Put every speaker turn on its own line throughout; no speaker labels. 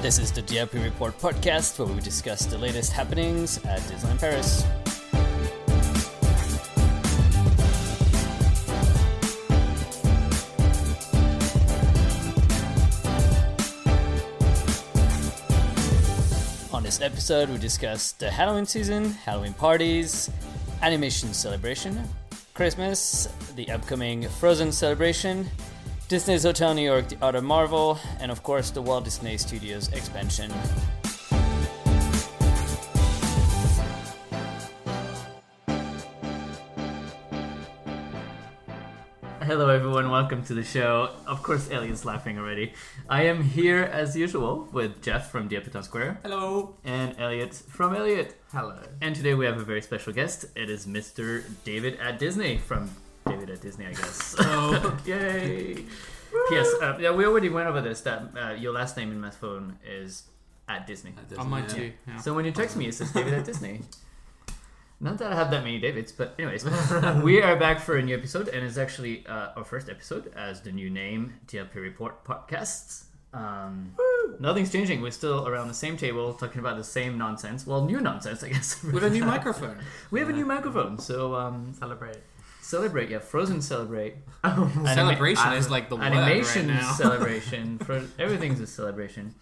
This is the DLP Report podcast where we discuss the latest happenings at Disneyland Paris. On this episode, we discuss the Halloween season, Halloween parties, animation celebration, Christmas, the upcoming Frozen celebration, Disney's Hotel New York, the Outer Marvel, and of course the Walt Disney Studios expansion. Hello, everyone. Welcome to the show. Of course, Elliot's laughing already. I am here as usual with Jeff from the Epitome Square.
Hello.
and Elliot from Elliot.
Hello.
And today we have a very special guest. It is Mr. David at Disney from David at Disney, I guess.
Oh.
yay! Yes, uh, yeah, we already went over this. That uh, your last name in my phone is at Disney.
I might too. Yeah.
So when you text me, it says David at Disney. Not that I have that many Davids, but anyways, we are back for a new episode, and it's actually uh, our first episode as the new name TLP Report Podcasts. Um, nothing's changing. We're still around the same table talking about the same nonsense. Well, new nonsense, I guess.
With a new microphone.
we have a new microphone, so um,
Celebrate. E-,
celebrate. Yeah, Frozen celebrate.
Celebration
Anima- uh,
is like the word
animation
right now.
celebration. Fro- everything's a celebration.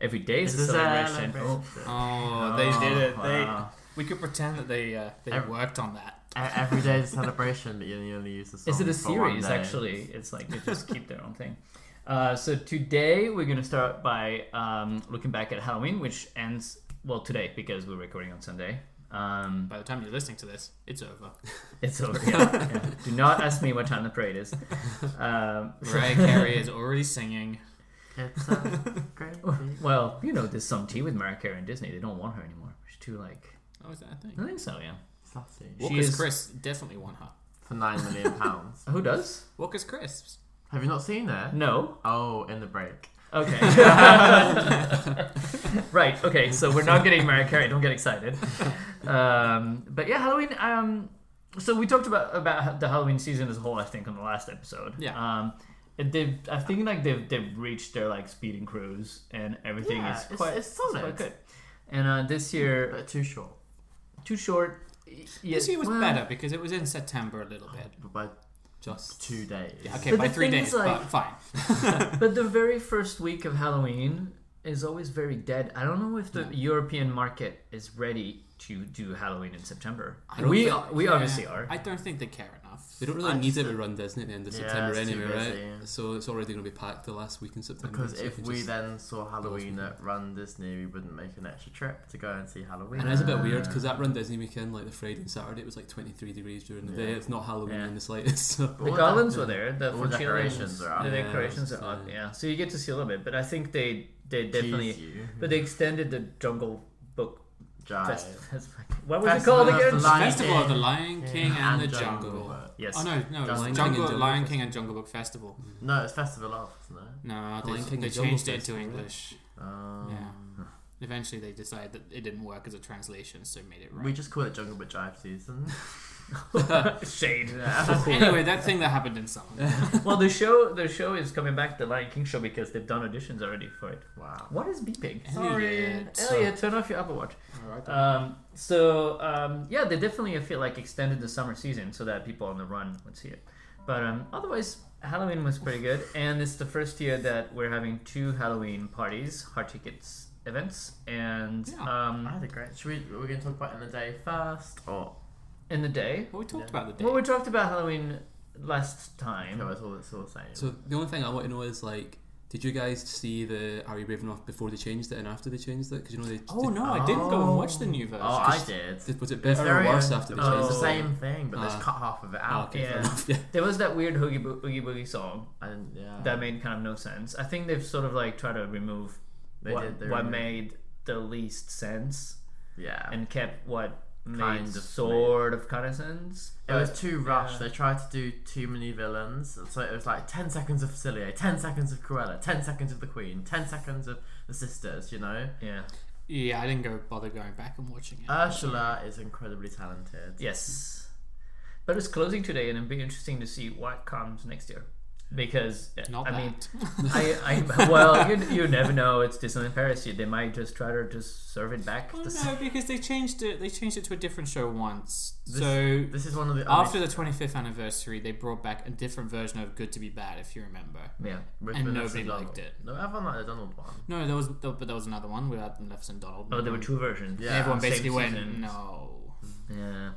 Every day is a
It's a
celebration.
celebration.
Oh.
oh, they did it.
wow.
They. We could pretend that they uh, they
Ev-
worked on that.
E- Every day is a celebration, but you only- you only use the song.
Is it a
for one
series?
day.
Actually, it's like they just keep their own thing. Uh, so today we're gonna start by um, looking back at Halloween, which ends well today because we're recording on Sunday. Um,
By the time you're listening to this, it's over.
it's over. Yeah, yeah. Do not ask me what time the parade is. Uh, Um,
Mariah Carey is already singing.
It's a great day.
well, you know, there's some tea with Mariah Carey and Disney. They don't want her anymore. She's too like.
Oh, is that a thing?
I think so. Yeah.
It's not serious.
Walker's
is-
Chris definitely won her.
For nine million pounds.
Who does?
Walker's crisps.
Have you not seen that?
No.
Oh, in the break.
Okay. right. Okay. So we're not getting Mariah Carey. Don't get excited. Um, but yeah, Halloween. Um, so we talked about about the Halloween season as a whole. I think on the last episode.
Yeah.
Um, and they've. I think like they've they've reached their like speeding cruise and everything
Yeah,
is
it's-
quite
it's
quite
solid.
good. And uh, this year,
But too short.
too short. y- yeah,
This year was
well,
better because it was in September a little bit.
But by
Just
two days.
Yeah, okay,
But
by
the
three
thing is,
days,
like-
but fine.
But the very first week of Halloween is always very dead. I don't know if the European market is ready to do Halloween in September.
I don't
We
think-
are- we
Yeah,
obviously are.
I don't think they care enough.
They don't really
I
need
just-
it to run Disney at the end of
Yeah,
September
it's too
anyway, right?
busy, yeah.
So it's already going to be packed the last week in September.
Because
so you
if
can
we
just-
then saw Halloween
me.
at Run Disney, we wouldn't make an extra trip to go and see Halloween.
and it is a bit weird
Ah.
because that Run Disney weekend, like the Friday and Saturday, it was like 23 degrees during the
Yeah.
day. It's not Halloween
Yeah.
in the slightest. So.
But
the
all
garlands
that-
were there. The
all
fortune
decorations
lines-
are up.
The
Yeah,
decorations are up.
so-
Yeah, so you get to see a little bit. But I think they they
Jeez,
definitely.
you.
But they extended the Jungle Book
Jive.
Fest. that's fucking- What was it
Festival
called
of the
again?
Lion
Festival of the
King.
Lion
Yeah.
King and, the Jungle.
Book.
Yes.
Oh no, no,
Jungle
it's
King
Jungle,
and Jungle
Lion
Book
King and Jungle Book Festival.
No, it's Festival of, isn't it?
No,
Lion
they,
King
they
and Jungle
changed it to
Festival, right?
English.
Um,
Eventually, they decided that it didn't work as a translation, so made it
We
right.
just call it Jungle Book Jive season.
Shade.
Uh, anyway, that thing that happened in summer.
well, the show the show is coming back, the Lion King show, because they've done auditions already for it.
Wow.
What is beeping?
Elliot.
Elliot, turn off your Apple Watch. Um, so um, yeah, they definitely I feel like extended the summer season so that people on the run would see it. But um, otherwise, Halloween was pretty good, and it's the first year that we're having two Halloween parties, hard tickets events, and
Yeah.
I
um,
had a great. Should we? We're going to talk about in the day first, or
in the day.
Well, we talked
Yeah.
about the day.
Well, we talked about Halloween last time.
no? It's all it's all the same.
So the only thing I want to know is like, did you guys see the Are You Brave Enough before they changed it and after they changed it? Because you know they.
oh
did,
no, I didn't go and watch the new version.
oh, I did.
did- was it better
Very-
or worse after they
it was
changed
the
Oh.
it?
uh, same thing, but they just
Ah.
cut half of it
Ah,
out.
okay, fair
Yeah.
enough. Yeah.
There was that weird Hoogie Bo- Oogie Boogie song
I didn't. Yeah.
that made kind of no sense. I think they've sort of like tried to remove
They
what,
did, they
what
removed-
made the least sense
yeah.
and kept what made
Kind of
sort of kind of sense.
It was
but-
too rushed.
yeah.
They tried to do too many villains, so it was like ten seconds of Facilio, ten seconds of Cruella, ten seconds of the Queen, ten seconds of the sisters. You know,
Yeah.
Yeah, I didn't go bother going back and watching
Uh,
it.
Ursula is incredibly talented.
Yes. But it's closing today, and it'll be interesting to see what comes next year. because
Not
I
that.
mean, I, I well, you, you never know. It's Disneyland Paris. You- They might just try to just serve it back.
Well,
the s-
Oh, no, because they changed it. They changed it to a different show once.
This-
so
This is one of the only-
after the 25th anniversary, they brought back a different version of Good to Be Bad, if you remember.
yeah,
with
and
Vanessa
nobody
Donald.
liked it.
No, everyone liked the Donald one.
No, there was, there, but there was another one without Maleficent Donald.
Oh, there were two versions.
Yeah.
And everyone
Same
basically went,
seasons.
no.
Yeah.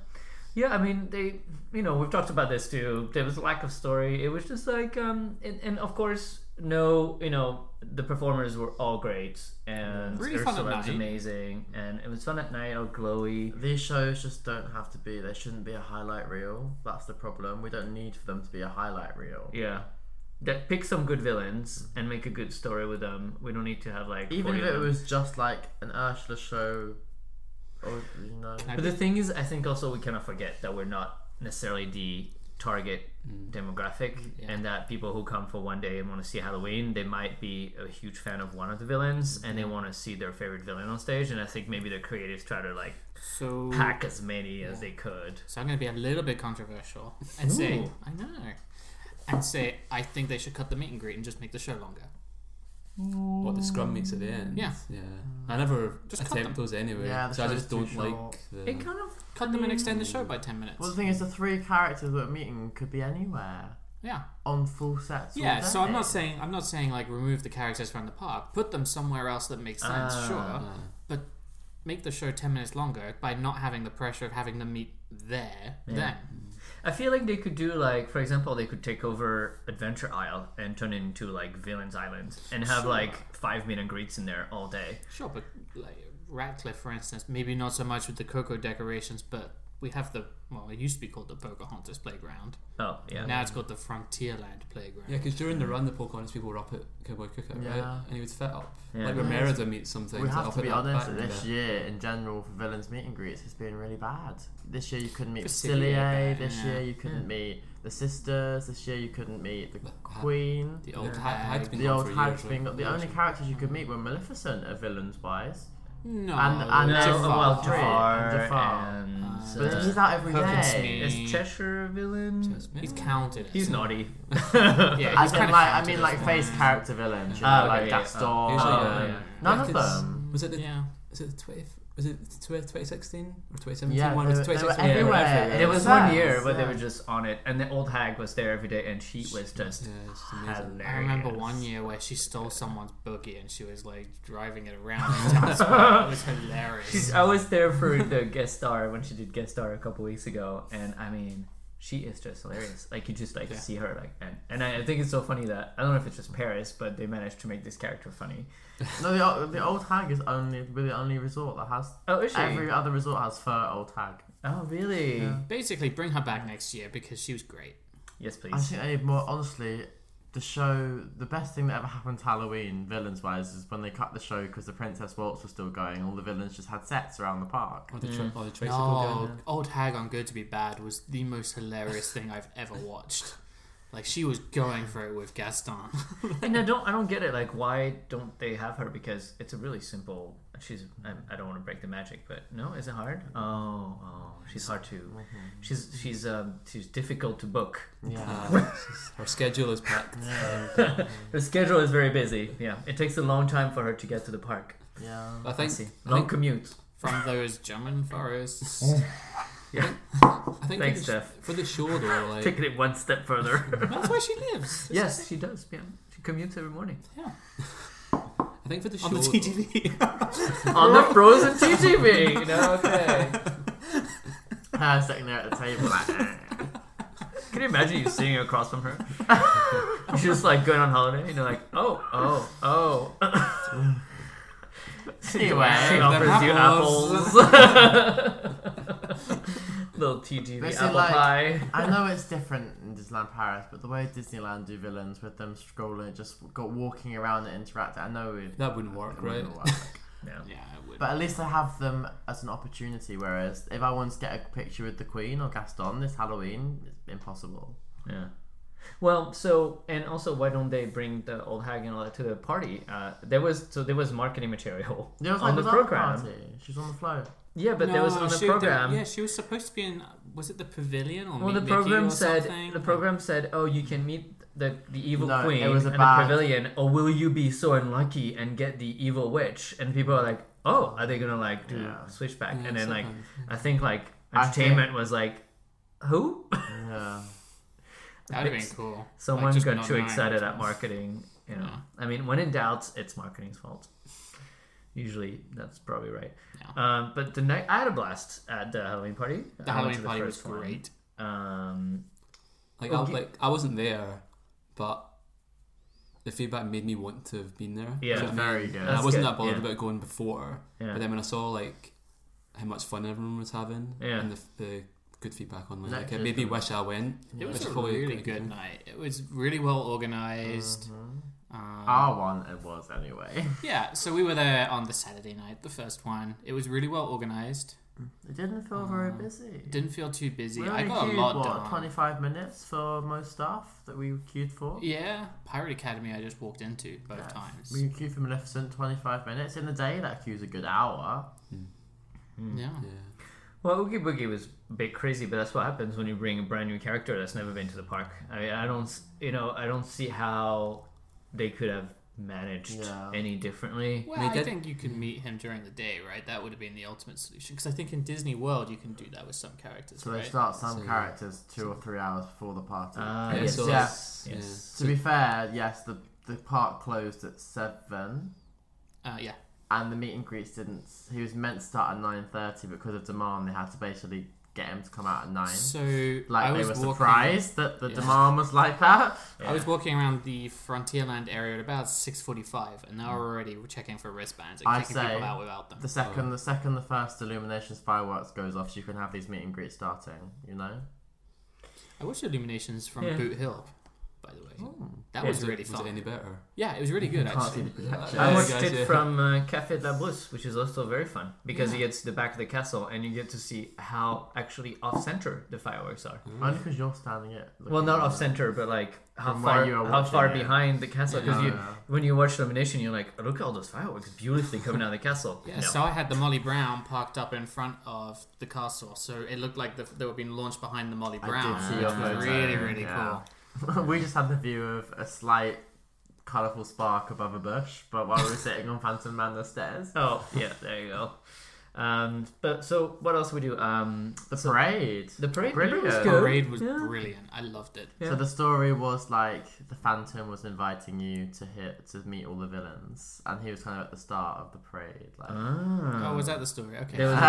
Yeah, I mean, they, you know, we've talked about this too. There was lack of story. It was just like, um, and, and of course, no, you know, the performers were all great and
Really fun at
Ursula was
night.
amazing, and it was fun at night, all glowy.
These shows just don't have to be. There shouldn't be a highlight reel. That's the problem. We don't need for them to be a highlight reel.
Yeah, that pick some good villains and make a good story with them. We don't need to have like
Even
40
if
of
it
them.
was just like an Ursula show, or you know,
Can I
But
be-
the thing is, I think also we cannot forget that we're not necessarily the target demographic,
Mm. Yeah.
and that people who come for one day and want to see Halloween, they might be a huge fan of one of the villains, and they want to see their favorite villain on stage. And I think maybe the creatives try to like
so,
pack as many as they could.
so I'm going to be a little bit controversial and say,
Ooh.
I know. And say, I think they should cut the meet and greet and just make the show longer.
What the scrum makes at the end.
Yeah.
Yeah. I never
Just cut
attempt those anyway.
Yeah, the
so I
show's
just
too
don't
short.
like the.
It kind of
Cut them and extend the show by 10 minutes.
Well, the thing is, the three characters that are meeting could be anywhere
yeah.
on full sets. all
Yeah, so I'm not
day.
saying I'm not saying like remove the characters from the park. Put them somewhere else that makes sense,
Ah.
sure.
Ah.
But make the show ten minutes longer by not having the pressure of having them meet there then.
I feel like they could do like, for example, they could take over Adventure Isle and turn it into like Villains Island and have
Sure.
like five meet and greets in there all day.
Sure, but like Ratcliffe for instance, maybe not so much with the cocoa decorations, but we have the well, it used to be called the Pocahontas Playground.
Oh yeah,
Now it's called the Frontierland Playground.
Yeah, because during the run, the Pocahontas people were up at Cowboy Cookout, right?
Yeah.
And he would fit up.
Yeah.
Like when
Yeah.
Merida meets something.
We have
up
to
at
be
that
honest.
back
that This
bit.
year, in general, for villains meet and greets, it's been really bad. This year, you couldn't meet
Facilier,
Facilier.
but,
This
yeah.
year, you couldn't meet the sisters. This year, you couldn't meet the queen.
The old
Yeah.
hag.
Hag's been
The
gone
old
for
hag
years,
thing.
right?
The only characters you could meet were Maleficent, uh, villains wise.
No,
And- and
No,
Jafar.
uh, well, Jafar,
Jafar. And Jafar.
and,
Uh,
But
uh,
he's out every
Perkins
day.
Smith.
Is Cheshire a villain?
Just me.
He's counted.
He's naughty.
Yeah,
I
he's
mean,
kinda
like, I
counted
mean,
as
like
one.
face character villains, you know,
Ah, okay,
like
yeah,
Gaston.
yeah. Usually,
um,
yeah, yeah.
None
Yeah,
of
'cause-
them.
Was it the
Yeah.
was it the 20th? Was it the 12th 2016 or 2017
Yeah,
one?
they
It was
were- they were
2016
everywhere.
everywhere.
There was
Yeah.
one year where they
Yeah.
were just on it, and the old hag was there every day, and she was just
Yeah, it's just amazing.
hilarious.
I remember one year where she stole someone's boogie and she was like driving it around in town square. It was hilarious.
She's, I was there for the guest star when she did guest star a couple weeks ago, and I mean, she is just hilarious. Like you just like
Yeah.
see her like, and and I, I think it's so funny that I don't know if it's just Paris, but they managed to make this character funny.
No, the, old- the old hag is only really the only resort that has.
Oh, is she?
Every other resort has fur old hag.
oh, really?
Yeah.
Basically, bring her back next year because she was great.
Yes, please.
I think I need more. Honestly, the show, the best thing that ever happened to Halloween, villains wise, is when they cut the show because the Princess Waltz was still going. All the villains just had sets around the park.
Or the, tri- or the tricycle
No,
guy.
old hag on Good to Be Bad was the most hilarious thing I've ever watched. Like she was going for it with Gaston.
and I don't, I don't get it. Like, why don't they have her? Because it's a really simple. She's. I, I don't want to break the magic, but no, is it hard? Oh, oh, she's hard to. She's she's um she's difficult to book.
Yeah.
Uh, it's just- her schedule is packed.
Her schedule is very busy. Yeah, it takes a long time for her to get to the park.
yeah.
I
I
think
see.
I
Long
think-
commute.
From those German forests.
I think
Thanks,
for, the, sh-
Jeff.
for the show though, like
Taking it one step further.
That's where she lives.
yes, she does. Yeah, she commutes every morning
Yeah.
I think for the show
On the
though-
TTV.
on the frozen TTV. You know, okay.
Her sitting there at the table like. "Eh."
Can you imagine you sitting across from her? She's just like going on holiday, and you're like, oh, oh, oh.
Anyway,
she offers you
apples.
apples. Little TGV
This is
apple
like-
pie.
I know it's different in Disneyland Paris, but the way Disneyland do villains with them scrolling, just got walking around and interacting. I know we
that wouldn't work, right?
No.
Yeah, it would.
But at least I have them as an opportunity. Whereas if I want to get a picture with the Queen or Gaston this Halloween, it's impossible.
Yeah. Well, so and also, why don't they bring the old hag and all that to the party? Uh, there was so there was marketing material
There was
on
like
the
another
program.
party. She's on the floor.
Yeah, but
no,
there was on the
she,
program.
yeah, she was supposed to be in. Was it the pavilion or
Well,
Meet
the
Mickey
program
or
said
something?
the program said, "Oh, you can meet the, the evil
No, it
queen
was a
and the
bad-
pavilion, or will you be so unlucky and get the evil witch? And people are like, oh, are they gonna like do
Yeah.
switchback?
Yeah,
and then
so
like,
kind
I think like
I think-
entertainment was like, who?
Yeah.
That'd have been cool.
Someone
Like, just
got
not
too
knowing
excited
which
at
ones.
marketing. You know,
Yeah.
I mean, when in doubt, it's marketing's fault. Usually, that's probably right. Um, but the night I had a blast at the Halloween party. I went
The Halloween
to
party was
first one.
great.
Um,
Like I was
Okay.
like I wasn't there, but the feedback made me want to have been there.
Yeah.
Do you know what I mean?
Very good.
And
That's
I wasn't
good,
that bothered
yeah.
about going before,
yeah.
but then when I saw like how much fun everyone was having
Yeah.
and the, the good feedback online,
That
like, it
could've
made me
been-
wish I went.
It was
Which
a
probably a
really
good
good
thing.
night. It was really well organized.
Mm-hmm.
Um,
Ah.
Our one it was anyway.
Yeah, so we were there on the Saturday night, the first one. It was really well organized.
It didn't feel very busy.
Didn't feel too busy.
we only
I got a
queued,
lot
what,
done.
25 minutes for most stuff that we queued for?
Yeah, Pirate Academy. I just walked into both
Yeah.
times.
We queued for Maleficent 25 minutes. In the day, that queue's a good hour.
yeah.
Yeah.
Well, Oogie Boogie was a bit crazy, but that's what happens when you bring a brand new character that's never been to the park. I, I don't, s- you know, I don't see how they could have managed
Yeah.
any differently.
Well,
They
I
did-
think you could meet him during the day, right? That would have been the ultimate solution. Because I think in Disney World you can do that with some characters,
So they
right?
start some
So-
characters two or three hours before the party.
Uh,
Yeah,
yes,
so
yes,
that's- yeah.
yes.
to be fair, yes, the, the park closed at 7.
Uh, yeah.
and the meet and greets didn't. He was meant to start at nine thirty because of demand. They had to basically get him to come out at nine.
So
like
I
they
was
were
walking-
surprised that the
Yeah.
demand was like that.
Yeah.
I was walking around the Frontierland area at about six forty-five, and they were already checking for wristbands and
I'd
kicking
say
people out without them.
The second, the second, the first illuminations fireworks goes off, so you can have these meet and greets starting. You know,
I watched Illuminations from
Yeah.
Boot Hill, by the way. That
Yeah,
was
was
it-
really
Was
fun.
it any better?
yeah, it was really good
can't see
actually.
the projection.
I
Yeah,
watched
guys,
it
yeah.
from uh, Café de la Blouse, which is also very fun because
Yeah.
you get to the back of the castle and you get to see how actually off center the fireworks are.
Only because you're standing it.
Well, not off center, but like how
uh, From where
far
you are
how
watching
far
it.
behind the castle. Because
Yeah.
you, when you watch Illumination, you're like, look at all those fireworks beautifully coming out of the castle.
Yeah,
No.
so I had the Molly Brown parked up in front of the castle, so it looked like the, they were being launched behind the Molly
I
Brown,
did see
which
your
was
photo,
really, really
yeah.
cool.
we just had the view of a slight colourful spark above a bush, but while we were sitting on Phantom Man the stairs,
Oh yeah, there you go. Um, but so what else we do? Um,
the
so
parade.
the parade,
Brilliant.
was
The
good.
parade was
Yeah.
brilliant. I loved it.
Yeah.
So the story was like the Phantom was inviting you to hit to meet all the villains, and he was kind of at the start of the parade. Like,
Ah.
Oh, was that the story? Okay.
There was a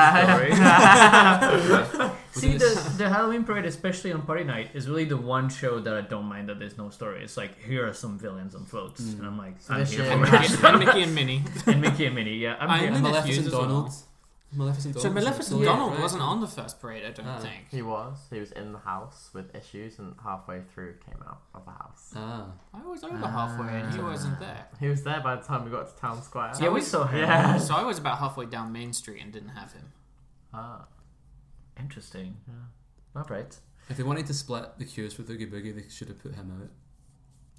Ah.
story. See, the, the Halloween parade, especially on party night, is really the one show that I don't mind that there's no story. It's like here are some villains on floats, and I'm like, I'm
this
here
year-
and,
for
Mickey,
it.
and Mickey and Minnie.
and Mickey and Minnie. Yeah, I'm,
I'm
here.
in
I'm
it.
a-
Maleficent
Hughes as well.
Donald. Maleficent
So
Donald.
Maleficent
yeah,
Donald
right.
wasn't on the first parade, I don't
Ah.
think.
he was. He was in the house with issues, and halfway through came out of the house.
Ah.
I was over halfway and he wasn't there.
He was there by the time we got to town square.
yeah, we saw him.
Yeah.
So I was about halfway down Main Street and didn't have him.
Ah,
Interesting. All right.
If they wanted to split the queues for Oogie Boogie, they should have put him out.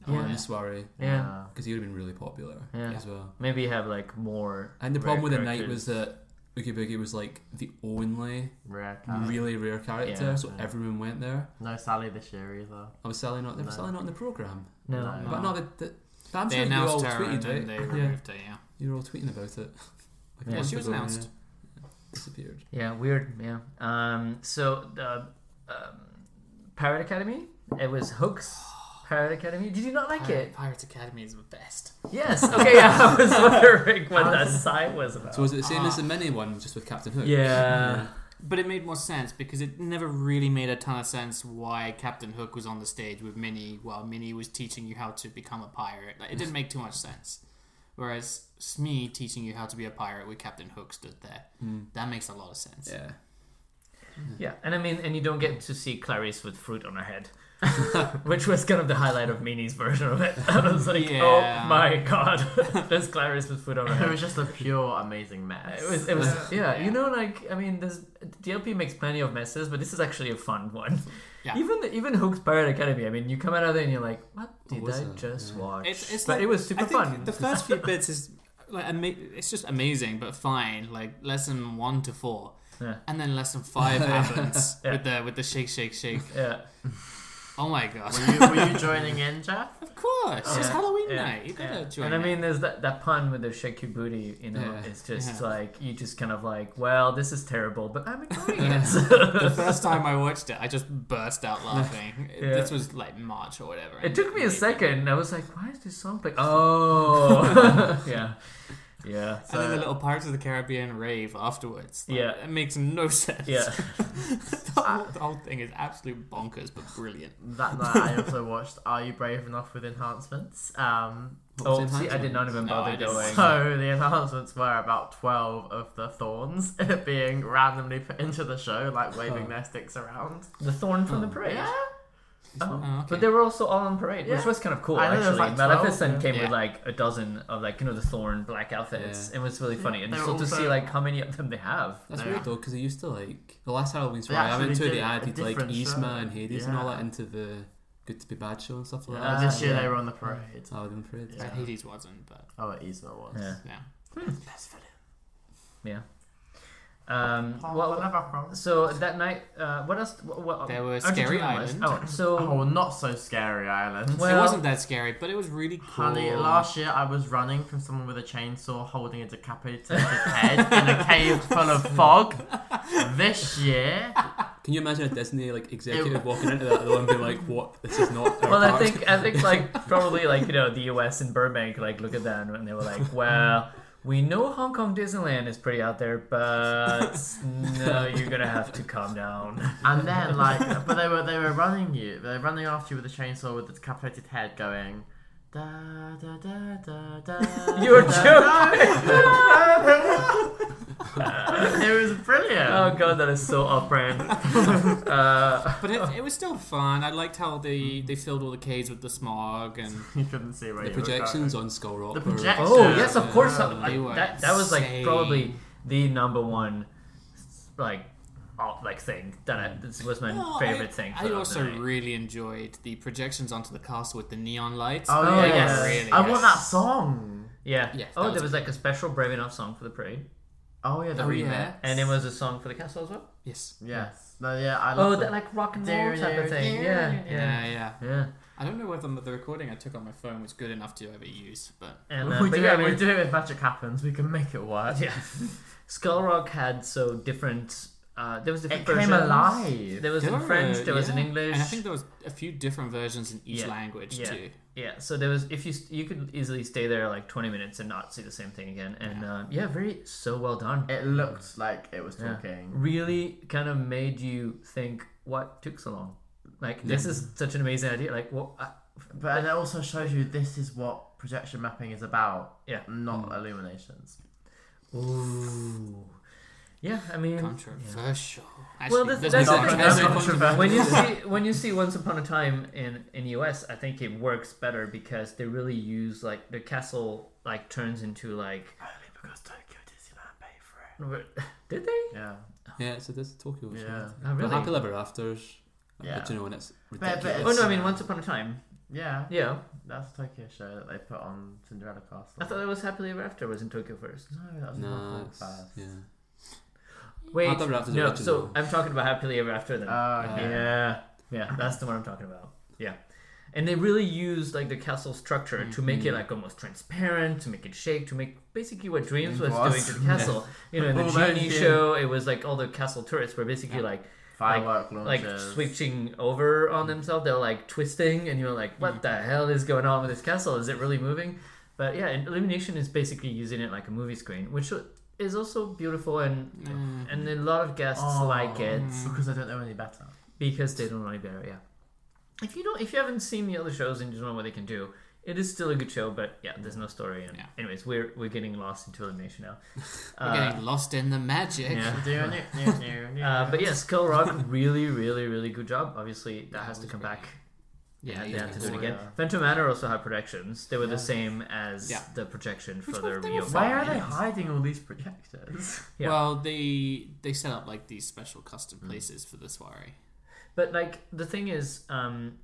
Yeah.
Or Miss Worry,
Yeah.
because he would have been really popular
Yeah.
as well.
Maybe have like more.
And the
rare
problem with the night was uh,
characters.
that Oogie Boogie was like the only
rare cat.
really rare character,
Ah. Yeah.
so everyone went there.
No Sally this year either.
I was Sally not there. Was
No.
Sally not in the program?
no.
No.
But no, the, the, but I'm
they
sure you all
announced her and
tweeted,
then
right?
they
yeah,
removed her, yeah.
you were all tweeting about it. Like a
Yeah,
month
she was
ago,
announced.
yeah. Disappeared.
Yeah, weird. Yeah. Um, so the um, Pirate Academy. It was Hoax Pirate Academy. Did you not like
Pirate,
it?
Pirate Academy is the best.
Yes. Okay. Yeah, I was wondering what that sigh was
Oh,
about.
So was it the same
Ah.
as the mini one, just with Captain Hook?
yeah.
But it made more sense because it never really made a ton of sense why Captain Hook was on the stage with Minnie while Minnie was teaching you how to become a pirate. Like, it didn't make too much sense. Whereas Smee teaching you how to be a pirate with Captain Hook stood there.
Hmm.
Mm.
That makes a lot of sense.
Yeah.
Yeah, and I mean, and you don't get to see Clarice with fruit on her head, which was kind of the highlight of Minnie's version of it. I was like,
Yeah.
oh my god, there's Clarice with fruit on her
It
head.
was just a pure amazing mess.
It was, it was, yeah.
Yeah.
You know, like I mean, there's DLP makes plenty of messes, but this is actually a fun one.
Yeah.
Even even Hook's Pirate Academy. I mean, you come out of there and you're like, what did
was
I
that?
just
Yeah.
watch?
It's- it's
but
like-
it was super
I think
fun.
the first few bits is like ama- it's just amazing, but fine. Like lesson one to four,
Yeah.
and then lesson five happens
Yeah.
with the with the shake, shake, shake.
yeah.
Oh my god.
Were you, were you joining in, Jeff?
Of course, it's
Yeah.
Halloween
Yeah.
night. You gotta
Yeah.
join.
and I
in.
mean, there's that, that pun with the shake your booty, you know,
Yeah.
it's just
Yeah.
like, you just kind of like, well, this is terrible, but I'm enjoying
Yeah.
it.
the first time I watched it, I just burst out laughing.
Yeah.
This was like March or whatever.
It
and
took me a
really-
second. I was like, why is this song playing? Oh. yeah. Yeah.
and then the
So-
little Pirates of the Caribbean rave afterwards. Like,
Yeah.
it makes no sense.
Yeah.
the, whole, the whole thing is absolute bonkers, but brilliant.
That night, I also watched Are You Brave Enough with Enhancements? Um,
What was
Oh,
it,
see, I
Hanson?
did not even
No, I
bother
didn't.
going.
so the enhancements were about 12 of the thorns being randomly put into the show, like waving
Huh.
their sticks around.
The Thorn from the
Oh.
Parade.
Yeah.
Oh.
Oh, okay.
But they were also all on parade,
Yeah.
which was kind of cool
I know there was,
actually.
like, 12,
Maleficent
yeah.
came
Yeah.
with like a dozen of like you know the thorn black outfits. It was really funny, and
They
so
were
to
also-
see like how many of them they have.
That's
Yeah.
weird though, because they used to like the last Halloween's
They
where I
actually
went to,
did
they
a
added like
different
Yzma
show.
and Hades and all
Yeah.
that into the Good to Be Bad show and stuff like
Uh,
that.
this year
yeah.
they were on the parade.
I would afraid.
Yeah.
Hades wasn't, but
Oh, it Yzma was.
Yeah.
yeah.
Best villain.
Yeah. Um,
Oh,
well,
whatever, bro.
so that night, uh, what else? What, what,
There was
Argentina
Scary
was-
Island.
Oh, so
Oh, not so scary, Island.
Well-
it wasn't that scary, but it was really cool.
Honey, last year I was running from someone with a chainsaw holding a decapitated head in a cave full of fog. This year,
Can you imagine a Disney like executive walking into that though and being like, "What? This is not." Our
well, I
park."
think I think like probably like you know the U.S. and Burbank like look at that and they were like, well. We know Hong Kong Disneyland is pretty out there, but no, you're gonna have to calm down.
and then like, but they were they were running you. They're running after you with a chainsaw with the decapitated head going. Da, da, da, da, da,
You were
da, da." it was brilliant.
Oh god, that is so off brand. uh,
But it, it was still fun. I liked how they,
Mm.
they filled all the caves with the smog and
you couldn't see where
the
you
projections on Skull Rock.
The
were-
projections.
oh
Yeah.
yes, of course.
Yeah.
uh, like,
They were
that that was like
insane.
probably the number one, like, oh, like thing that I, this was my
No,
favorite
Oh, I,
thing. for
I
the
also
night.
really enjoyed the projections onto the castle with the neon lights.
were going.
Oh,
Oh,
They were
yes.
yes.
really
I
good.
want that song.
yeah.
Yeah,
oh,
that
there
was
was like a special Brave Enough song for the parade,
Oh yeah, the
Oh,
remix.
yeah.
and it was a song for the castle as well.
Yes.
Yes. No, yeah, I
Oh,
love
that like rock and roll
Dear,
type of
dear,
thing.
dear.
Yeah, yeah,
Yeah, yeah.
yeah.
I don't know whether the recording I took on my phone was good enough to ever use, but
And
If
uh,
we,
but
do
yeah, I
it, we
mean-
do it if magic happens. We can make it work.
Yeah. Skull Rock had so different. Uh, there was different
It came
versions.
alive.
There was in
were,
French. There was in
yeah.
English.
and I think there was a few different versions in each
Yeah.
language
Yeah.
too.
Yeah, so there was if you you could easily stay there like twenty minutes and not see the same thing again, and yeah, uh, yeah very so well done.
It looked like it was
Yeah.
talking.
Really kind of made you think what took so long. Like this is such an amazing idea. Like what? uh, I
But and it also shows you this is what projection mapping is about.
Yeah. Mm.
Not illuminations.
ooh, yeah. I mean,
Controversial. Actually,
Well, this-
there's
that's
no
the thing.
controversy.
That's
controversial.
when you see when you see Once Upon a Time in in US, I think it works better because they really use like the castle like turns into like
Only because Tokyo Disneyland paid for it.
did they?
Yeah.
Yeah, so this is Tokyo. so
Yeah.
Oh,
But
really?
Happy Ever Afters.
Yeah.
But you know, when it's
but
ridiculous.
Oh no, I mean Once Upon a Time.
Yeah.
Yeah,
That's a Tokyo show that they put on Cinderella Castle.
I thought it was Happily Ever After was in Tokyo first.
no, that was
Nah,
no,
it's-
first.
yeah.
Wait,
Happily Ever After's
no.
original.
So I'm talking about Happily Ever After then.
Oh,
Uh,
okay.
yeah, yeah, that's the one I'm talking about. Yeah, and they really used like the castle structure to make it like almost transparent, to make it shake, to make basically what Dreams was,
Was.
doing to the castle. You know, in the
All those,
genie
yeah.
show, it was like all the castle turrets were basically like
Firework
like
launches.
switching over on themselves. They're like twisting, and you're like, "What the hell is going on with this castle? Is it really moving?" But yeah, and Illumination is basically using it like a movie screen, which is also beautiful, and
Mm.
and a lot of guests
Oh,
like it
because I don't know any better.
because they don't know any better. Yeah, if you don't, if you haven't seen the other shows and you don't know what they can do, it is still a good show. But yeah, there's no story. And
Yeah.
anyways, we're we're getting lost into Illumination now.
We're getting lost in the magic.
Uh, yeah.
Do- do- do- do- do.
Uh, but yeah, Skull Rock, really, really, really good job. Obviously, that has to come back.
Yeah,
they
yeah,
have to do
yeah.
it again.
Yeah.
Phantom Manor also had projections. They were
Yeah.
the same as
Yeah.
the projection for
Which
the
was- they were
reopening.
Why are they hiding all these projectors?
Yeah. Mm.
Well, they they set up like these special custom places for the soiree.
But like the thing is, um,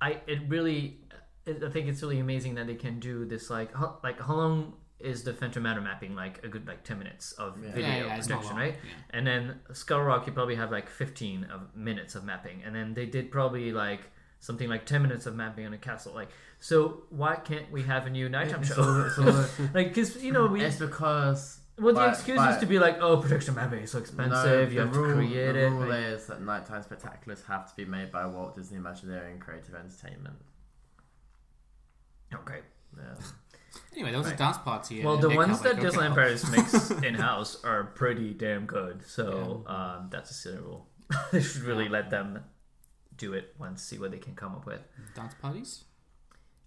I it really, it, I think it's really amazing that they can do this. Like, how, like how long is the Phantom Manor mapping? Like a good like ten minutes of
Yeah.
video
yeah, yeah, it's not
projection,
long,
right?
yeah.
And then Skull Rock, you probably have like fifteen of minutes of mapping, and then they did probably like something like ten minutes of mapping on a castle. Like, so why can't we have a new nighttime
It's
show?
all- it's all-
like, because you know we.
it's because
Well, the
but-
excuse
but-
used to be like, "Oh, production mapping is so expensive.
No,
you
the
have
rule,
to create
the
it."
rule
Like,
is that nighttime spectaculars have to be made by Walt Disney Imagineering Creative Entertainment.
okay.
Yeah.
Anyway, there was
Right.
a dance party.
Well,
at
the
Nick
ones that
Cowboy Coco.
Disneyland Paris makes in house are pretty damn good. So um, that's a silly rule. they should really let them do it once, see what they can come up with.
oh, dance parties.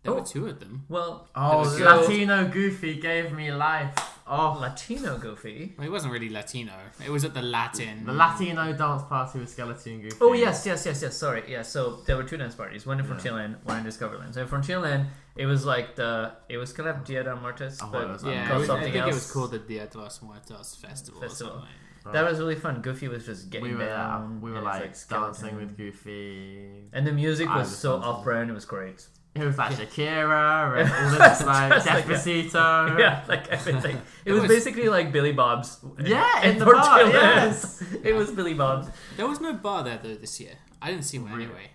There
Oh.
were two of them.
Well,
Oh,
was
the
good.
Latino Goofy gave me life. Oh,
Latino Goofy.
Well, it wasn't really Latino. It was at the Latin.
the Latino dance party with Skeleton Goofy.
Oh yes, yes, yes, yes. Sorry, yeah. So there were two dance parties, one in
Yeah.
Frontierland, one in Discoverland. So in Frontierland, it was like the it was kind of Dia de Muertos,
Oh,
but
it was
Yeah,
Called
it was, I
something
think it was
else.
called the Dia de los Muertos Festival.
Festival.
Or something.
that was really fun. Goofy was just getting
We were there.
down.
We were
and it's,
like, dancing
skeleton.
with Goofy.
And the music
I
was,
was
so
dancing.
opera and it was great.
It was like Shakira and all this like
Just like that.
Despacito.
Yeah, like everything. It
It
was
was-
basically like Billy Bob's. uh,
Yeah,
in
in the bar,
Portillo's.
yes.
It was Billy Bob's.
There was no bar there though this year. I didn't see one
Really?
anyway.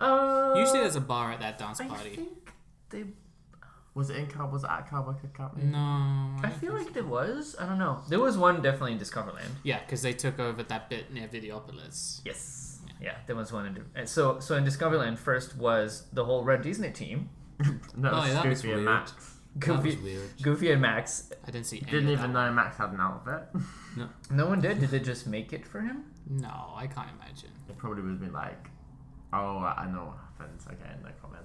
Uh,
Usually there's a bar at that dance
I
party.
think they.
Was it in Cowboy? Was it at Cowboy? I can't remember.
No, I
I feel like there was. I don't know. There was one definitely in Discoverland.
yeah, because they took over that bit near Videopolis.
Yes. Yeah, there was one in. and So, so in Discoverland, first was the whole Red Disney team,
No, it
Oh,
was
yeah, that was
Goofy and
weird.
Max.
That was
Goofy,
weird.
Goofy and Max.
I didn't see. Any
Didn't
of
even
that.
know Max had an outfit.
No one did. Did they just make it for him?
No, I can't imagine.
It probably would have been like, oh, I know what happened. Okay, no comment.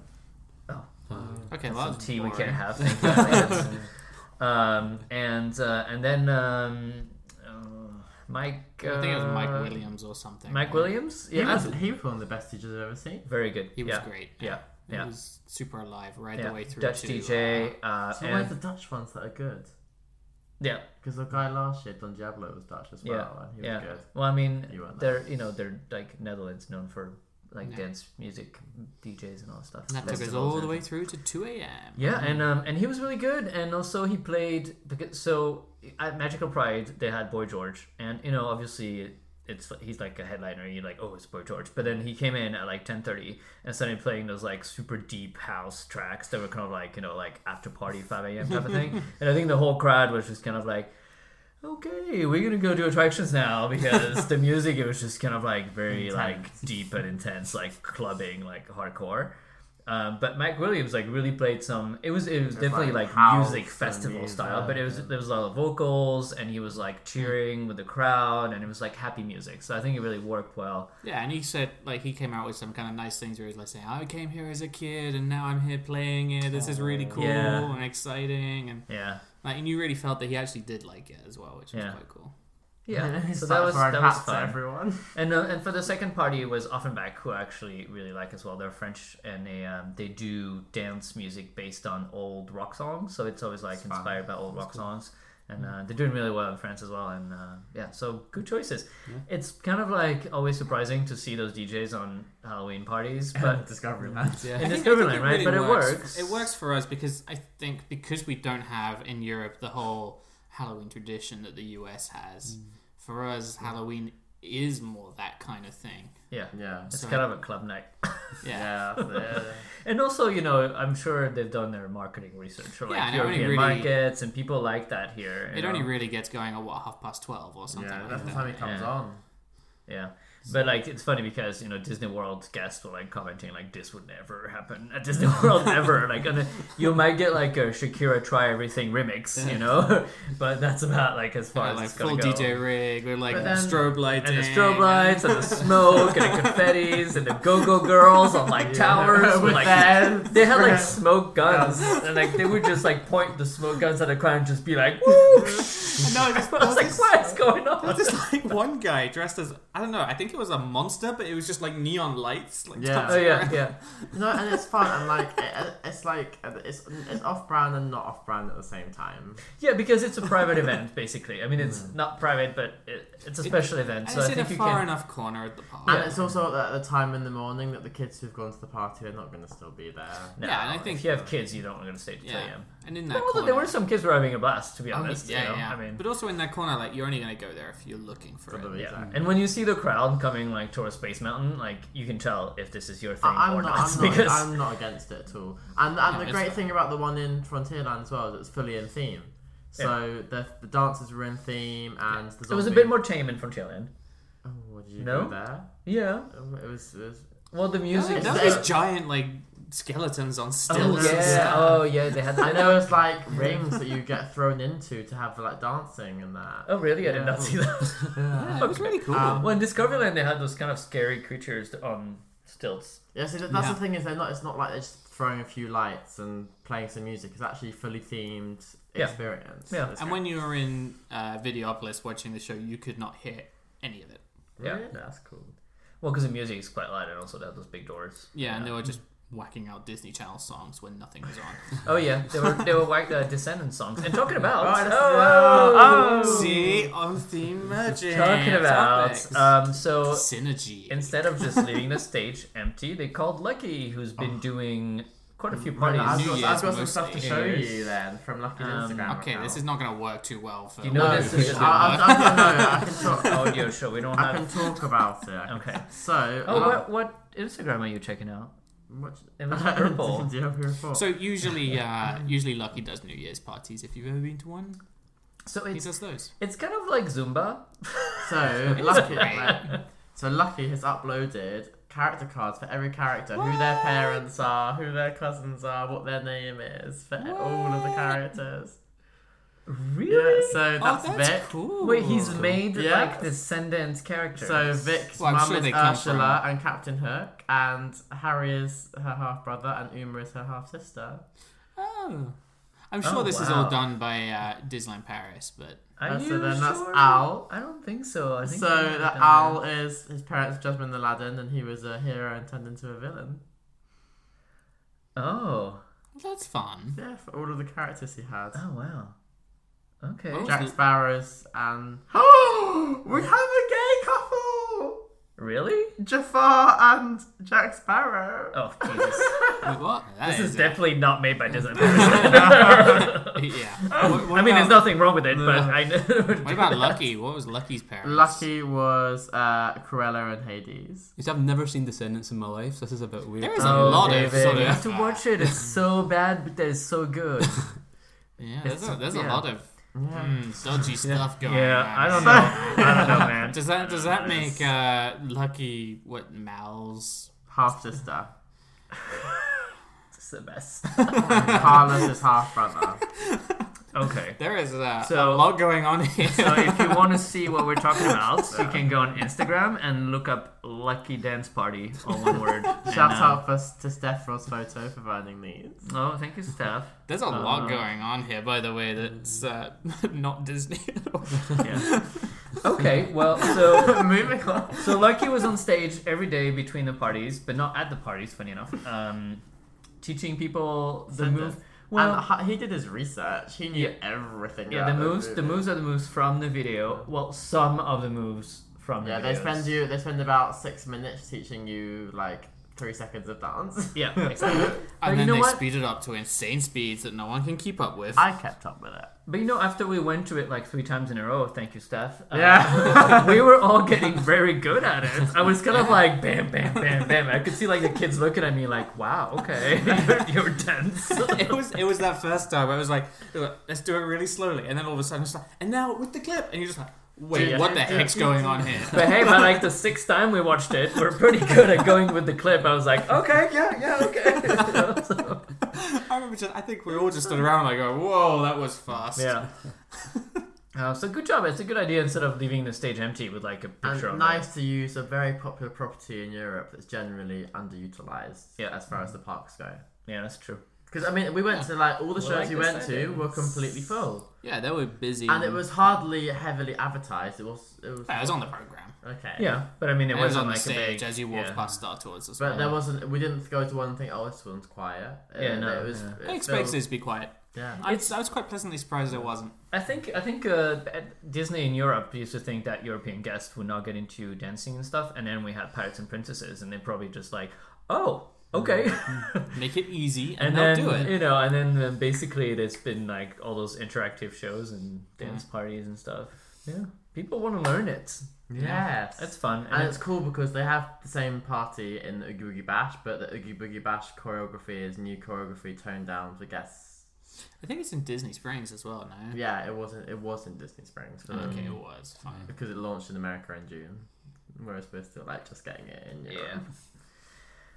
Oh,
Uh,
Okay, well,
Some
that was
tea we
boring.
can't have. Thank you, Alex. um, and uh, and then um, uh, Mike.
I think it was
uh,
Mike Williams or something.
Mike
right?
Williams.
he,
Yeah,
was, he was one of the best teachers I've ever seen.
very good.
He was
yeah.
great.
Yeah,
He
yeah.
was super alive right
yeah.
the way through.
Dutch
to,
DJ.
uh,
Uh,
So where's
and,
the Dutch ones that are good?
yeah,
Because the guy last year, Don Diablo, was Dutch as well, and he was
yeah.
good.
Well, I mean,
You weren't
they're you know they're like Netherlands known for like
Yeah.
dance music, DJs and all that stuff.
and that took us
Festivals
all the
and-
way through to 2 a.m.
Yeah, and um, and he was really good, and also he played because so at Magical Pride they had Boy George, and you know obviously it's he's like a headliner, and you're like oh it's Boy George, but then he came in at like ten thirty and started playing those like super deep house tracks that were kind of like you know like after party five a.m. type of thing, and I think the whole crowd was just kind of like. Okay, we're gonna go do attractions now because the music it was just kind of like very like deep and intense, like clubbing, like hardcore. Um, but Mike Williams like really played some. It was it was definitely
like
like,
house
music
and
festival
music Hmm.
style, but it was
and-
there was a lot of vocals and he was like cheering with the crowd and it was like happy music. So I think it really worked well.
Yeah, and he said like he came out with some kind of nice things where he was like saying, "I came here as a kid, and now I'm here playing it. This is really cool
Oh. Yeah.
and exciting." And
Yeah,
like, and you really felt that he actually did like it as well, which was
Yeah.
quite cool.
yeah.
He's
so that
like
was
throwing
that was
hats at
fun.
everyone.
And uh, and for the second party was Offenbach, who I actually really like as well. They're French and they um, they do dance music based on old rock songs, so it's always like
It's fun.
inspired by old rock songs. And
Hmm.
uh, they're doing really well in France as well. And uh, yeah, so good choices. It's kind of like always surprising to see those DJs on Halloween parties, but
Discovery Land.
I
yeah.
And it's
think- I think
Governorland, right? But it works.
It works for us because I think because we don't have in Europe the whole Halloween tradition that the US has.
Mm.
For us, Halloween is more that kind of thing.
yeah,
Yeah.
it's
So-
kind of a club night.
Yeah.
Yeah. yeah.
And also, you know, I'm sure they've done their marketing research for like
Yeah, and it only
European
really-
markets, and people like that here. you
It only
know?
really gets going at what half past twelve or something
Yeah,
like
that's the
that.
time he comes
Yeah.
on.
Yeah. But like it's funny because you know Disney World guests were like commenting like this would never happen at Disney World ever like and then you might get like a Shakira try everything remix you know but that's about like as far as
Kinda like
it's gonna
full
go.
DJ rig with like
But then-
strobe lighting
and the strobe lights and the smoke and the confettis and the go-go girls on like towers with
With
like
their-
they had like
their-
smoke guns and like they would just like point the smoke guns at the crowd and just be like Woo!
No, I just-
I was like what is going on
There's this like one guy dressed as I don't know. I think it was a monster, but it was just like neon lights. Like,
Yeah.
oh
dancing
yeah
around.
yeah
No, and it's fun, and like it, it's like it's it's off brand and not off brand at the same time.
Yeah, because it's a private event, basically. I mean, it's
Hmm.
not private, but it, it's a special event.
And
So
it's
I
in a
think you
far
can.
enough corner at the park.
And it's also at the time in the morning that the kids who've gone to the party are not going to still be there.
No,
Yeah, and I think-
if you have kids, you don't want to stay till
Yeah.
a.m.
And in that
Well, although
corner,
there were some kids were having a blast, to be
I mean,
honest.
yeah,
you know?
yeah.
I mean,
but also in that corner, like you're only going to go there if you're looking for
For
it.
the
yeah.
exact-
And when you see the crowd upcoming like tour of Space Mountain, like you can tell if this is your thing
I, am
or
not,
not,
I'm, not
because
I'm not against it at all. And and the
it's
great
fine.
thing about the one in Frontierland as well is it's fully in theme. So the, the dancers were in theme and the
it was a
zombie-
bit more tame in Frontierland.
Oh, what did you
No?
do there?
Yeah.
Um, It was, it was
Well, the music.
That
is
that
better.
was giant like skeletons on
Oh,
stilts. and
yeah.
stuff.
Oh yeah. They had.
I know it's like rings that you get thrown into to have like dancing and that.
Oh really? I did not see that.
Yeah, it was really cool.
Um,
Well, in Discoveryland, they had those kind of scary creatures on stilts.
Yeah, so that- that's
Yeah.
the thing is they're not. It's not like they're just throwing a few lights and playing some music. It's actually fully themed
Yeah.
experience.
Yeah.
It's
and when you were in uh, Videopolis watching the show, you could not hear any of it.
Yeah.
Really? that's cool.
Well, because the music is quite loud, and also they had those big doors.
Yeah, and they were just whacking out Disney Channel songs when nothing was on.
Oh yeah, they were they were like the Descendant songs. And talking about,
Right, that's-
oh, oh,
Oh.
See, on theme magic.
talking about.
topics.
Um, so
synergy.
instead of just leaving the stage empty, they called Lucky, who's been doing quite a few
Right,
parties.
I've,
New
got,
Year's
I've got some stuff to
mostly.
show
New Year's.
you then from Lucky's
Um,
Instagram.
okay, this is not going to work too well for.
Do you know
No,
this
I,
is-
I, I, I, can talk,
audio show. We don't
I can
have.
talk about it.
Okay.
So,
Oh,
uh,
what what Instagram are you checking out?
what-
It was purple.
Do you have your report?
So usually, uh, usually Lucky does New Year's parties. If you've ever been to one,
So
he
it's
does those.
it's kind of like Zumba.
So lucky,
great.
right. so lucky has uploaded character cards for every character, who their parents are, who their cousins are, what their name is for all of the
What?
characters.
Really?
Yeah, so that's,
oh, that's
Vic.
cool.
Wait, he's made
Yeah.
like descendant characters.
So Vic's
Well, I'm
mum
sure
is
they come
Ursula and Captain Hook, and Harry is her half brother, and Uma is her half sister.
Oh, I'm sure
Oh,
this is all
wow.
done by uh, Disneyland Paris, but
Are
Uh, so
you
then that's
sure?
Al.
I don't think so. I
So
think they
that
done
Al is his parents, Jasmine and Aladdin, and he was a hero and turned into a villain.
that. Oh.
well, that's fun.
Yeah, for all of the characters he had.
Oh wow. Okay.
Oh.
Jack
Who's the-
Sparrow's and oh, we have a gay couple:
Really?
Jafar and Jack Sparrow.
Oh Jesus.
Wait, what? That
this is
a-
definitely not made by Disney.
yeah. What, what
I mean,
about,
there's nothing wrong with it, but I know.
What about Lucky? What was Lucky's parents?
Lucky was uh, Cruella and Hades.
You see, I've never seen Descendants in my life. so This is a bit weird. Um,
There is a
Oh,
lot of
David,
sort of. um,
you have to
uh,
watch it. It's so bad, but that is so good.
Yeah, there's a, there's a
yeah.
lot of mm, dodgy stuff going
yeah,
on.
I don't know. I don't know, man.
Does that does that make uh, Lucky what Mal's?
Half sister.
It's the best.
Carlos is half brother.
Okay.
There is uh, a,
So-
a lot going on here.
So if you want to see what we're talking about, you can go on Instagram and look up "Lucky Dance Party" all one word.
Shout
And, uh,
out for, to Steph Ross photo for finding these.
Oh, thank you, Steph.
There's a lot
Uh,
going on here, by the way. That's uh, not Disney. at all.
Yeah. okay. Well, so
Moving on.
so Lucky was on stage every day between the parties, but not at the parties. Funny enough, um, teaching people the
Sentence.
move.
and
Well,
ha- he did his research. He knew
Yeah.
everything.
yeah, the
about
moves. The
movie.
moves are the moves from the video. Well, some of the moves from.
Yeah,
the
they
videos.
spend you. They spend about six minutes teaching you like three seconds of dance.
Yeah, exactly. But
And
you
then
know
they
what?
speed it up to insane speeds that no one can keep up with.
I kept up with it.
But you know, after we went to it like three times in a row, thank you, Steph. uh,
Yeah.
we were all getting very good at it. I was kind of like, bam, bam, bam, bam. I could see like the kids looking at me like, wow, okay, you're, you're tense.
it was it was that first time. where It was like, let's do it really slowly, and then all of a sudden it's like, and now with the clip, and you're just like, wait,
Yeah.
what the heck's going on here?
But hey, by like the sixth time we watched it, we're pretty good at going with the clip. I was like, okay, yeah, yeah, okay. You know, so,
I remember just, I think we all just stood around like, oh, whoa, that was fast.
yeah. Uh, so good job. It's a good idea instead of leaving the stage empty with like a
And
picture. of it.
nice to use a very popular property in Europe that's generally underutilized.
Yeah. Mm.
as far as the parks go.
Yeah, that's true.
Because I mean, we went to like all the
Well,
shows
like
we
I
went
said,
to
it
were
was-
completely full,
yeah, they were busy.
and it was hardly heavily advertised. It was. It was.
Yeah, it was on the program.
Okay.
Yeah, but I mean, it,
It, was
wasn't
on the
like a
stage
big.
as you walked
yeah.
past Star Tours as
But
well.
there wasn't. We didn't go to one and think, oh, this one's quiet.
Yeah,
Uh,
no,
It was.
yeah.
it
I expected
felt-
it to be quiet.
Yeah.
I, I was quite pleasantly surprised it wasn't.
I think I think uh, at Disney in Europe used to think that European guests would not get into dancing and stuff, and then we had pirates and princesses, and they probably just like, oh, okay,
Make it easy,
and
and, Mm. they'll
then
do it.
you know, and then uh, basically there's been like all those interactive shows and dance parties and stuff. Yeah. People want to learn it.
Yes.
It's fun.
and
And
it's cool because they have the same party in the Oogie Boogie Bash, but the Oogie Boogie Bash choreography is new choreography toned down to guess.
I think it's in Disney Springs as well now.
Yeah, it wasn't. It was in Disney Springs for them
Mm. Okay, it
Mm.
was fine.
because it launched in America in June, whereas we're still like just getting it in Europe.
Yeah.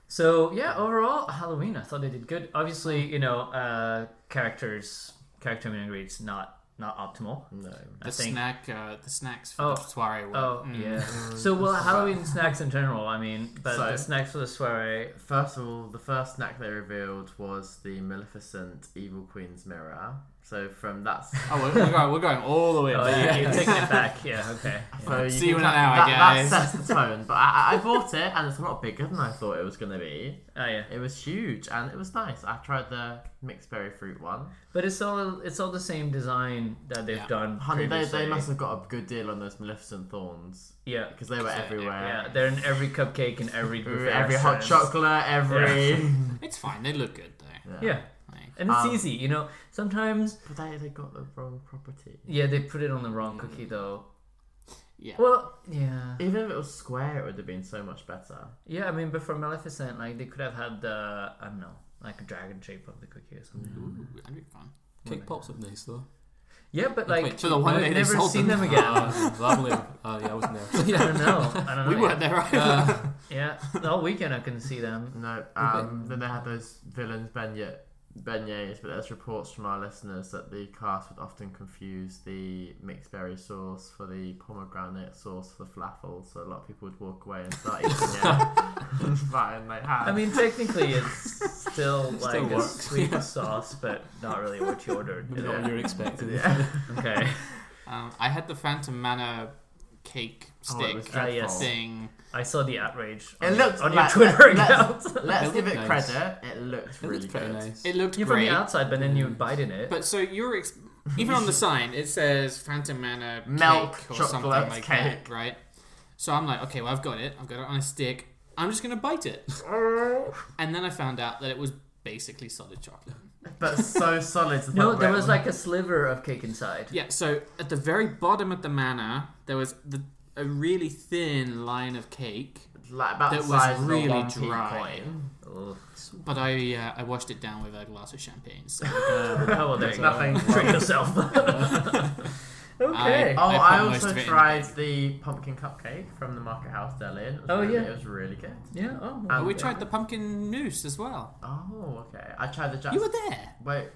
So yeah, overall Halloween, I thought they did good. Obviously, you know, uh, characters, character meet and greets, not not optimal.
No.
The
I think.
snack, uh, the snacks for
Oh.
the soiree. were-
Oh
mm.
yeah. So well, Halloween snacks in general. I mean, but
So-
the snacks for the soiree.
First of all, the first snack they revealed was the Maleficent Evil Queen's Mirror. So from that, s-
Oh, we're, we're going, we're going all the way.
Oh,
back.
yeah, you're taking it back. Yeah, okay.
so
See
can
you in
cut-
an hour,
that,
guys.
That sets the tone. But I, I I bought it, and it's a lot bigger than I thought it was going to be.
Oh yeah.
It was huge, and it was nice. I tried the mixed berry fruit one.
But it's all it's all the same design that they've
Yeah.
done.
Honey, they,
previously.
they must have got a good deal on those Maleficent thorns
Yeah.
because they were
Yeah,
Yeah,
everywhere.
they're in every cupcake and every buffet
Every hot
restaurant.
chocolate, every.
It's fine. They look good though.
Yeah,
Like,
and it's
Um,
easy. You know, sometimes
But they, they got the wrong property.
Yeah, they put it on the wrong cookie though.
yeah.
Well, yeah,
Even if it was square, it would have been so much better.
yeah. I mean, but for Maleficent, like they could have had the I don't know, like a dragon shape of the cookie or something.
Ooh, that'd be fun.
Cake pops up nice though.
Yeah, but like
Wait,
So the one
I've
day they
never
sold
seen them, again.
Uh, lovely. Oh yeah, I wasn't there.
I don't know. I don't know.
we
Oh, yeah.
weren't there either.
Yeah, the whole weekend I couldn't see them.
No, um, then they had those villains beignet, beignets, but there's reports from our listeners that the cast would often confuse the mixed berry sauce for the pomegranate sauce for the falafel, so a lot of people would walk away and start eating it. right, and they had.
I mean, technically, it's still like a
works,
sweet sauce, but not really what you ordered.
Maybe not what
Yeah.
you were expecting.
yeah.
Okay,
Um, I had the Phantom Manor cake
Oh, it
stick
was
Ah, yes.
dreadful.
thing.
I saw the outrage on,
It
your-
looks
on
like-
your Twitter
let's-
account.
Let's
It
give it
looked nice.
credit. It looked
It
really
looked pretty
good.
nice.
It looked
You from
great.
the outside, but then you bite in it.
But so you're ex- even on the sign it says Phantom Manor
Milk
cake or
chocolate
something like
cake.
that, right? So I'm like, okay, well I've got it. I've got it on a stick. I'm just gonna bite it. And then I found out that it was basically solid chocolate.
but so solid. to the
no,
point
there
where it
was like a sliver of cake inside.
Yeah. So at the very bottom of the manor, there was the, a really thin line of cake,
like about
that
the
was
size
really
of a one p
dry.
coin.
Ugh.
but I uh, I washed it down with a glass of champagne. So
Oh, well, there
There's
you go.
nothing
Treat yourself. okay.
Oh,
I
I,
put most
also
of it in the
tried the pumpkin cupcake from the Market House Deli. and It was
Oh,
really,
yeah.
it was really good.
yeah. Oh.
Um,
we tried the pumpkin noose as well.
Oh, okay. I tried the Jack.
You were there
Wait.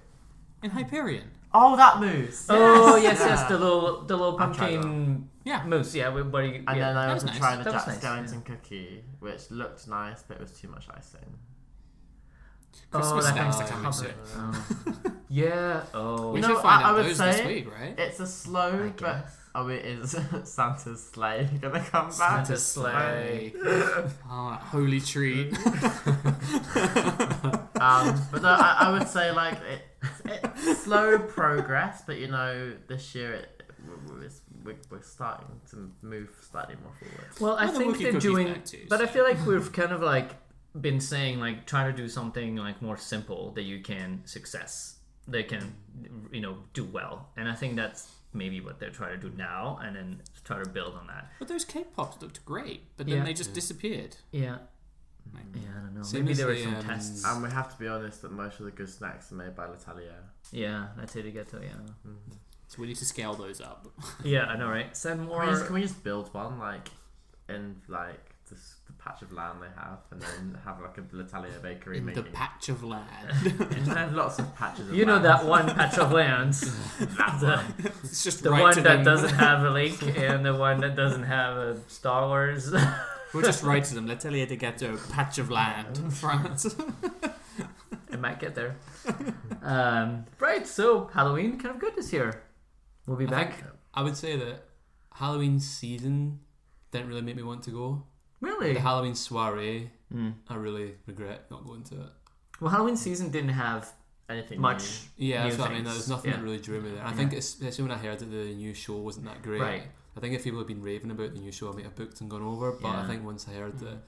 in Hyperion.
Oh, that moose.
Oh yes, yes,
Yeah.
the little, the little
I'll try
pumpkin
Yeah.
mousse. Yeah, we- what do you?
And
yeah.
then I
That was
also
nice.
tried the
That was
Jack
nice,
Skellington cookie, which looked nice, but it was too much icing. Oh,
Christmas
that
snacks
thing
are coming
comes
soon.
Oh. yeah. Oh.
We
know,
should find
I- I
out
would
those
say-
this week, right?
It's a slow, but
guess.
oh, it is Santa's sleigh gonna come back.
Santa's sleigh.
oh, holy treat.
Um, but no, I, I would say like it, it's slow progress, but you know this year it, we're, we're, we're starting to move slightly more forward.
Well, I
Well, the
think
Wookiee
they're
cookie's
doing,
back too,
but I
so-
feel like we've kind of like been saying like trying to do something like more simple that you can success, they can, you know, do well, and I think that's maybe what they're trying to do now, and then try to build on that.
but those cake pops looked great, but then
Yeah.
they just disappeared.
Yeah.
Like-
Yeah, I don't know.
Same
Maybe
as
there were
the,
some
um,
tests.
And we have to be honest that most of the good snacks are made by L'Italia.
Yeah, that's it. Get to yeah.
So we need to scale those up.
Yeah, I know, right? Send more.
Can we, just, can we just build one like in like this, the patch of land they have, and then have like a L'Italia bakery
in the
making?
patch of land.
have lots of patches. Of
You know
land.
that one patch of land, the,
it's just
the
right to
one that
them.
doesn't have a link and the one that doesn't have a Star Wars.
We'll just write to them. L'Atelier de Ghetto, patch of land, France.
it might get there. Um, right, so Halloween kind of good this year. We'll be
I
back.
think- I would say that Halloween season didn't really make me want to go.
really? Hmm.
The Halloween soiree, I really regret not going to it.
well, Halloween season didn't have
Anything
much.
Yeah,
new
that's what I mean.
things.
There was nothing
Yeah.
that really drew me there. I think, especially when I heard that the new show wasn't that great.
Right.
I think if people have been raving about the new show, I might have booked and gone over. But
Yeah. Hmm.
I think once I heard that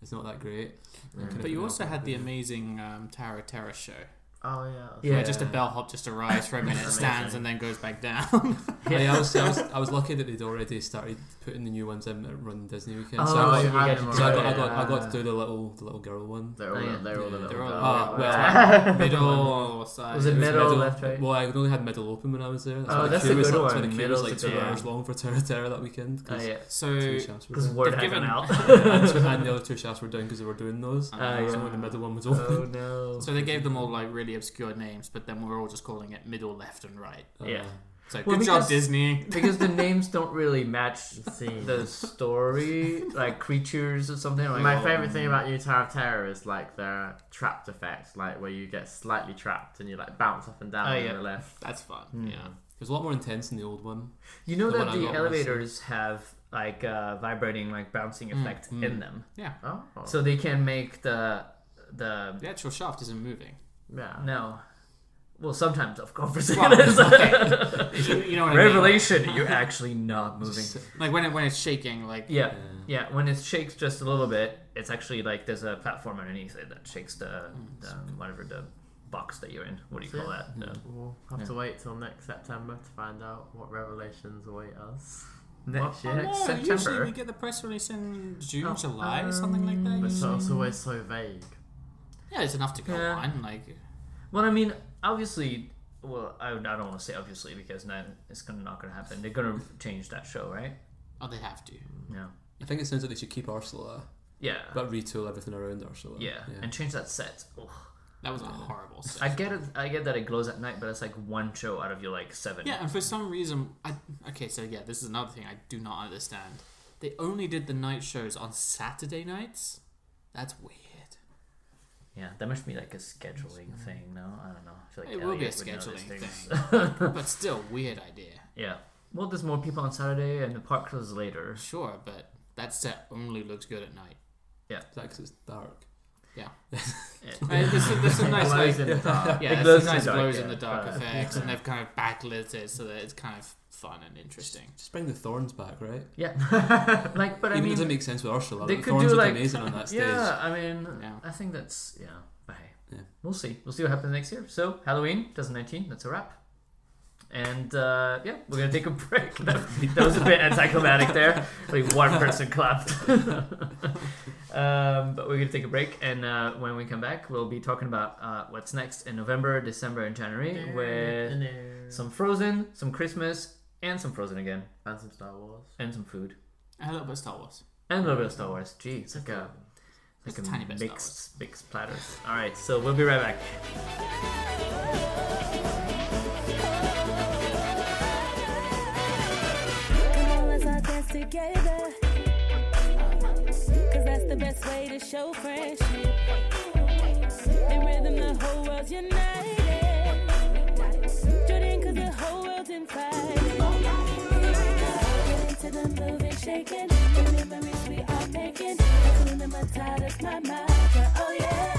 it's not that great, I
Yeah.
could've
but you
been
also
up.
had the amazing um, Tower of Terror show.
Oh yeah. that's
Yeah.
Where just a bellhop just arrives for a minute,
Amazing.
stands, and then goes back down.
Yeah, I, was, I, was, I was lucky that they'd already started putting the new ones in at Run Disney Weekend. so I
Oh,
got,
you had
so I got, I, got,
yeah.
I got to do the little the little girl one.
They're all,
Oh, yeah.
they're all a
Yeah,
little.
They're all-
dark.
oh,
well,
middle side.
Was it
It was
middle, left, right?
Well, I only had middle open when I was there. That's
Oh,
why the
that's
queue
a
was,
good
that's
one.
why the queue was
Middle's
like
a
two
bit- yeah.
hours long for Terra Terra that weekend. 'cause
Oh, yeah.
Two
So uh,
shafts were
Because
down.
word
They've
had gone
given-
out.
and, so- and the other two shafts were down because they were doing those.
Oh,
so
yeah.
when the middle one was open.
Oh no.
So they gave them all like really obscure names, but then we're all just calling it middle, left, and right.
oh,
Uh,
Yeah.
So
Well,
good job,
because-
Disney.
because the names don't really match
Scene.
the story, like creatures or something. I'm like,
My
oh,
favorite thing about New Tower of Terror is like their trapped effect, like where you get slightly trapped and you like bounce up and down
Oh,
on
yeah.
the left.
That's fun.
Hmm.
Yeah.
It was a lot more intense than the old one.
You know
The
that
one I
the
got was-
elevators have like uh, vibrating, like bouncing
Mm,
effect
mm.
in them,
Oh.
so they can make the the
The actual shaft isn't moving.
yeah.
no. Well, sometimes of course
Well,
it is.
You you know what I mean?
Revelation, you're actually not moving.
Just-
Like when it when it's shaking, like
Yeah,
yeah.
yeah. When it shakes just a little bit, it's actually like there's a platform underneath it that shakes the, the whatever the box that you're in. What do you
That's
call
it.
that? The-
We'll have
Yeah.
to wait till next September to find out what revelations await us.
Next
Well,
year,
I
next
don't know, usually we
September.
get the press release in June,
Oh,
July, something like that.
But so
usually.
it's always so vague.
Yeah, it's enough to go
Yeah.
on. Like
Well, I mean, obviously. Well, I, I don't want to say obviously because then it's gonna, not going to happen. They're going to change that show, right?
oh, they have to.
Yeah.
I think it sounds like they should keep Ursula,
Yeah.
but retool everything around Ursula.
Uh. yeah. And change that set. Ugh.
That was a horrible. Set.
I get it. I get that it glows at night, but it's like one show out of your like seven.
Yeah, and for some reason, I okay. So yeah, this is another thing I do not understand. They only did the night shows on Saturday nights. That's weird.
Yeah, That must be like a scheduling thing. No, I don't know. I feel like
It will be a
Elliot would know these
scheduling
things.
but still, weird idea.
Yeah. Well, there's more people on Saturday, and the park closes later.
Sure, but that set only looks good at night.
because it's dark.
Uh, This is, this is nice. like-
Glows in the dark.
yeah,
It
it's
glows in
a
the
nice
dark,
glows
yeah.
in the dark
Uh,
effects, and they've kind of backlit it so that it's kind of fun and interesting.
Just bring the thorns back, right?
Yeah. like, but I
Even if it
mean,
doesn't make sense with Ursula.
they
the
could
thorns
do
look
like
amazing on that stage.
yeah. I mean,
Yeah.
I think that's yeah. But hey,
Yeah.
we'll see. We'll see what happens next year. So Halloween 2019. That's a wrap. And uh, yeah, we're gonna take a break. That, that was a bit anticlimactic there. Like one person clapped. um, but we're gonna take a break, and uh, when we come back, we'll be talking about uh, what's next in November, December, and January with some Frozen, some Christmas, and some Frozen again,
and some Star Wars.
and some food,
A little bit of Star Wars.
and a little bit of Star Wars. Gee, it's like a like
It's a tiny bit of Star
mixed mixed platter. All right, so we'll be right back.
Come on, let's all dance together. Cause that's the best way to show friendship. In rhythm, the whole world's united. Jordan, cause the whole world's in fight. Get into the move and shaking. The memories we are making. Including my tired of my mind. Oh, yeah.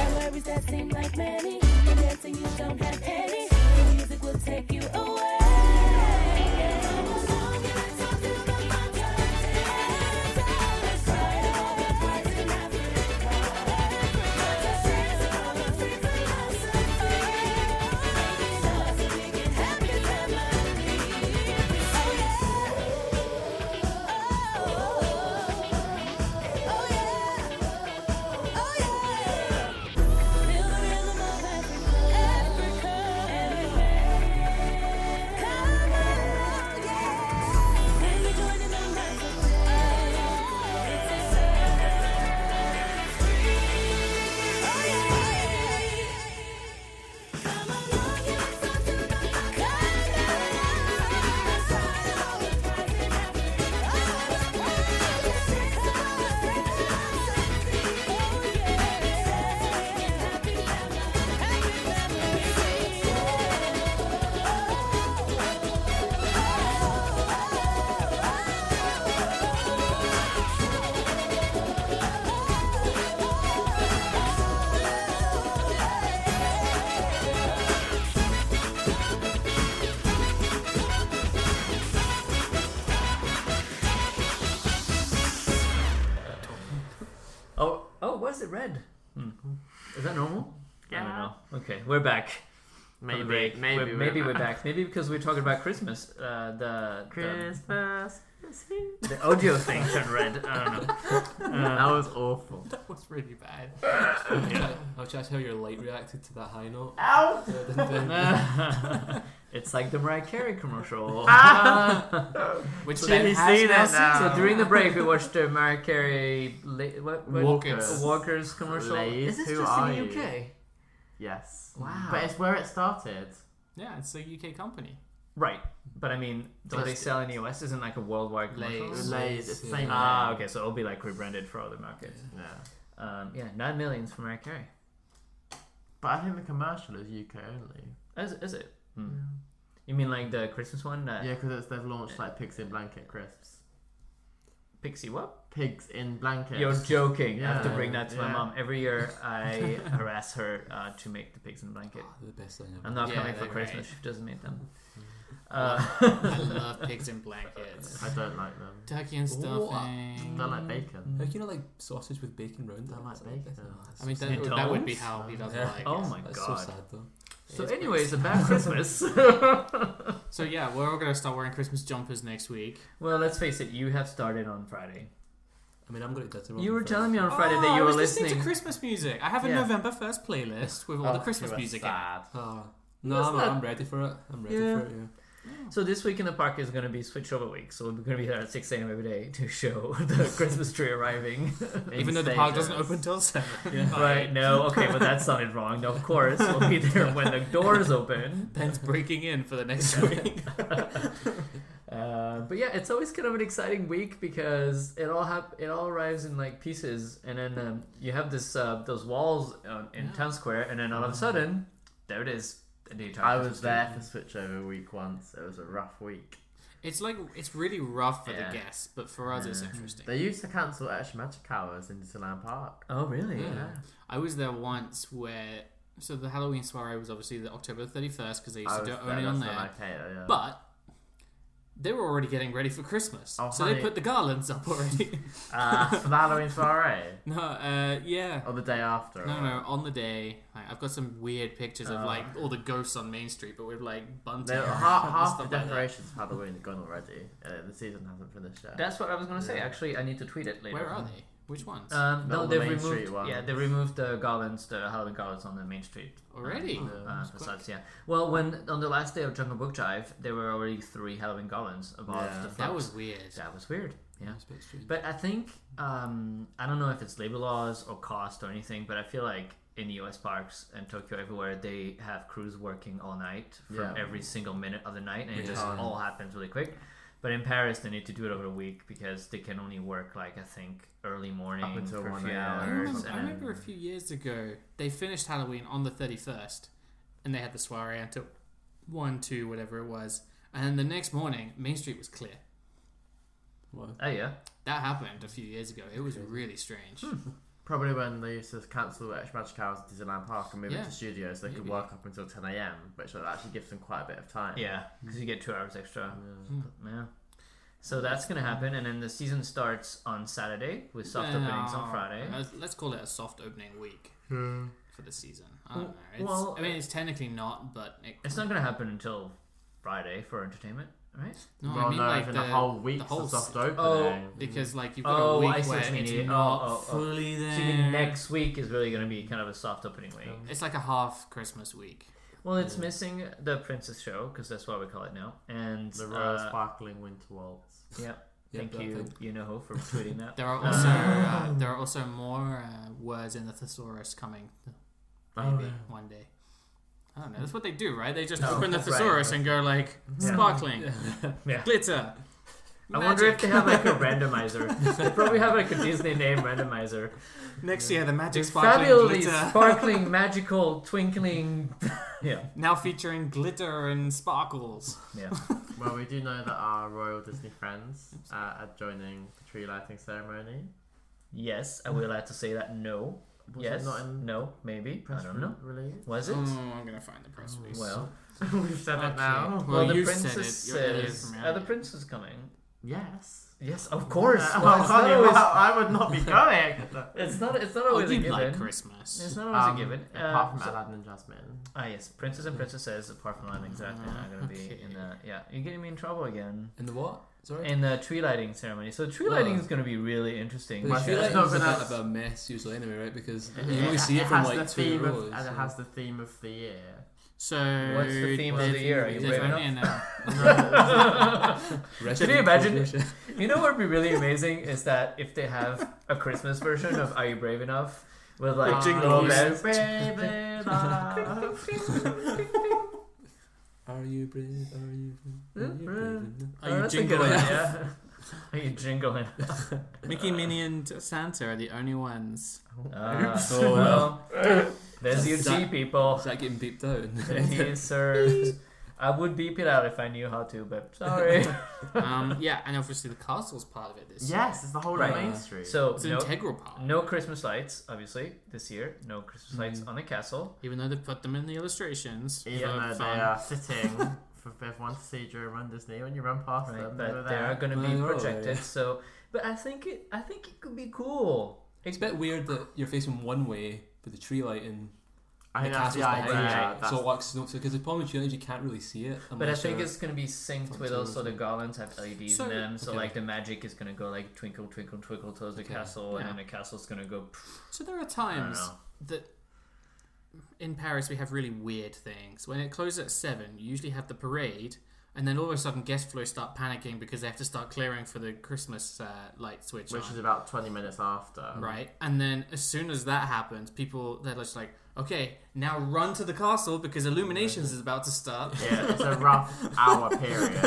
And worries that seem like many. You're dancing, you don't have any. The music will take you away.
Oh,
Oh, oh, why Hmm. is it red? Is that normal? I don't know. Okay, we're back. from the
Maybe,
break.
maybe,
we're,
we're
maybe we're
back.
back. Maybe because we're talking about Christmas. Uh, the, the
Christmas. is here.
the audio thing turned red. I don't know.
that was awful.
That was really bad.
I was trying to tell how your light reacted to that high note.
Ow!
Uh, it's like the Mariah Carey commercial.
Which
So
then
they've
has
seen
now
it now.
so during the break, we watched the Mariah Carey la- what, what-
Walkers.
Walker's commercial.
Ladies,
Is this
who
just in
are
the
you?
UK?
Yes.
Wow.
But it's where it started.
Yeah, it's a UK company.
Right, but I mean, don't they
Just-
sell in the US? Isn't like a worldwide commercial?
Lay's.
Lays, it's the same
Ah,
name.
okay, so it'll be like rebranded for other markets.
Yeah.
Um, yeah, nine millions for Mariah Carey.
But I think the commercial is UK only.
Is, is it? Hmm. You mean like the Christmas one? Uh,
Yeah, because they've launched like pigs in blanket crisps.
Pixie what?
Pigs in blankets.
You're joking. I have to
Yeah,
bring that to my
yeah.
mom every year. I harass her uh, to make the pigs in the blanket.
They're Ah, the best thing ever.
I'm not
Yeah,
coming for
they're
Christmas.
great.
She doesn't make them. Uh,
I love pigs in blankets.
I don't like them.
Turkey and
I
stuffing.
don't like bacon.
How can you like sausage with bacon round?
I
it?
like
It's
bacon.
oh, that's
I mean,
so
that,
He
that would be
don't?
how he doesn't
Yeah.
like
oh
it.
my
sad. That's so
god.
sad though.
So,
It's pretty
anyways, about Christmas.
So yeah, we're all gonna start wearing Christmas jumpers next week.
well, let's face it. You have started on Friday.
I mean, I'm going to Ditterall.
You were telling me on
Oh,
Friday that
I
you were
was listening,
listening.
to Christmas music. I have a
Yeah.
November first playlist with all the Christmas music in it.
Oh, no,
That's
I'm,
not-
I'm ready for it. I'm ready
Yeah.
for it. Yeah.
So this week in the park is going to be switchover week. So we're going to be there at 6 a.m. every day to show the Christmas tree arriving.
Even though the park doesn't open till seven.
right? No. Okay, but that sounded wrong. No, of course we'll be there when the doors open.
Ben's breaking in for the next week.
Uh, but yeah, it's always kind of an exciting week because it all hap- it all arrives in like pieces, and then um, you have this uh, those walls on, in
Yeah.
town square, and then all of a sudden there it is. The entire
Mm-hmm. I
Christmas
was
tree.
there for switchover week once. It was a rough week.
It's like it's really rough for
Yeah.
the guests, but for us it's
Yeah.
interesting.
They used to cancel extra magic hours in Disneyland Park.
Oh really?
Yeah.
I was there once where so the Halloween soiree was obviously the October thirty first because they used
I
to
was
do
there,
it only on
that's
there.
not okay, though, yeah.
But they were already getting ready for Christmas,
Oh,
so they
honey.
put the garlands up already.
uh, for the Halloween soiree
no, uh, yeah.
or the day after.
No,
or-
no, on the day, like, I've got some weird pictures of
Oh.
like all the ghosts on Main Street, but with like bunting.
They-
and
half, half the
stuff like that.
decorations for Halloween are gone already. Uh, the season hasn't finished yet.
That's what I was gonna say. Actually, I need to tweet it later.
Where are they? Which ones?
Um,
Not
no,
on
they
the
have
Main
removed.
Street one.
Yeah, they removed the garlands, the Halloween garlands on the main street.
already?
Uh,
Yeah.
uh, facades, yeah. Well, when on the last day of Jungle Book Drive, there were already three Halloween garlands above
Yeah.
the
That
front.
that was weird.
that was weird. Yeah.
It's a bit strange.
But I think um, I don't know if it's labor laws or cost or anything, but I feel like in the U.S. parks and Tokyo everywhere, they have crews working all night from
Yeah.
every single minute of the night, and it just
Yeah.
all happens really quick. But in Paris, they need to do it over a week because they can only work like I think early morning
until
for a
1
few
a.m.
I
hours.
remember, I
and
remember a few years ago, they finished Halloween on the 31st, and they had the soiree until 1, 2, whatever it was. And then the next morning, Main Street was clear.
Wow.
Oh yeah,
That happened a few years ago. It was really strange.
Probably when they used to cancel extra magic hours at Disneyland Park and move
Yeah.
it to studios, they could
Maybe.
work up until 10 a.m., which actually gives them quite a bit of time.
yeah, because you get two hours extra.
Yeah.
Yeah. So that's gonna happen, and then the season starts on Saturday with soft openings on
No,
Friday.
uh, Let's, let's call it a soft opening week
Hmm.
for the season. I don't know. It's,
well,
I mean, it's technically not, but it,
It's not gonna happen until Friday for entertainment, right?
No,
well,
I mean
no,
like
even
the,
the, whole week
the whole
for soft
se-
opening.
Oh.
because like you've got
Oh,
a
I
week
see
where
what you
it's
mean.
not
Oh, oh, oh.
fully there.
So you think next week is really gonna be kind of a soft opening week?
It's like a half Christmas week.
Well, it's missing the Princess Show because that's what we call it now, and
The Royal
uh,
Sparkling Winter Waltz.
Yeah.
Yeah,
Thank
that
you,
thing.
you know, who, for tweeting that.
There are also uh, there are also more uh, words in the thesaurus coming. Maybe one day. I don't know. That's what they do, right? They just
Oh, No,
open the
that's right.
thesaurus and go like
Yeah.
sparkling,
Yeah.
glitter.
I wonder if
magic.
they have like a randomizer. they probably have like a Disney name randomizer.
next year the magic sparkling
Fabulously
glitter
sparkling, magical, twinkling. yeah,
now featuring glitter and sparkles.
yeah.
Well, we do know that our Royal Disney friends uh, are joining the tree lighting ceremony.
Yes, are we allowed to say that? No.
Was
yes.
it not in
no. Maybe. I
press
don't know.
release?
Was it?
Oh, I'm gonna find the press release.
Well,
We've said
Okay.
it now.
Well,
the
you've
princess
said it. You're
says,
from
"Are the princes coming?"
Yes.
Yes, of course.
Uh,
Well,
I'm
it's,
telling
not
you,
always,
well, I would not be going.
it's not. It's not
Oh,
always a
you
given.
like
It's
Christmas.
not always
Um,
a given. Uh,
apart from
so-
Aladdin and Jasmine.
ah, yes, princes and princesses. Apart from that, exactly. Are gonna be in the yeah. You're getting me in trouble again.
In the what? Sorry.
In the tree lighting ceremony. So tree
Oh.
lighting is gonna be really interesting.
But the
Well,
because-
tree
it's
lighting
not
is a bit
gonna-
of a mess usually anyway, right? Because
It-
you only
it-
see
it
it from
has
like
the
two
theme of-
rows.
and
so-
it has the theme of the year.
So
What's the theme of the year? Are you brave
different
enough?
in a-
Rest
Can
in
you
peace,
imagine-
Russia.
You know what would be really amazing is that if they have a Christmas version of Are You Brave Enough with like
Ah,
jingle
you
bells.
brave enough.
Are you brave? Are you brave? Are you brave enough?
Are you
that's a good
jingling?
one, Yeah. Are you jingling?
Mickey, Minnie, and Santa are the only ones.
Ah,
Oh, well.
well, There's your
Is that-
tea, people.
Is that getting beeped out?
Yes, sir. I would beep it out if I knew how to, but sorry.
Um, yeah, and obviously the castle's part of it this year.
Yes, it's the whole
Right.
of Main Street.
So
It's an
no,
integral part.
no Christmas lights, obviously, this year. No
Mm-hmm.
Christmas lights on the castle.
Even though they put them in the illustrations.
even
for
though
fun.
they are sitting for everyone to see during Run Disney when you run past
Right,
them,
but they
there.
are going to
Well,
be
they're all there,
projected.
yeah.
So, but I think it. I think it could be cool.
It's a bit weird that you're facing one way, but the tree lighting
I
the
think that's
castle's
the
behind
idea.
you,
Right.
That's
so it works. No, because the problem with tree lights, you can't really see it.
But I
unless
think
you're-
it's gonna be synced with
Functional
also the
music.
garlands have LEDs
So-
in them, E so
okay.
like the magic is gonna go like twinkle twinkle twinkle towards the
Okay.
castle, and then
Yeah.
the castle's gonna go. pff,
So there are
I don't
times
know.
that in Paris we have really weird things. When it closes at seven, you usually have the parade, and then all of a sudden guest flow start panicking because they have to start clearing for the Christmas uh, light switch.
Which
on.
is um, about 20 minutes after.
right? And then as soon as that happens, people they're just like, okay, now run to the castle because illuminations is about to start.
Yeah, it's a rough hour period.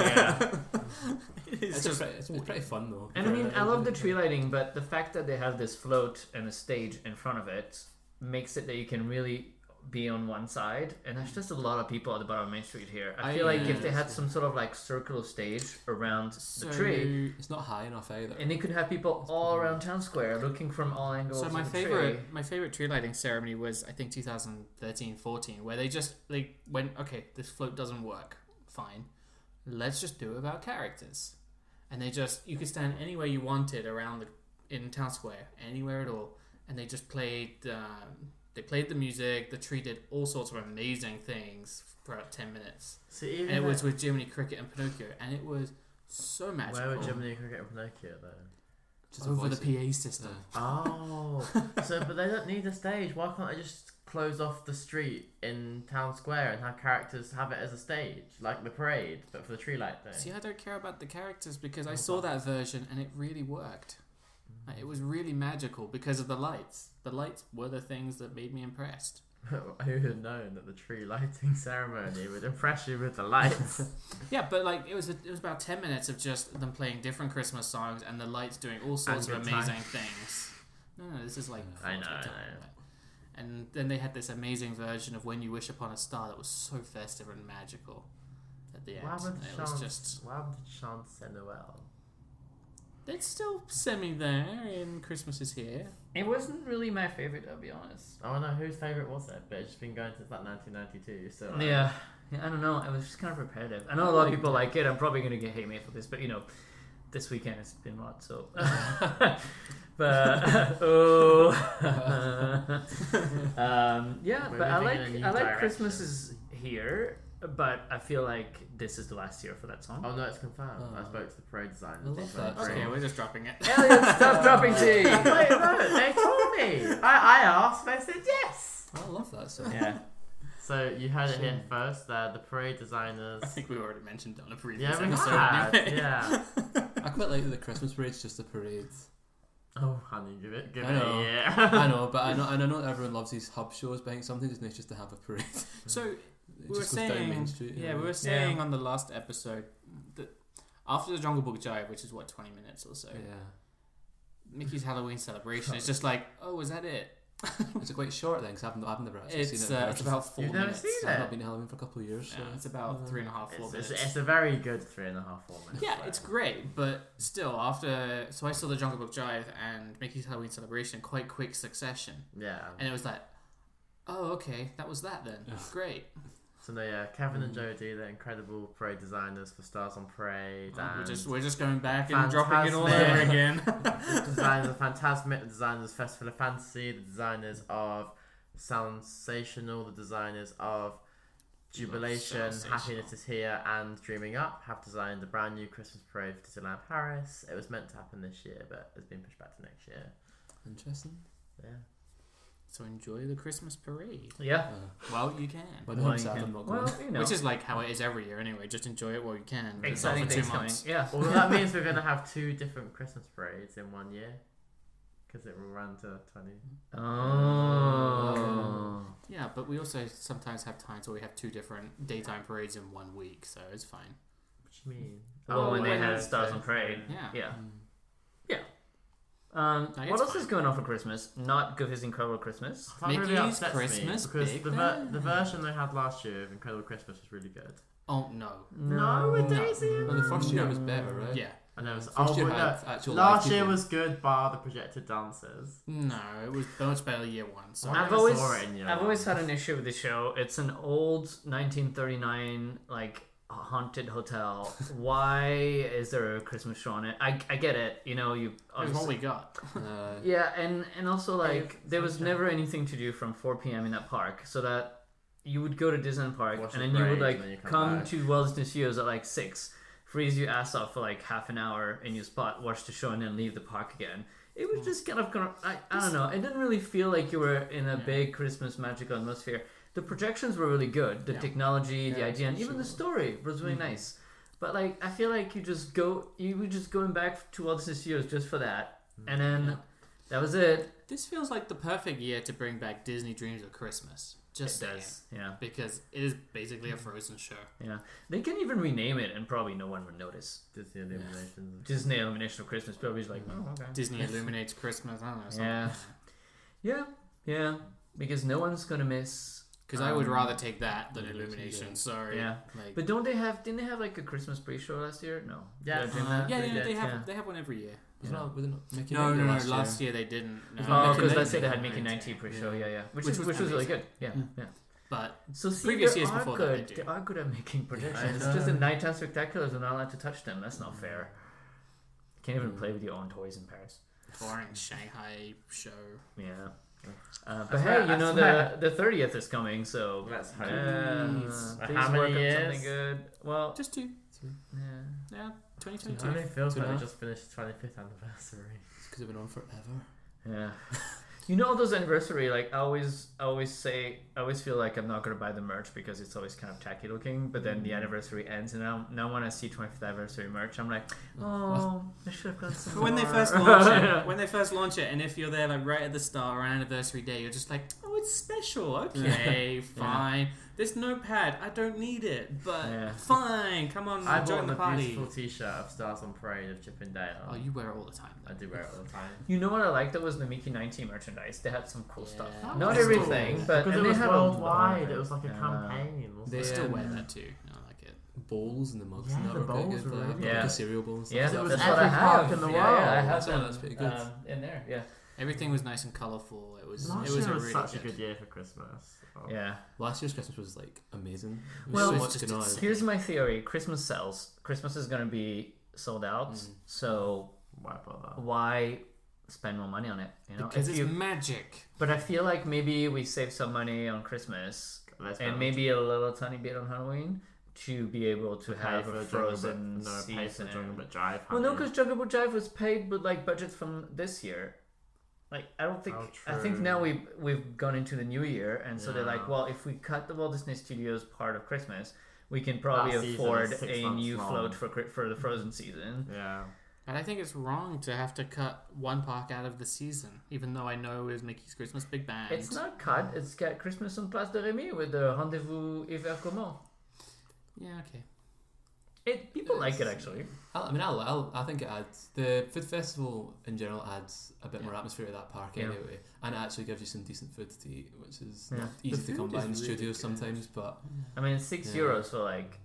Yeah.
it's
It's,
just
pretty, it's pretty fun though.
And I mean, I love the tree lighting, but the fact that they have this float and a stage in front of it makes it that you can really be on one side, and there's just a lot of people at the bottom of Main Street here. I
I-
feel like if
yeah,
they had
it's-
some sort of like circular stage around
so,
the tree,
It's not high enough either.
and they could have people all around town square looking from all angles.
So my
at the
favorite,
tree.
my favorite tree lighting ceremony was I think 2013, 14, where they just they went, okay, this float doesn't work, fine, let's just do it about characters, and they just you could stand anywhere you wanted around the in town square, anywhere at all, and they just played, um, they played the music, the tree did all sorts of amazing things for about ten minutes,
So even
and it
though-
was with Jiminy Cricket and Pinocchio, and it was so magical
Where were Jiminy Cricket and Pinocchio then?
Just a
over the
voice-
PA system.
Oh, so but they don't need a stage. Why can't they just close off the street in town square and have characters have it as a stage, like the parade, but for the tree light thing?
See, I don't care about the characters because I
Oh,
saw that version and it really worked.
Mm.
Like, it was really magical because of the lights. The lights were the things that made me impressed.
Who would have known that the tree lighting ceremony would impress you with the lights?
Yeah, but like it was it was about ten minutes of just them playing different Christmas songs and the lights doing all sorts
And
of
good time. Mm,
amazing things. No, no, this is like
I
full
know,
time.
I know.
And then they had this amazing version of "When You Wish Upon a Star" that was so festive and magical at the end.
Why would
And it was
Chance?
just
Why would Chance and Noel?
it's still semi there in Christmas is here.
It wasn't really my favorite, I'll be honest.
I don't know whose favorite was it, but it's been going since like 1992. So like,
Yeah. yeah, I don't know. It was just kind of repetitive. I know a lot of people like it. I'm probably gonna get hate mail for this, but you know, this weekend it's been hot, so. but oh, um, yeah.
We're
but I
moving
like
in a new
I like
direction.
Christmas is here, but I feel like this is the last year for that song.
Oh no, it's confirmed. I
Oh.
spoke to the parade designer.
I love that.
Okay,
Okay.
we're just dropping it.
Elliot, stop dropping tea.
Wait, no, they told me. I, I asked, and they said yes.
I love that song.
Yeah,
So you heard it here first. There, the parade designers.
I think we already mentioned on a previous
Yeah, we
episode.
had.
anyway.
Yeah.
I quite like that the Christmas parade's just a parade.
Oh, honey, give it, give
I
it a
know.
year.
I know, but I know, and I know everyone loves these hub shows, but I think sometimes it's nice just to have a parade.
So
It
we were
just goes down
saying,
Main Street. you
yeah,
know.
we were saying on the last episode that after the Jungle Book Jive, which is what twenty minutes or so,
Yeah,
Mickey's Halloween celebration is just like, oh, was that it?
it's quite short then because I've, I've never actually
It's
seen it. in
uh, it's
person.
about 4
You've never
minutes.
seen
So
it?
I've not been to Halloween for a couple of years. So.
Yeah, it's about
Uh,
three and a half, four
It's, it's,
minutes.
it's a very good three and a half, four minutes.
yeah,
though.
it's great, but still, after so I saw the Jungle Book Jive and Mickey's Halloween celebration in quite quick succession.
Yeah.
And it was like, oh, okay, that was that then. Great.
So no, yeah, Kevin
Hmm.
and Jodie, they're incredible prey designers for Stars on Parade.
We're
and
just we're just going back and dropping it all
Fantastic.
over again.
the designers of Fantasmic, the designers of Festival of Fantasy, the designers of Sensational, the designers of Jubilation,
Sensational.
Happiness is Here, and Dreaming Up have designed a brand new Christmas parade for Disneyland Paris. It was meant to happen this year, but it's been pushed back to next year.
Interesting.
Yeah.
so enjoy the Christmas parade.
Yeah.
Uh,
Well, you can.
but
Well,
no,
you
sad
can-
I'm not going.
well, you know,
Which is like how it is every year anyway. Just enjoy it while you can. It's not
exciting
for two
things coming.
months.
Yeah.
Although that means we're going to have two different Christmas parades in one year because it will run to 20.
Mm.
Oh.
Yeah, but we also sometimes have times where we have two different daytime parades in one week, so it's fine.
What do you mean?
Well, when
Oh,
they
yeah,
had Stars
so-
on Parade.
Yeah.
Yeah.
Mm.
Yeah. Um,
I
what
guess
else is going on for Christmas? Not Goofy's Incredible Christmas.
That really
Mickey's
upsets me,
Christmas
because
Big
the, ver-
Band.
the version they had last year of Incredible Christmas was really good.
Oh no.
No, with Daisy.
Well, the first year was better, right?
Yeah.
And there was
First
oh,
year
well,
had
no,
actual
last
live
year
people.
was good, bar the projected dancers.
No, it was much better year one. So
I
I've
never
always,
saw it in your
I've
life.
always had an issue with the show. It's an old 1939 like haunted hotel. Why is there a Christmas show on it? I, I get it. You know, you
that's what
obviously-
we got.
Uh,
yeah, and and also like
it's
there was
sunshine.
never anything to do from 4 p.m. in that park, so that you would go to Disneyland Park
Watch
and
the
then you would like
parade, and then you come
come
back.
to Walt Disney Studios at like six, freeze your ass off for like half an hour in your spot, watch the show, and then leave the park again. It
Hmm.
was just kind of kind of I, I don't know. It didn't really feel like you were in a big Christmas magical atmosphere. The projections were really good. The
Yeah.
technology, the
Yeah,
idea, and even
sure.
the story was really
Mm-hmm.
nice. But like, I feel like you just go, you were just going back to Walt Disney Studios just for that, and then
Mm-hmm. Yeah.
that was it.
This feels like the perfect year to bring back Disney Dreams of Christmas. Just
it
saying.
does. Yeah,
Because it is basically a frozen show.
yeah. They can even rename it, and probably no one would notice.
Disney Illuminations.
Disney Illumination of Christmas. Probably just like, oh, okay.
Disney illuminates Christmas. I don't know. something
Yeah.
like that.
Yeah, yeah. Because no one's gonna miss.
Because I would
Um,
rather take that than
Illumination,
Illumination.
yeah.
Sorry.
Yeah.
Like,
But don't they have? Didn't they have like a Christmas pre-show last year? No.
Yeah.
Did I
uh,
do that?
yeah,
they
yeah,
did,
they have
yeah.
they have one every year.
was not, was it not Mickey
no,
Mouse
no, no.
last
Last,
year?
year. they didn't. No.
Oh,
Mickey
because let's
Nineteen.
say they had Mickey 90 pre-show, yeah, yeah, which,
Which
is
was
which was really
amazing.
good, yeah,
Yeah.
yeah.
But
So see,
Previous
they
years
are
before that,
good.
they
they
do.
are good at making
I
predictions. It's
know.
just the nighttime spectaculars are not allowed to touch them. That's not fair. Can't even play with your own toys in Paris.
boring Shanghai show.
Yeah. Uh, but
That's
hey,
right,
you know
that's
the the thirtieth is coming, so
Let's hope.
Yeah,
Jeez.
please
How many
work on
years?
something good. Well,
Just two.
yeah.
Yeah,
I
2022.
only feels like
Two and a
we
half.
just finished the 25th anniversary.
Because it went on forever.
Yeah. You know those anniversary, like I always I always say I always feel like I'm not gonna buy the merch because it's always kind of tacky looking, but then the
Mm.
anniversary ends and now now when I see twenty fifth anniversary merch, I'm like, Oh, I should have got some.
when they
more."
first launch it, when they first launch it, and if you're there like right at the start or anniversary day, you're just like, oh, it's special. Okay, fine. This notepad, I don't need it, but
Yeah.
fine. Come on,
I
join
bought
the
a
party.
beautiful T-shirt of Stars on Parade of Chip and Dale.
Oh, you wear it all the time.
I
Though.
do wear it all the time.
You know what I liked? That was the Mickey 19 merchandise. They had some cool stuff.
Yeah.
Not
That's
everything,
cool.
but
because
and
it
they
was
had a lot
worldwide.
of
It was like a
Yeah.
campaign.
They
I
wasn't it?
still
um,
wear that too. I like it.
Bowls in the mugs.
Yeah,
and that
the
were pretty
bowls
good,
were
like,
really
like
good.
a cereal bowls.
Yeah,
It was
that's what I
every
have.
park in the
yeah,
world.
yeah, I have
So
them,
that's pretty good.
um, in there. Yeah,
Everything was nice and colourful. It was.
Last
it was
year
a
was
really
such
good.
a good year for Christmas. Oh.
yeah.
Last year's Christmas was like amazing. It was
Well,
so
it's
much
just
going on.
insane.
Here's my theory: Christmas sells. Christmas is going to be sold out,
Mm.
so
Why
Oh,
bother?
why spend more money on it? You know,
because
If
it's
you-
magic.
but I feel like maybe we save some money on Christmas
Let's
and
go.
maybe a little tiny bit on Halloween to be able to
Pay
have
for
a
the
frozen
Jungle Book- no, pay for the Jungle
season.
Book Drive.
Well, no,
honey.
because Jungle Book Jive was paid with like budgets from this year. Like I don't think
Oh,
I think
true.
now we have we've gone into the new year, and so they're like,
Yeah.
well, if we cut the Walt Disney Studios part of Christmas, we can probably
That season is
afford
six
a
months
new
long.
float for Cri- for the Frozen season.
yeah,
But I think it's wrong to have to cut one park out of the season, even though I know it was Mickey's Christmas Big Band.
It's not cut. It's got Christmas on Place de Rémy with the Rendezvous Hiver Comment.
Yeah, okay.
It people like it actually.
I, I mean, I, I, I think it adds the food festival in general adds a bit more
Yeah.
atmosphere to that park
Yeah.
anyway, and it actually gives you some decent food to eat, which is
Yeah.
not
The
easy to
food
come by
is
in the
really
studios
good.
sometimes. But
I mean, it's six
Yeah.
euros for like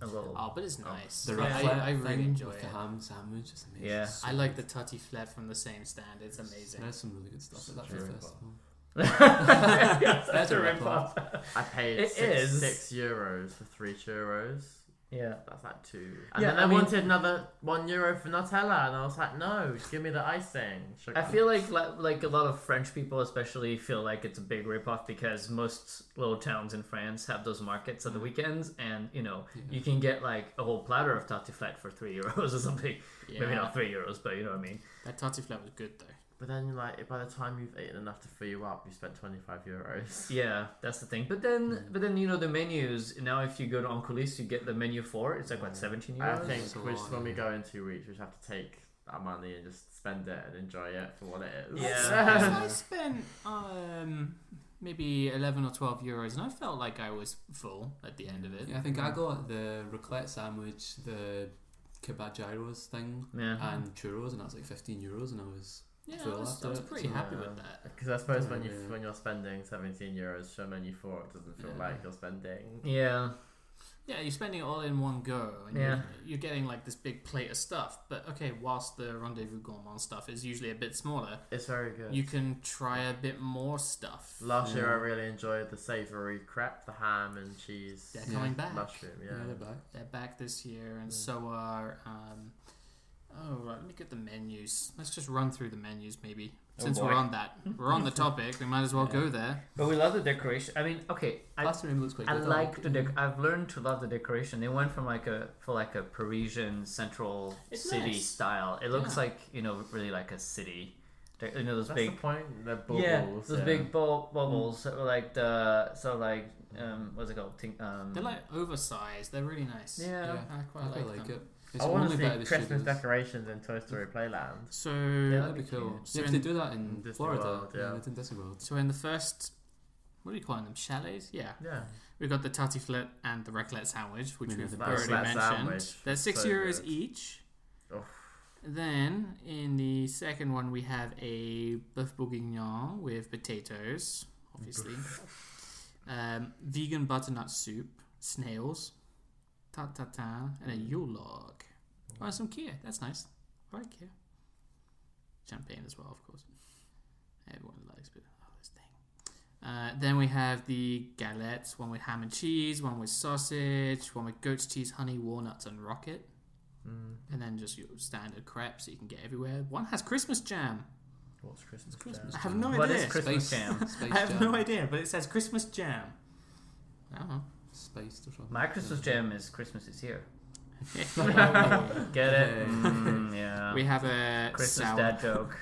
a little.
Oh, but it's nice.
the
I,
raclette
I, I
thing
really enjoy
with
it.
the ham sandwich is amazing.
Yeah.
So
I like the tutty flat from the same stand. It's
good.
amazing.
There's some really good stuff at that
Sure.
food festival.
That's
That's
a
a
rip off.
I paid
It
six,
is.
six euros for three churros.
yeah.
That's like two. And
Yeah,
then I,
I mean-
wanted another one euro for Nutella, and I was like, no, give me the icing. Sugar.
I feel like la- like a lot of French people, especially, feel like it's a big ripoff because most little towns in France have those markets on the weekends, and you know you can get like a whole platter of tartiflette for three euros or something. Maybe not three euros, but you know what I mean.
That tartiflette was good though.
But then, like, by the time you've eaten enough to fill you up, you spent 25 euros.
Yeah, that's the thing. But then, but then you know the menus. Now, if you go to Ancolis, you get the menu four. It's like what seventeen
I
euros.
think
That's a
which
lot,
when we
yeah.
go in two weeks, we just have to take that money and just spend it and enjoy it for what it is.
Yeah.
I spent um, maybe eleven or twelve euros, and I felt like I was full at the end of it.
Yeah, I think I got the raclette sandwich, the kebab gyros thing,
Yeah.
and churros, and that was like 15 euros, and I was.
Yeah, I
Full
was, I
after
was
it,
pretty
so-
happy with that.
Because I suppose when you
Yeah.
when you're spending 17 euros for menu four, it doesn't feel
Yeah.
like you're spending.
Yeah.
Yeah, you're spending it all in one go, and
Yeah.
you're, you're getting like this big plate of stuff. But okay, whilst the rendezvous gourmand stuff is usually a bit smaller,
It's very good.
you can try a bit more stuff.
Last year, I really enjoyed the savoury crepe, the ham and cheese
They're
Yeah.
coming back.
mushroom.
Yeah,
yeah.
they're back.
They're back this year, and so are. Um, oh right, let me get the menus. Let's just run through the menus, maybe.
Oh,
Since
boy.
we're on that, we're on the topic. We might as well
Yeah.
go there.
But we love the decoration. I mean, okay, I,
Plastic room looks quite
I
good. Mm-hmm.
like the. Dec- I've learned to love the decoration. They went from like a for like a Parisian central
It's
city
nice.
style. It looks
Yeah.
like you know really like a city. They- You know those
That's
big Mm.
the point. The bubbles.
yeah those
yeah.
big bul- bubbles that were like the so like um what's it called? Think, um,
They're like oversized. They're really nice.
yeah.
Yeah.
I
I
quite like,
like
them.
it. It's
I want to
only
see
better with
Christmas
churros.
decorations in Toy Story Playland.
So
Yeah,
that'd
that'd be
be
cool.
cute.
Yeah,
So
they do that
in
in
Disney
Florida.
World, yeah.
yeah, it's in Disney World.
so in the first, what do you call them? Chalets? Yeah.
Yeah,
We've got the tartiflette and the raclette sandwich, which
Yeah.
we've
That
already
Mm-hmm. raclette
mentioned.
sandwich
They're
was
six
so
euros
good.
each.
Oof.
Then in the second one we have a bœuf bourguignon with potatoes, obviously, um, vegan butternut soup, snails, ta ta ta, and a Yule log. Oh, some Kia. That's nice. I like Kia. Champagne as well, of course. Everyone likes but oh, this thing. Uh, then we have the galettes, one with ham and cheese, one with sausage, one with goat's cheese, honey, walnuts, and rocket.
Mm.
And then just your standard crepes that you can get everywhere. One has Christmas jam.
what's Christmas?
Christmas.
I
jam?
have no
what
idea.
is Christmas
Space.
jam?
Space
I have
jam.
no idea, but it says Christmas jam. I don't know.
Spiced or something.
My Christmas jam is Christmas is here.
Yeah.
Get
Hey.
it? Mm, yeah.
We have
oh,
a
Christmas
sour.
dad joke.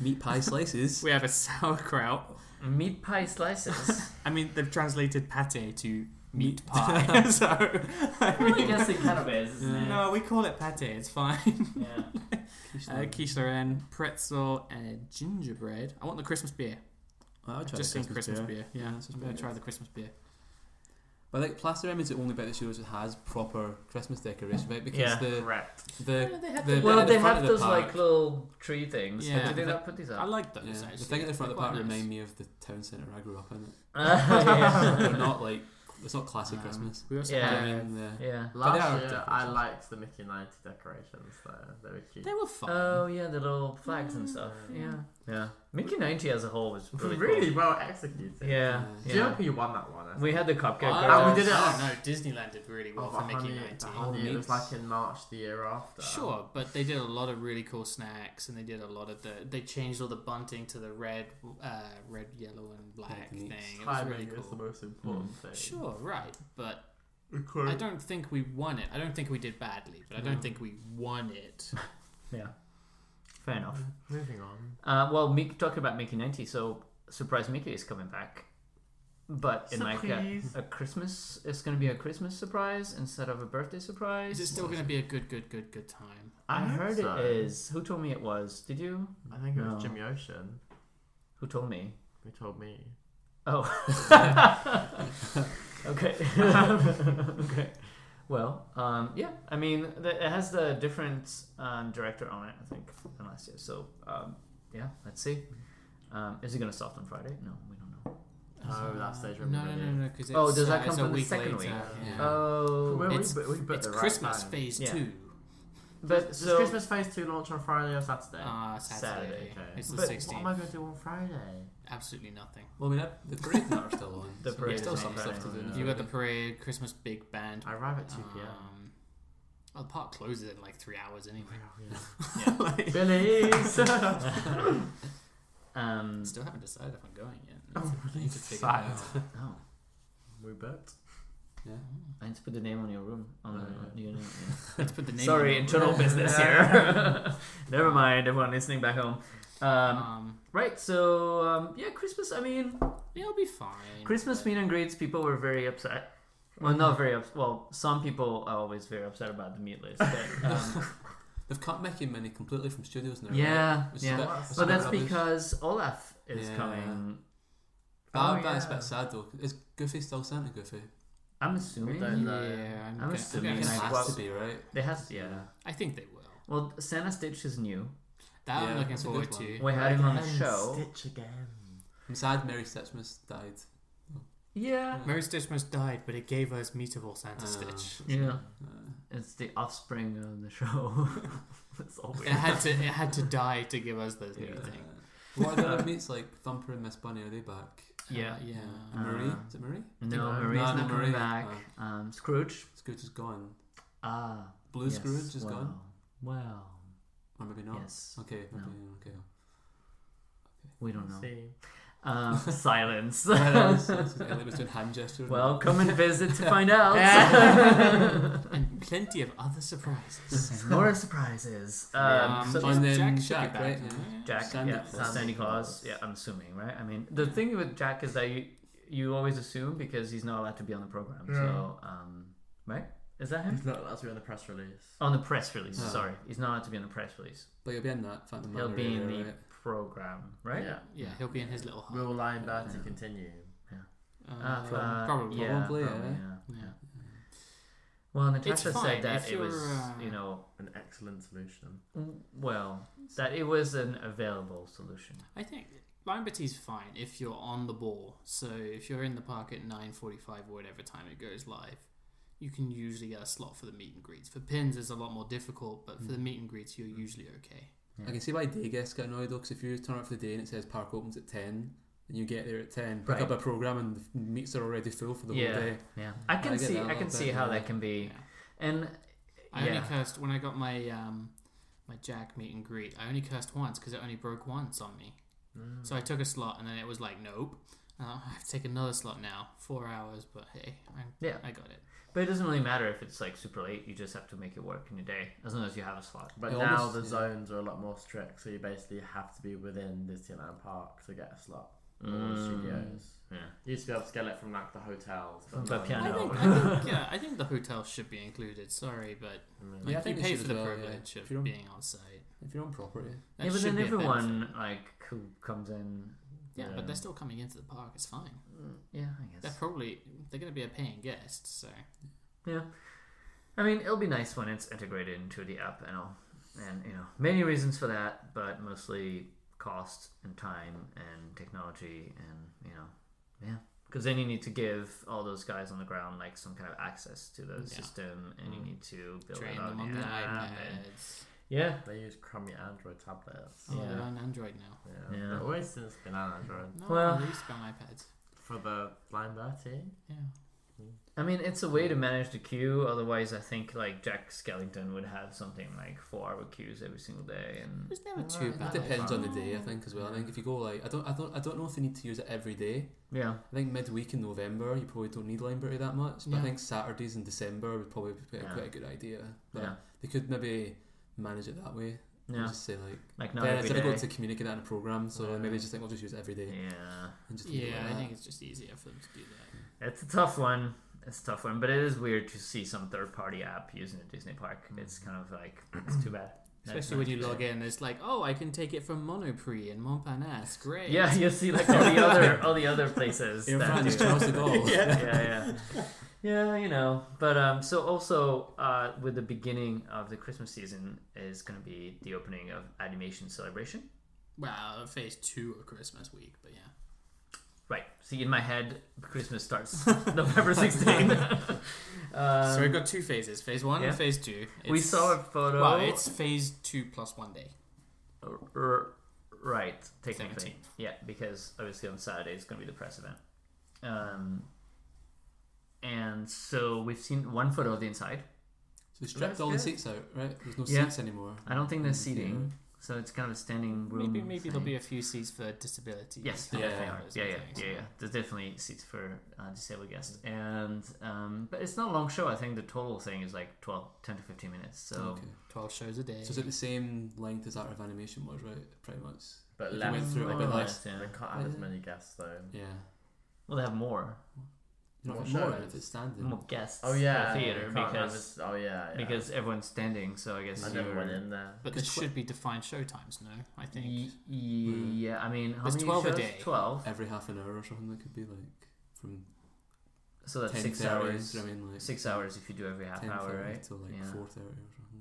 Meat pie slices.
We have a sauerkraut.
Meat pie slices.
I mean, they've translated pate to meat pie. so I
well, I
mean,
guess it kind of is. Isn't it?
no, we call it pate. It's fine.
Yeah.
Uh, quiche Lorraine, pretzel, and a gingerbread. I want the Christmas beer.
Oh, I'll
I've just seen Christmas beer. Yeah,
Yeah, that's
I'm
what
gonna
it
try
is.
the Christmas beer.
But like Plasterem is the only bit that shows that has proper Christmas decoration, right? Because
Yeah.
the
Correct.
the,
Yeah, they have
the
the-
bit
Well,
at the
they
front
have
of
those
the
like
park,
little tree things.
Yeah,
Yeah, did they
but
not put these
I
up?
like those.
yeah,
actually.
the thing at the front of the
They're
park
quite
remind
nice.
me of the town centre I grew up in. It.
Ah,
They're not like it's not classic
Um,
Christmas.
We also
Yeah.
I
have-
mean, the,
yeah.
But they are
Last year, I
decorations.
liked the Mickey 90 decorations though. They were cute.
They were fun.
Oh yeah, the little flags and stuff. Yeah. Yeah. Mickey ninety as a whole was really,
really
cool.
well executed.
Yeah.
Do you know
Yeah.
who won that one? eh? I
We
think?
had the cupcake. Ah,
Oh,
girls.
we did it.
I don't know. Disneyland did really well
Oh,
for Mickey
honey,
90.
the honey, It was like in March the year after.
Sure, but they did a lot of really cool snacks, and they did a lot of the. They changed all the bunting to the red, uh, red, yellow, and black
Yeah,
thing.
neat.
It was
Timing
really
is the
cool.
most important thing.
Sure, right, but
Because-
I don't think we won it. I don't think we did badly, but I
Mm.
don't think we won it.
Yeah. Fair enough.
Moving on.
Uh, well, Mick, talking about Mickey ninety, so surprise Mickey is coming back, but in like a,
Surprise.
a Christmas, it's going to be a Christmas surprise instead of a birthday surprise.
Is it still going to be a good, good, good, good time?
I
I hope
heard
so.
it is. Who told me it was? Did you?
I think it was
No.
Jimmy Ocean
Who told me?
who told me.
Oh. okay. okay. Well, um, yeah. I mean, the, it has the different um, director on it, I think, than last year. So, um, yeah, let's see. Um, is it going to soft on Friday? No, we don't know.
Oh, that's stage
Um, no, no, no, no, because
Oh, does that come
it's a
from the
week
second week?
later. Yeah.
Oh,
Well, Uh, we
It's-
bu- we booked
it's
the right
Christmas
time.
phase
Yeah.
two.
but
Does
so Oh.
Christmas Phase 2 launch on Friday or Saturday?
Ah, Saturday.
Saturday,
okay. oh,
It's the
But
What am I
16th.
going to do on Friday?
Absolutely nothing.
well, I mean, the parade and that are still on.
The
so
parade
there's still
is
some
not
stuff to
going
do.
on,
in
yeah.
You got the
February.
parade, Christmas big band.
I arrive at 2 p.m.
Um, well, the park closes in like three hours anyway.
Oh. Yeah.
Billy's!
um,
Still haven't decided if I'm going yet.
Oh,
I need to figure it
sad.
out.
oh,
Rupert.
Yeah.
I need to put the name on your room. On
Oh,
your, your name, yeah.
Let's put the name.
Sorry,
on it.
internal business here. Never mind, everyone listening back home. Um,
Um,
right, so um, yeah, Christmas. I mean,
it'll be fine.
Christmas meet and greets. People were very upset. Well, not very upset. Well, some people are always very upset about the meat list. But, um,
They've cut Mickey and Minnie completely from studios now. right?
yeah,
Which is a
yeah.
bit-
But
which is a
But
bit
that's
rubbish.
because Olaf is
Yeah.
coming.
That,
Oh,
That's a
yeah.
bit sad though. Is Goofy still Santa Goofy?
I'm
We
assuming
Yeah,
uh,
don't
there
know.
I'm,
I'm
gonna, I'm
assuming
gonna
It
I-
guess-
has to be, right?
has yeah.
I think they will.
Well, Santa Stitch is new.
That
Yeah,
I'm looking
that's a
forward
good
to. Um,
one.
We had him on the
Again,
show.
Stitch again.
I'm sad Mary Stitchmas died.
Yeah,
Mary Stitchmas died, but it gave us meatable Santa
Oh.
Stitch.
yeah.
Uh,
It's the offspring of the show. it's all
It
weird.
had to. It had to die to give us the new
Yeah.
thing.
uh, what are the other mates like Thumper and Miss Bunny? Are they back?
Yeah.
Uh, yeah.
And Marie?
Uh,
is it Marie?
No,
No,
Marie's
no,
not coming
Marie. Uh.
back. Um, Scrooge.
Scrooge is gone.
Ah,
Blue
yes,
Scrooge is
well,
gone,
Well,
or maybe not.
yes,
Okay, maybe, okay.
we don't know.
See.
Um, silence.
Well, it's- it's- Ellie was doing hand gesture.
well, come and visit to find out.
and plenty of other surprises.
And More surprises. Um,
Um,
so
and then
Jack should be
Jack,
back,
right?
yeah.
Jack,
Santa
yeah,
Claus.
Santa Claus. Yeah, I'm assuming, right? I mean, the thing with Jack is that you you always assume because he's not allowed to be on the program. So, um, right? Is that him?
He's not allowed to be on the press release.
On the press release.
Oh.
Sorry, he's not allowed to be on the press release.
But you'll be in that Phantom
He'll
Manor
be in
area,
the
right?
program, right?
Yeah.
Yeah, he'll be in his little hut.
Will Lineberg to
Oh, Yeah.
continue.
Uh,
Ah, uh,
probably.
yeah,
Probably,
probably,
yeah.
yeah.
Yeah.
Well,
It's
Natasha
fine
said that
if
it was,
you're, uh,
you know,
An excellent solution.
w- well, that it was an available solution.
I think Lamberty's fine if you're on the ball. So if you're in the park at 9:45 or whatever time it goes live, you can usually get a slot for the meet and greets. For pins, it's a lot more difficult, but for the meet and greets, you're usually okay.
Yeah.
I can see why day guests get annoyed though, because if you turn up for the day and it says park opens at 10, and you get there at 10, pick
Right.
up a program and the meets are already full for the
yeah,
whole day.
yeah. I can
I get
see,
that a
I can
little
see
bit,
how
yeah.
that can be,
Yeah.
and
I
yeah,
only cursed when I got my um, my Jack meet and greet. I only cursed once because it only broke once on me. So I took a slot and then it was like, nope. Uh, I have to take another slot now. Four hours, but hey, I,
Yeah.
I got it.
but it doesn't really matter if it's like super late. You just have to make it work in your day, as long as you have a slot.
But
It
now
almost-
the
yeah.
zones are a lot more strict, so you basically have to be within Disneyland Park to get a slot. Or
Mm.
studios.
Yeah,
You used to be able to get it from like the hotels.
But
now-
I
I,
piano. know.
think, I think, yeah, I think the hotel should be included. Sorry, but
I mean,
like,
Yeah, I think
you
they
pay
should
for
as
the
well, yeah.
privilege
If
of
you don't-
being on site.
If you're on property,
That
yeah but
should
then
be a
everyone
benefit.
like who comes in,
Yeah,
Yeah.
but they're still coming into the park. It's fine.
mm, yeah, I
They're
guess,
probably they're going to be a paying guest. So
yeah. I mean, it'll be nice when it's integrated into the app and all, and you know, many reasons for that, but mostly cost and time and technology and you know, yeah. Because then you need to give all those guys on the ground like some kind of access to the
Yeah.
system, and you
Mm.
need to build
train
it on
them on
the
the
app. and-
iPads.
Yeah,
They use crummy Android tablets.
Oh, they're
Yeah.
on Android now.
Yeah.
Yeah.
But always since been on Android.
No,
Well-
they used to be on iPads.
For the blind Bertie.
Yeah.
I mean, it's a way to manage the queue. Otherwise, I think like Jack Skellington would have something like four-hour queues every single day,
It
and
was never too
It
bad.
it depends on the day, I think, as well. I think if you go like, I don't, I don't, I don't know if they need to use it every day.
yeah,
I think midweek in November, you probably don't need Limberty that much. But
Yeah.
I think Saturdays in December would probably be
Yeah.
quite a good idea. But
yeah,
They could maybe manage it that way.
yeah.
Just say like,
Like
then
not every
it's
day.
difficult to communicate that in a program, so
Yeah.
maybe just think we'll just use it every day
Yeah,
and just leave it
Yeah,
like
I
that.
think it's just easier for them to do that.
it's a tough one. It's a tough one, but it is weird to see some third-party app using a Disney park. It's kind of like it's too bad. That's
Especially
not
when you
too
log
bad.
in, it's like, oh, I can take it from Monoprix and Montparnasse. Great.
Yeah, you see like all the other all the other places.
Air
that
France,
do-
Charles de Gaulle.
yeah, yeah. Yeah, you know. But um, so also uh, with the beginning of the Christmas season is going to be the opening of Animation Celebration.
Well, phase two of Christmas week, but yeah.
Right. See, in my head, Christmas starts November 16th. um,
so we've got two phases: phase one
yeah.
and phase two.
we
It's-
saw a photo.
Well, it's phase two plus one day.
r- r- right, technically.
17th.
Yeah, because obviously on Saturday it's going to be the press event. Um, and so we've seen one photo of the inside.
So they stripped all the
good.
seats out, right? There's no
Yeah.
seats anymore.
I don't think there's
Mm, yeah.
seating, so it's kind of a standing room.
Maybe maybe there'll
thing.
be a few seats for disability.
Yes,
Yeah,
there definitely
yeah,
are.
those
Yeah, yeah,
sort of
yeah,
things.
yeah. There's definitely seats for uh, disabled guests, and um, but it's not a long show. I think the total thing is like 12, 10 to fifteen minutes. So
Okay.
Twelve shows a day.
So is it the same length as Art of Animation was, right? Pretty much.
But
If you
less.
went through it a
they
bit
can't-
less.
yeah.
They can't have as
Yeah.
many guests though.
Yeah.
well, they have more
You don't
More
get more
shows.
if it's standing.
more guests.
Oh yeah,
for
you
theater
can't have
because
as- oh yeah, yeah.
because everyone's standing. So I guess
I never
you're-
went in there.
but there
It's tw-
should be defined show times, no? I think.
Y- yeah, I mean, how
There's
many
12 a
shows?
day.
Twelve.
Every half an hour or something, that could be like from
So that's
ten
six hours.
I mean, like
Six hours if you do every half
ten
hour,
thirty
right?
till like
Yeah.
four thirty or something.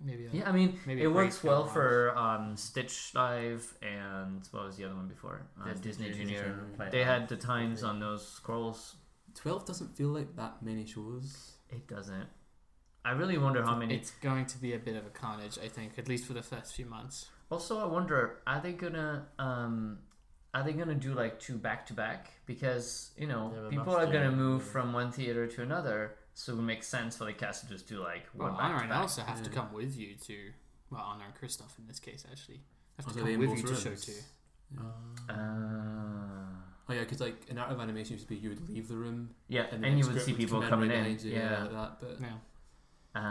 Maybe. that-
Yeah, I mean,
Maybe
it
a
works
break
well
hours.
for um, Stitch Live and what was the other one before? Uh, Disney, Junior. They had the times on those scrolls.
Twelve doesn't feel like that many shows.
It doesn't. I really wonder how many.
It's going to be a bit of a carnage, I think, at least for the first few months.
Also, I wonder are they gonna um, are they gonna do like two back to back because you know
They have a
people
must
are
do,
gonna
yeah.
move from one theater to another, so it would make sense for the cast to just do like one
Well,
back
Anna
to
and
back.
Elsa have to
Yeah.
come with you to. Well, Anna and Kristoff in this case, actually. Have
Also,
to
they
come
in
with
both
you to show
rooms.
two.
Uh,
Oh yeah, because like in Art of Animation, it used to be you would leave the room
yeah, and,
the
you
next
would
group
see people
come
coming in.
behind you, yeah,
Yeah.
like that. But
Yeah.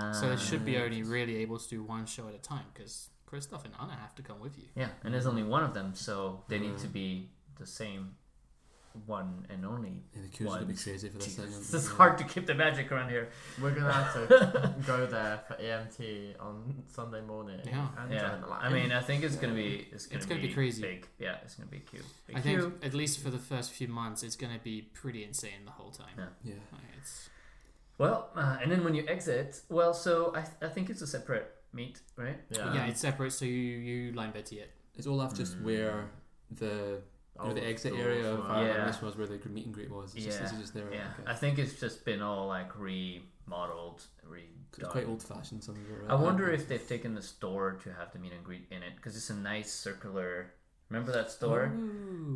Uh,
So they should be only really able to do one show at a time because Kristoff and Anna have to come with you.
Yeah, and there's only one of them, so they need
Mm.
to be the same one and only.
yeah, the queues would be
One.
crazy for this thing.
Jesus,
aren't
it's
they?
hard to keep the magic around here.
We're gonna have to go there for EMT on Sunday morning.
Yeah.
and
Yeah,
join the
I
line.
mean, I think it's gonna be it's gonna,
gonna be crazy.
Big, yeah, it's gonna be cute. Big
I think,
queue.
at least for the first few months, it's going to be pretty insane the whole time.
Yeah.
Yeah.
Like, it's,
Well, uh, and then when you exit, well, so I, th- I think it's a separate meet, right?
yeah,
yeah, it's separate, so you, you line Betty it.
It's all after
Mm.
just where the you know,
Old
the exit
school
area
as
of Art
well.
of
Yeah.
Animation was where the meet and greet was. It's just this
Yeah.
is just there.
Yeah,
okay.
I think it's just been all like remodeled,
It's
redone.
quite old fashioned. Some of it. Right?
I wonder if they've taken the store to have the meet and greet in it because it's a nice circular. Remember
Oh,
that store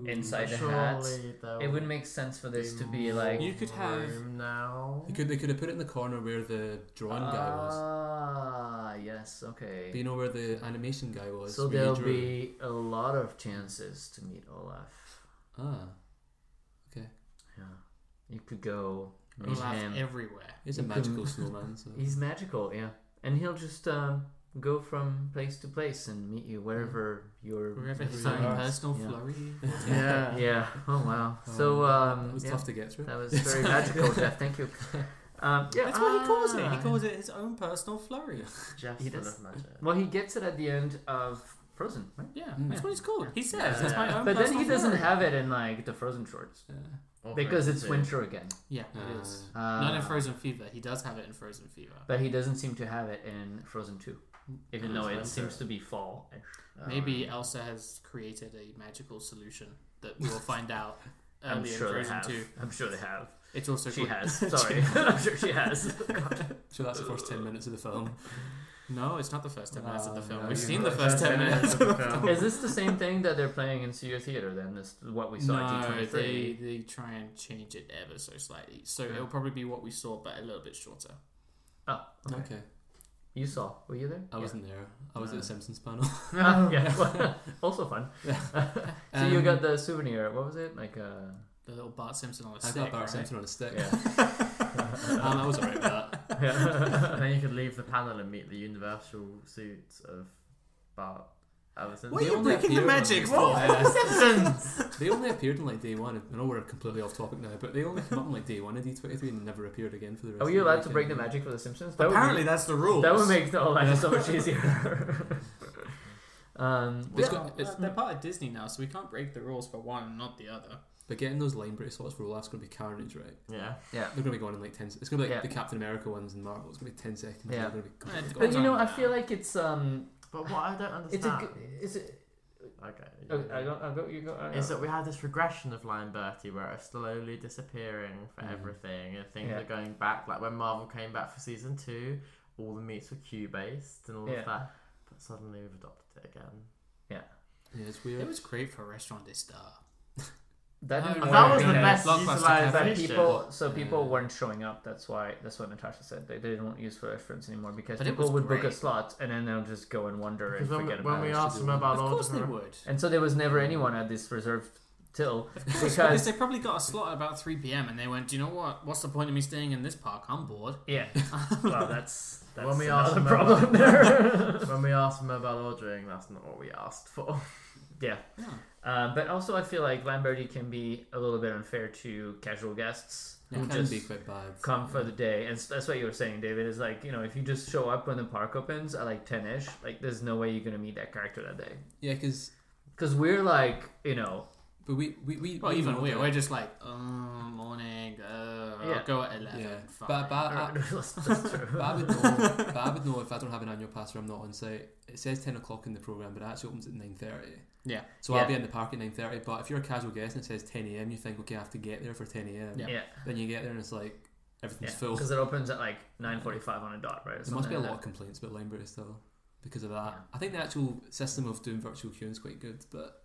inside the hat?
Surely there
It
will
would make sense for this to be like
You could have-
room now.
They could they could have put it in the corner where the drawn guy was.
Oh. Ah, yes, okay.
But you know where the animation guy was.
so
where you
there'll
drew.
be a lot of chances to meet Olaf.
ah. Okay.
Yeah, you could go meet
Olaf
him.
everywhere.
It's a
You can-
magical snowman. So.
He's magical, yeah, and he'll just um, go from place to place and meet you wherever you're.
Wherever his
Yeah.
own personal
Yeah.
flurry.
Yeah.
Yeah. Oh wow.
Oh,
so um,
It was
yeah,
tough to get through.
that was very magical, Jeff. Thank you. Um, yeah,
That's what he calls it. He
ah.
calls it his own personal flurry.
Jeff's
He
full
does-
of magic.
Well, he gets it at the end of Frozen, right? Uh,
Yeah,
Mm.
that's what it's called. He says,
Yeah.
"That's my own."
But then
personal
he doesn't
flurry."
have it in like the Frozen shorts
Yeah.
Or
because it's
fantasy.
winter again.
Yeah, it
Uh,
is.
Uh,
Not in Frozen Fever. He does have it in Frozen Fever.
But he doesn't seem to have it in Frozen Two, even
Mm,
though
it's
it
winter.
seems to be Uh, fall.
Um,
Maybe Elsa has created a magical solution that we'll find out
I'm
early
sure
in
they
Frozen
have.
2.
I'm sure they have.
It's also
she
called-
has. Sorry, I'm sure she has.
So that's the first ten minutes of the film.
No, it's not the first 10 minutes of the
No,
film.
no,
We've
you're
seen the
right.
first 10 minutes.
of the film.
Is this the same thing that they're playing in Studio Theater? Then this what we saw at
no,
D23.
they, they try and change it ever so slightly. So
Yeah.
it'll probably be what we saw, but a little bit shorter.
Oh, okay.
Okay.
You saw? Were you there?
I wasn't there. I was at
No.
the Simpsons panel.
Ah, yeah. also fun. so you
Um,
got the souvenir. What was it? Like a.
The little Bart Simpson on a
I
stick.
got Bart
right?
Simpson on a stick.
Yeah.
um, I was alright with that.
And then you could leave the panel and meet the universal suit of Bart Ellison.
What are
They
you
only
breaking the
appeared on
magic
the
for?
film.
Simpsons!
They only appeared on like day one. I know we're completely off topic now, but they only came up on like day one of D twenty three and never appeared again for the rest.
Are
of
you
the
allowed to
weekend.
break the magic for The Simpsons? That would be-
Apparently, that's the rule.
That would make the whole life so much easier. um,
It's
Well,
got- it's-
they're part of Disney now, so we can't break the rules for one and not the other.
But getting those line break slots for Olaf's gonna be carnage, right?
Yeah.
yeah.
They're gonna be going in like ten. It's gonna be like
Yeah.
the Captain America ones in Marvel. It's gonna be ten seconds.
Yeah.
They're gonna be
Yeah, it
completely
But
gone.
you know, I feel like it's um,
But what I don't
it's a,
understand.
g- it's a.
Okay.
Okay, Oh, I don't, I don't, you go. I
is
don't-
that we had this regression of Lion Bertie where it's slowly disappearing for
Mm.
everything and things
Mm-hmm. Yeah.
are going back. Like when Marvel came back for season two, all the meets were Q based and all
Yeah.
of that. But suddenly we've adopted it again.
yeah, it's
It
weird.
was great for Restaurant des Stars.
That,
Oh,
didn't
yeah.
work
That was the
because-
best
Blockbuster
But
utilization.
people, so people
Yeah.
weren't showing up. That's why. That's what Natasha said. They, they didn't use for reference anymore because
But it
people
was
would book a
great.
slot and then they'll just go and wonder
Because
and
when, we-
forget
when
about
we
it.
asked them about
Of
all
course
the
they would.
And so there was never anyone at this reserved till
Because,
because
they probably got a slot at about 3 p.m. and they went, Do you know what? What's the point of me staying in this park? I'm bored.
yeah. Well, that's that's
When we asked
another
them
problem there.
when we asked them about ordering, that's not what we asked for.
yeah. Uh, but also, I feel like Lamberti can be a little bit unfair to casual guests
Yeah,
who
it can
just
be quite bad.
come for the day. And s- that's what you were saying, David. Is like you know if you just show up when the park opens at like ten ish, like there's no way you're gonna meet that character that day.
Yeah, because
Because we're like, you know,
but we we we
Well,
we
even
know
we,
that-
we're just like, oh, morning, uh,
Yeah.
I'll go at 11.
yeah.
fine."
But, but, I,
that's, that's true.
but I would know. but I would know if I don't have an annual pass or I'm not on site. It says ten o'clock in the program, but it actually opens at nine thirty.
yeah.
So
Yeah.
I'll be in the park at nine thirty. But if you're a casual guest and it says ten a.m., you think okay, I have to get there for ten a.m.
Yeah.
Yeah,
Then you get there and it's like everything's full.
because it opens at like nine forty-five on a dot, right? or
There must
something
be a
like
lot of complaints about Limebury still because of that. I think the actual system of doing virtual queuing is quite good, but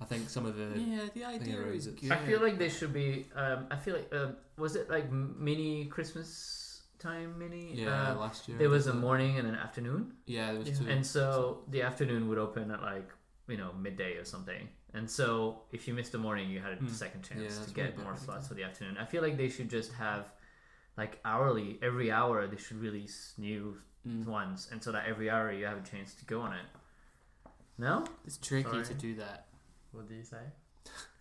I think some of the
Yeah, the idea
around
is
it.
good.
that. I feel like they should be. Um, I feel like um, was it like mini Christmas time mini?
yeah
Uh,
last year
there
I
was a
did that.
morning and an afternoon,
yeah there was
Yeah.
two
and so the afternoon would open at like you know midday or something. And so if you missed the morning, you had a
Hmm.
second
Yeah,
chance
that's
to
really
get
bad,
more
I think.
slots for the afternoon. I feel like they should just have like hourly every hour they should release new
Mm.
ones, and so that every hour you have a chance to go on it. No,
It's tricky
Sorry.
to do that.
What do you say?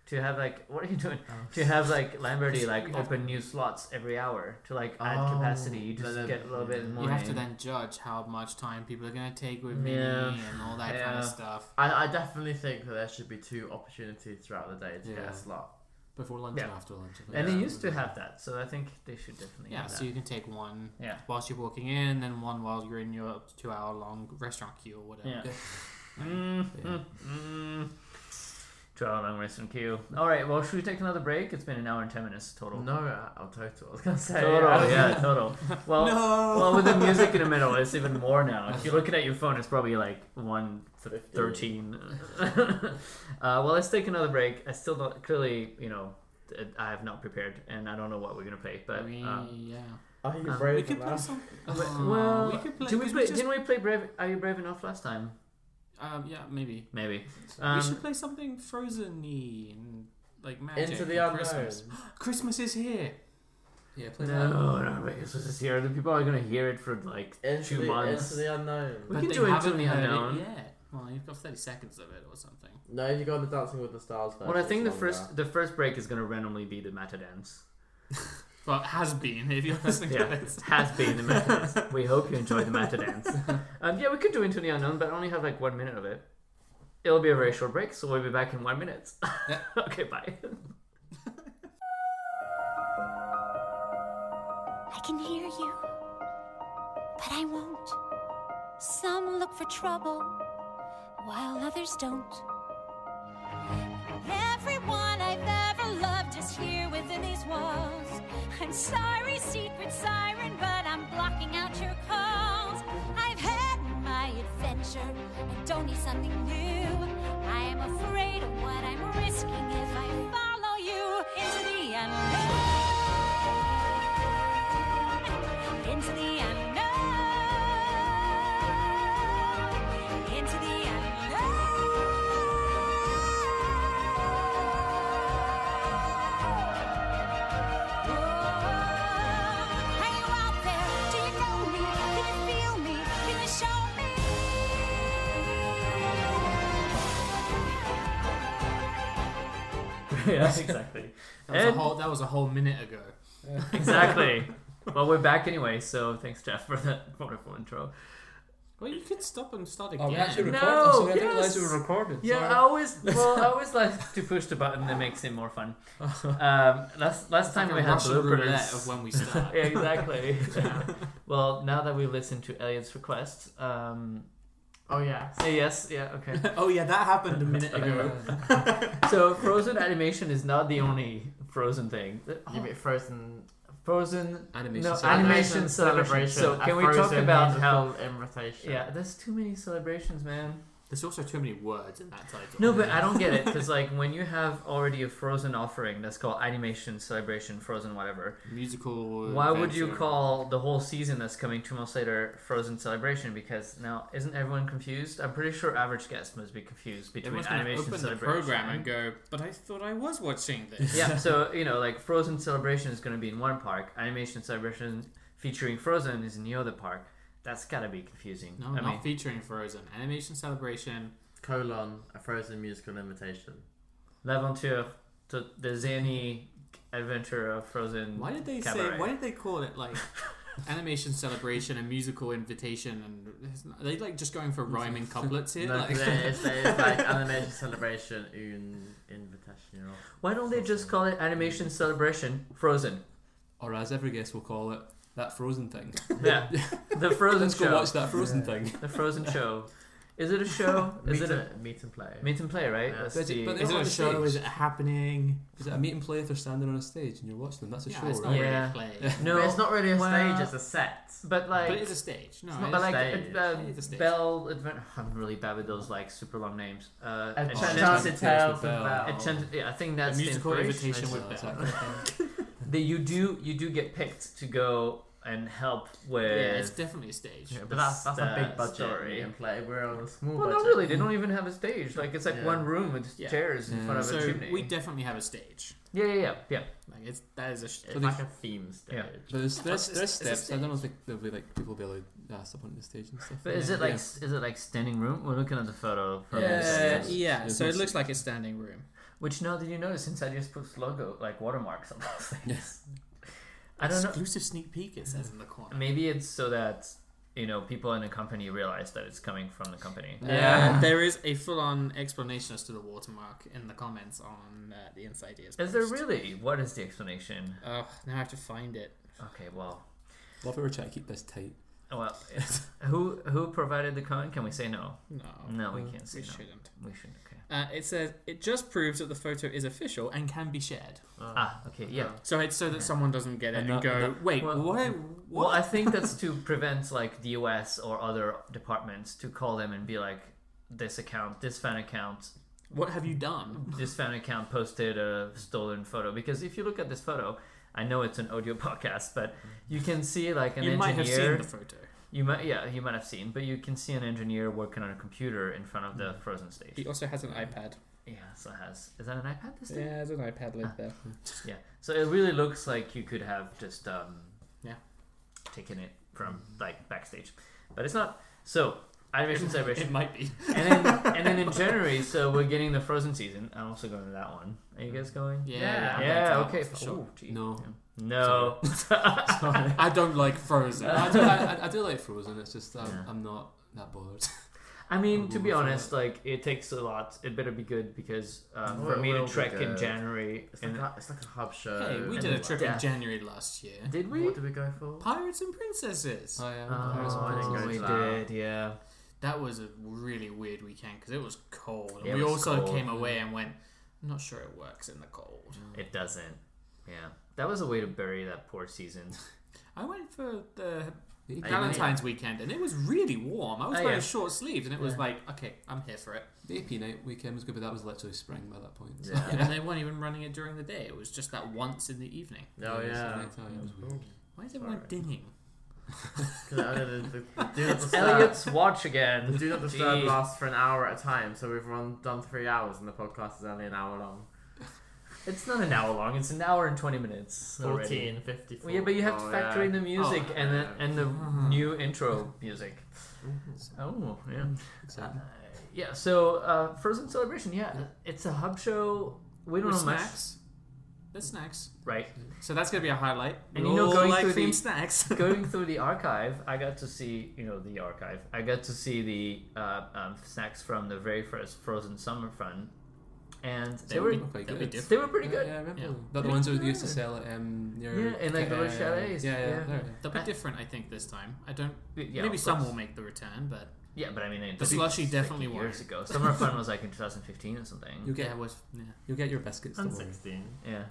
to have like what are you doing?
Oh.
To have like Lamberti
We
like
have-
open new slots every hour to like add
Oh,
capacity. You just
then-
get a little bit more.
You have
in.
to then judge how much time people are going to take with me
Yeah.
and all that kind
Yeah.
of stuff.
I, I definitely think that there should be two opportunities throughout the day to get
Yeah.
a slot.
before lunch and
Yeah.
after lunch. I think.
And they used to have that, so I think they should definitely
Yeah,
have
so
that.
you can take one
Yeah.
whilst you're walking in, then one while you're in your two hour long restaurant queue or whatever.
Yeah.
Yeah.
Mm, mm, mm. Trial long rest and queue. All right, well, should we take another break? It's been an hour and ten minutes total.
No, uh, oh, total. I was gonna say.
Total, yeah, total. Well,
No!
well, with the music in the middle, it's even more now. If you're looking at your phone, it's probably like one th- thirteen. uh, well, let's take another break. I still don't clearly, you know, uh, I have not prepared, and I don't know what we're gonna play. But
we,
um,
yeah.
Are you
Um,
brave
We could play
enough?
some.
but-
Oh,
well,
we could play.
did we
'cause
play?
just-
Didn't we play Brave? Are you brave enough last time?
um, yeah, maybe.
Maybe.
we
Um,
should play something frozen y and like magic.
Into
and
the unknown.
Christmas. Christmas is here.
Yeah, play that.
No, no, but um, this is here. The people are gonna hear it for like
Into
two
the,
months.
Into the unknown.
We can
they
do Into
haven't
the
heard it
Unknown.
yet. Well, you've got 30 seconds of it or something.
No, if you go on the Dancing with the Stars. Version,
Well, I think the
it's longer.
first the first break is gonna randomly be the meta dance.
Well, it has been, if you're listening to
Yeah,
this.
has been the meta dance. We hope you enjoyed the meta dance. Um, yeah, we could do into the unknown, but I only have like one minute of it. It'll be a very short break, so we'll be back in one minute. okay, bye.
I can hear you, but I won't. Some look for trouble, while others don't. Everyone I've ever loved is here within these walls. I'm sorry, secret siren, but I'm blocking out your calls. I've had my adventure and don't need something new. I am afraid of what I'm risking if I follow you into the unknown. Into the unknown. Into the unknown. Are you out there? Do you know me? Can you feel me? Can you show me?
yeah, exactly.
That was, a
And-
whole, that was a whole minute ago.
exactly. Well, we're back anyway, so thanks, Jeff, for that wonderful intro.
Well, you could stop and start again.
Oh, we're
No,
actually recording. I'm sorry, I didn't
yes.
realize we were recording.
Yeah, I always well, I always like to push the button that makes it more fun. Um, last last
It's
time
like
we
a
had
Russian roulette
bloopers
of when we start.
Yeah, exactly. Well, now that we've listened to Elliot's request, um,
Oh yeah.
say yes, yeah, okay.
oh, yeah, that happened a minute ago.
So Frozen animation is not the only Frozen thing. oh.
You mean Frozen
Frozen
Animation
No,
celebration.
Animation celebration. So
a
can we talk
Frozen
about
musical invitation?
Yeah, there's too many celebrations, man.
There's also too many words in that title.
No, but I don't get it because like when you have already a Frozen offering that's called Animation Celebration Frozen whatever,
Musical.
why would you
adventure.
call the whole season that's coming two months later Frozen Celebration? Because now isn't everyone confused? I'm pretty sure average guest must be confused between
Everyone's going to
Animation
open the
Celebration.
program and go, but I thought I was watching this.
yeah, so you know, like Frozen Celebration is going to be in one park, Animation Celebration featuring Frozen is in the other park. That's gotta be confusing.
No,
I
not
mean,
featuring Frozen. Animation Celebration.
Colon, a frozen musical invitation.
L'Aventure, to the zany adventure of Frozen.
Why did they
Cabaret.
say? Why did they call it like animation celebration and musical invitation? And it's not- are they like just going for rhyming couplets here?
No,
like,
it's, it's like animation celebration un invitational.
Why don't they just call it Animation Celebration Frozen?
Or as every guest will call it, that Frozen thing.
Yeah, the Frozen
Let's go
show.
watch that Frozen thing.
The Frozen show. Is it a show? Is
meet,
it a
and, meet and play.
meet and play? Right.
Yeah.
That's
But it-
the-
but
is
They're
it
on
a
the
show? Is it
stage.
happening?
Is it a meet and play if they're standing on a stage and you're watching them? That's a
yeah,
show,
it's not
right?
Yeah.
really a play.
no,
But it's not really a
well-
stage, it's a set.
But like,
But it is a stage. No,
It's not
it
but
is-
like,
stage.
uh,
It's a stage.
Bell Adventure. I'm really bad with those like super long names. Uh,
A
Oh,
Enchanted-
Enchanted
Enchanted
Tales
Tales
with
and
Belle.
Belle.
Enchanted- yeah, I think
a
that's the
musical
inspiration.
invitation
That's
with
all, that's
Bell.
that kind of thing.
That you do you do get picked to go and help
Yeah,
with.
it's definitely a stage.
Yeah, but that's that's a
uh,
big budget
story.
meet and play. We're on a small
well,
budget.
not really. They don't even have a stage. Like it's like
Yeah.
one room with
mm. Yeah.
chairs in
Yeah.
front of a
So
chimney.
we definitely have a stage.
yeah, yeah, yeah, yeah.
Like it's that is a. Sh-
It's
So they-
like a theme stage.
Yeah.
There's, there's,
It's- it's
there's
a
steps. I don't think there'll be like people will be allowed asked up onto the stage and stuff.
But is
Yeah.
it like
Yeah.
is it like standing room? We're looking at the photo. From
Yeah.
this.
Yes.
yeah.
Yes,
So it
yes.
looks like a standing room.
Which now did you notice? Since I just put logo like watermarks on those things. I don't know.
Exclusive sneak peek. It says in the corner.
Maybe it's so that you know people in the company realize that it's coming from the company.
Yeah, Uh, there is a full-on explanation as to the watermark in the comments on uh, the Inside Ears.
Is there
post.
really? What is the explanation?
Oh, now I have to find it.
Okay, well,
Love it. We're trying to keep this tight.
well, it's- who who provided the comment? Can we say no?
No,
No, we can't say
we
no.
shouldn't.
We should. Okay.
Uh, it says it just proves that the photo is official and can be shared.
Oh.
Ah, okay, yeah.
So it's so that someone doesn't get it and,
And that-
go,
that-
wait,
well-
what?
Well,
What?
I think that's to prevent like the US or other departments to call them and be like, this account, this fan account,
what have you done?
this fan account posted a stolen photo because if you look at this photo i know it's an audio podcast but you can see like an
you
engineer
might have seen the photo.
you might yeah you might have seen but you can see an engineer working on a computer in front of the
Mm.
frozen stage
He also has an iPad.
yeah so it has is that an ipad this thing
Yeah, there's an iPad link there.
yeah so it really looks like you could have just um
Yeah.
taken it from like backstage but it's not so animation celebration
It might be.
and then and then in january so we're getting the frozen season i'm also going to that one are you guys going
Yeah.
Yeah.
I'm
Yeah,
down
okay.
for sure.
Ooh, gee.
No.
No.
Sorry.
I don't like Frozen.
I, do, I, I- I do like Frozen. It's just I'm,
Yeah.
I'm not that bothered.
I mean, to be
Ooh.
honest, like it takes a lot. It better be good because um,
Well,
for
it
me
will
to
be
trek in
good.
January.
It's like,
And,
a, it's like a hub show.
hey, we
and
did a
like-
trip
Yeah.
in January last year.
did we?
What did we go for?
Pirates and Princesses.
I am.
Oh, I didn't
Oh,
go to
we
that.
did. Yeah.
That was a really weird weekend because it was cold. And
It
we
was
also
cold.
came away and went, I'm not sure it works in the cold.
It doesn't. Yeah. That was a way to bury that poor season.
I went for the
Yeah.
Valentine's weekend and it was really warm. I was
Oh,
wearing
yeah.
short sleeves and it was like, okay, I'm here for it.
The AP night weekend was good, but that was literally spring by that point. So-
Yeah.
And they weren't even running it during the day. It was just that once in the evening.
Oh,
it was
yeah.
nighttime, it was weird.
Why is everyone
Sorry.
dinging?
Because I don't know, the, the, the do not disturb.
Elliot's watch
The
again.
do not disturb
Gee.
lasts for an hour at a time, so we've run done three hours, and the podcast is only an hour long.
It's not an hour long. It's an hour and twenty minutes. Already.
14, 54.
Well, yeah, but you have to
Oh,
factor
yeah.
in the music
Oh,
and the
yeah.
and the new intro music.
Mm-hmm.
Oh yeah. Uh,
Exciting.
yeah, so uh, Frozen Celebration, yeah, it's a hub show. We don't
With
know much,
snacks. There's snacks.
right?
So that's going to be a highlight.
And
We
you know,
all
going
like
through
themed
the-
snacks.
Going through the archive, I got to see, you know, the archive. I got to see the uh, um, snacks from the very first Frozen Summer Fun, and they,
They
were
were quite
that'd be
good.
different.
they were pretty
Yeah,
good.
Yeah, I remember.
Yeah.
them. They're the
Yeah.
ones that we used to sell at um, near.
Yeah, in, like, the little chalets.
Yeah, yeah,
Yeah.
there.
They'll be
Uh,
different, I think, this time. I don't.
Y- yeah,
maybe
of
some
course.
will make the return, but
Yeah, but I mean, it
The
was
slushy
like
definitely
years
were.
ago. Summer Fun was like in 2015 or something.
You'll
yeah,
get,
it was yeah.
you'll get your biscuits.
And
Don't worry.
16.
Yeah,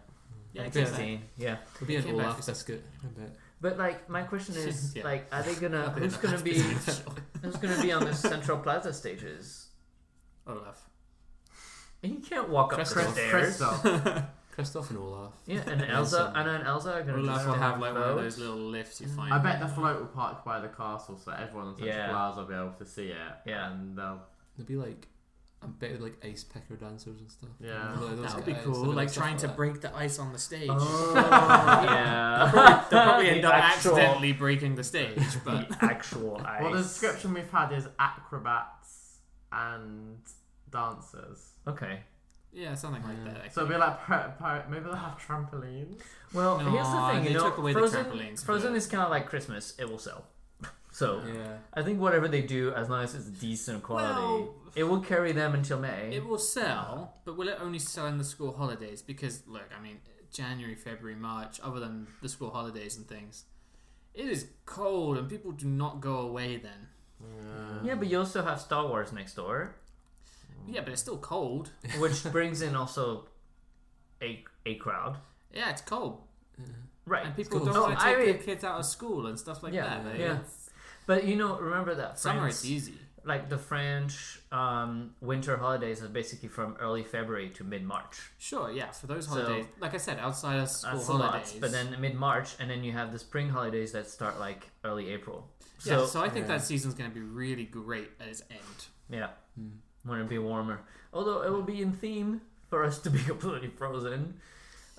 Yeah, I guess that.
15. Yeah,
It'll be
It
an
came back
Olaf
for some-
biscuit. I bet.
but like my question is,
Yeah.
like, are they gonna?
Nothing
Who's
in
gonna
that
be?
specific show.
Who's gonna be on the Central Plaza stages?
Olaf.
And you can't walk up
Christoph.
the stairs.
Kristoff.
Kristoff and Olaf.
Yeah, and Elsa,
Elsa.
Anna and Elsa are gonna
Olaf
just
will
stand
have Mm. like one of
both.
those little lifts you find.
I bet the float will park by the castle so everyone on Central
Yeah.
Plaza will be able to see it.
Yeah.
And they'll.
There'd be like a bit of like ice picker dancers and stuff.
Yeah.
You know, like, those
That would be
guys,
cool.
they'll
Like
stuff
trying to
that.
break the ice on the stage.
Oh, yeah.
They'll probably
The
end up
actual-
accidentally breaking the stage, but
the actual ice.
Well, the description we've had is acrobats and dancers.
Okay.
yeah, something like that. I
So it'll
think.
be like, par- par- maybe they'll have trampolines.
Well,
No,
here's the thing. You
they
know,
took away the
Frozen,
trampolines for
Frozen
that.
is kind of like Christmas. It will sell. So
Yeah.
I think whatever they do, as long as it's decent quality,
Well-
it will carry them until May.
It will sell, but will it only sell in the school holidays? Because look, I mean, January, February, March, other than the school holidays and things, it is cold and people do not go away then.
yeah, but you also have Star Wars next door,
Yeah, but it's still cold.
which brings in also a a crowd.
Yeah, it's cold,
Right.
and people
cold.
don't
Oh,
want to
I
take
mean-
their kids out of school and stuff like
Yeah,
that. Like,
yeah.
it's-
But you know, remember that
Summer
France,
it's easy.
like the French um, winter holidays, are basically from early February to mid March.
Sure, yeah, for those
So-
holidays, like I said, outside of school
That's a lot,
holidays.
but then mid March, and then you have the spring holidays that start like early April.
yeah,
So
so, I think that season's going to be really great at its end.
yeah, when it be warmer. Although it will be in theme for us to be completely frozen,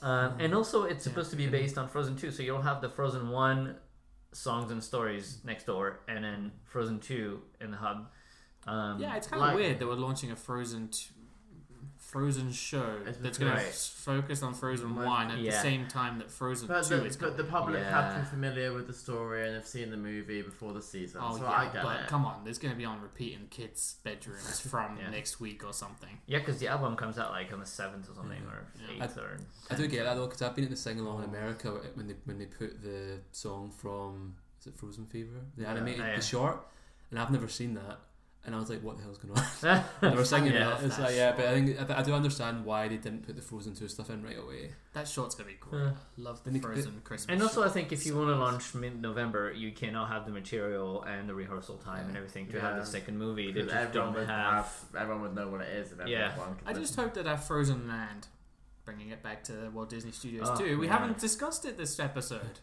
um, and also it's supposed to be based on Frozen Two, so you'll have the Frozen One songs and stories next door, and then Frozen Two in the hub. Um,
Yeah, it's kind of
Like-
weird that we're launching a Frozen t- Frozen show
It's
that's
been
going
great.
to focus on Frozen
Right.
1 at the
Yeah.
same time that Frozen
But
2
the,
is
but
coming.
the public have
Yeah.
been familiar with the story and have seen the movie before the season,
oh,
so
yeah,
I get
but
it.
come on, there's going to be on repeat in kids' bedrooms from
Yeah.
next week or something.
yeah, because the album comes out like on the seventh or something, or eighth or.
I do get that though, because I've been at the sing along in America wh- when they when they put the song from is it Frozen Fever, the animated,
Yeah.
the short, and I've never seen that, and I was like, what the hell's going on? and they were singing
Yeah.
that. It's like, yeah, but I think I, I do understand why they didn't put the Frozen two stuff in right away.
That short's going to be great.
Yeah.
Love the
And it-
Frozen Christmas.
And also,
short.
I think if you want to launch mid-November, you cannot have the material and the rehearsal time and everything to have
Yeah.
the second movie. They
Because
just
everyone
don't
would
have.
have- everyone would know what it is. If everyone
Yeah.
I just hope that our Frozen Land, bringing it back to Walt Disney Studios
Ah,
Oh,
too, we
yeah.
haven't discussed it this episode.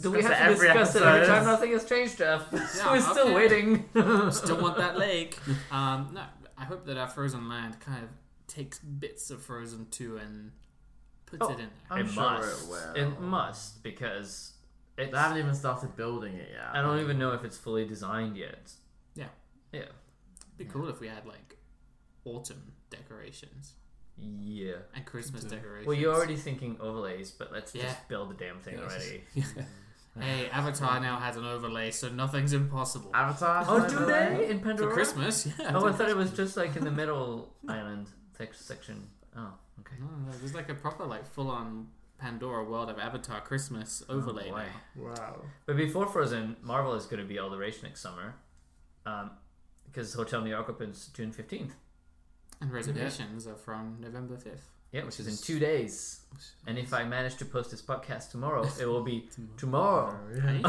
Do we have
Discuss
to
it every
discuss it every
episode.
time? Nothing has changed, Jeff.
Yeah,
We're still
okay.
waiting.
Still want that lake. Um, no, I hope that our Frozen Land kind of takes bits of Frozen 2 and puts
Oh,
it in there.
I'm
it
sure
must.
it will.
must because it's,
They haven't even started building it yet.
I don't even know if it's fully designed yet.
Yeah.
Yeah.
It'd be cool if we had like autumn decorations
Yeah.
and Christmas decorations.
Well, you're already thinking overlays, but let's
Yeah.
just build the damn thing
Yeah, it's
already.
Yeah.
Hey, Avatar now has an overlay, so nothing's impossible.
Avatar.
Oh, do they in Pandora?
For Christmas, yeah.
Oh, I thought it was just like in the middle island sec- section. Oh, okay.
No, no, no, there's like a proper, like full on Pandora world of Avatar Christmas overlay.
Oh, boy.
now.
Wow.
But before Frozen, Marvel is going to be all the rage next summer, um, because Hotel New York opens June fifteenth.
And reservations are from November 5th.
Yeah,
Which
which is in
is-
two days. And if I manage to post this podcast tomorrow, it will be tomorrow.
I need to,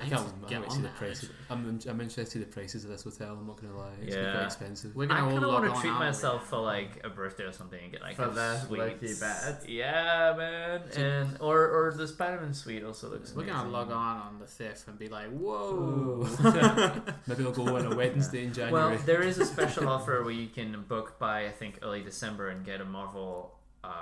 I
I
need to
can't wait
get
to
on
see the
that,
prices.
actually.
I'm, I'm interested to see the prices of this hotel. I'm not gonna lie, it's gonna be
Yeah.
quite expensive.
We're
I
gonna
kind of
want
want to treat myself for like a birthday or something and get like
For
a
the
sweet.
low-key bed.
Yeah, man. And or or the Spider-Man suite also looks.
We're gonna
amazing.
log on on the fifth and be like, "Whoa!"
Maybe I'll go on a Wednesday in January.
Well, there is a special offer where you can book by I think early December and get a Marvel um,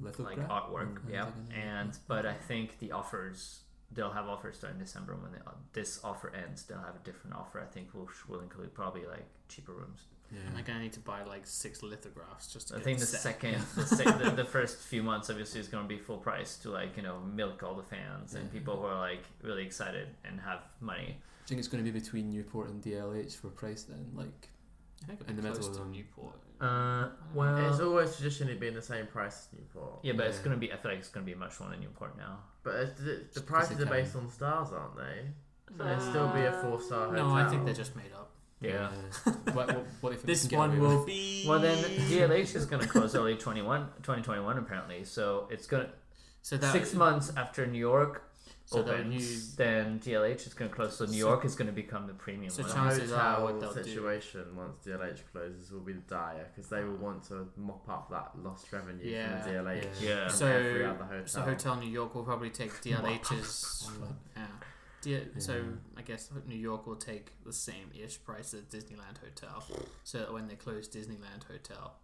like
Lithograph?
artwork.
Mm,
yeah,
I think I know.
and but I think the offers they'll have offers starting December when they, this offer ends. They'll have a different offer. I think which will include probably like cheaper rooms.
I'm like, I need to buy like six lithographs just to
I
get
think
the
the
set.
second, the, sec- the, the first few months obviously is going to be full price to like you know milk all the fans and people who are like really excited and have money.
Do you think it's going to be between Newport and DLH for price then? Like,
I think it'd
in
be
the
close
middle of
to
them.
Newport.
Uh,
It's
well,
always traditionally been the same price as Newport.
yeah, but it's
Yeah.
going to be. I feel like it's going to be much more than Newport now.
But it's, the- the
because
prices
they
are based on stars, aren't they? So it'd still be
Ah.
a four-star hotel.
No, I think they're just made up.
Yeah.
uh, what, what, what if it
This
can get
one
away
will
with-
be.
Well, then DLH is going to close early 21, 2021 apparently. So it's going to
So that
six months after New York, So the
Opens.
new then GLH is going to close. So New
So-
York is going to become the premium.
So
one.
The
Chances are what
hotel
they'll do-
situation once DLH closes will be dire because they will want to mop up that lost revenue
Yeah.
from the DLH.
Yeah.
yeah.
So- every
So,
other hotel.
so Hotel New York will probably take DLH's. yeah. D- So I guess New York will take the same ish price as Disneyland Hotel. So that when they close Disneyland Hotel,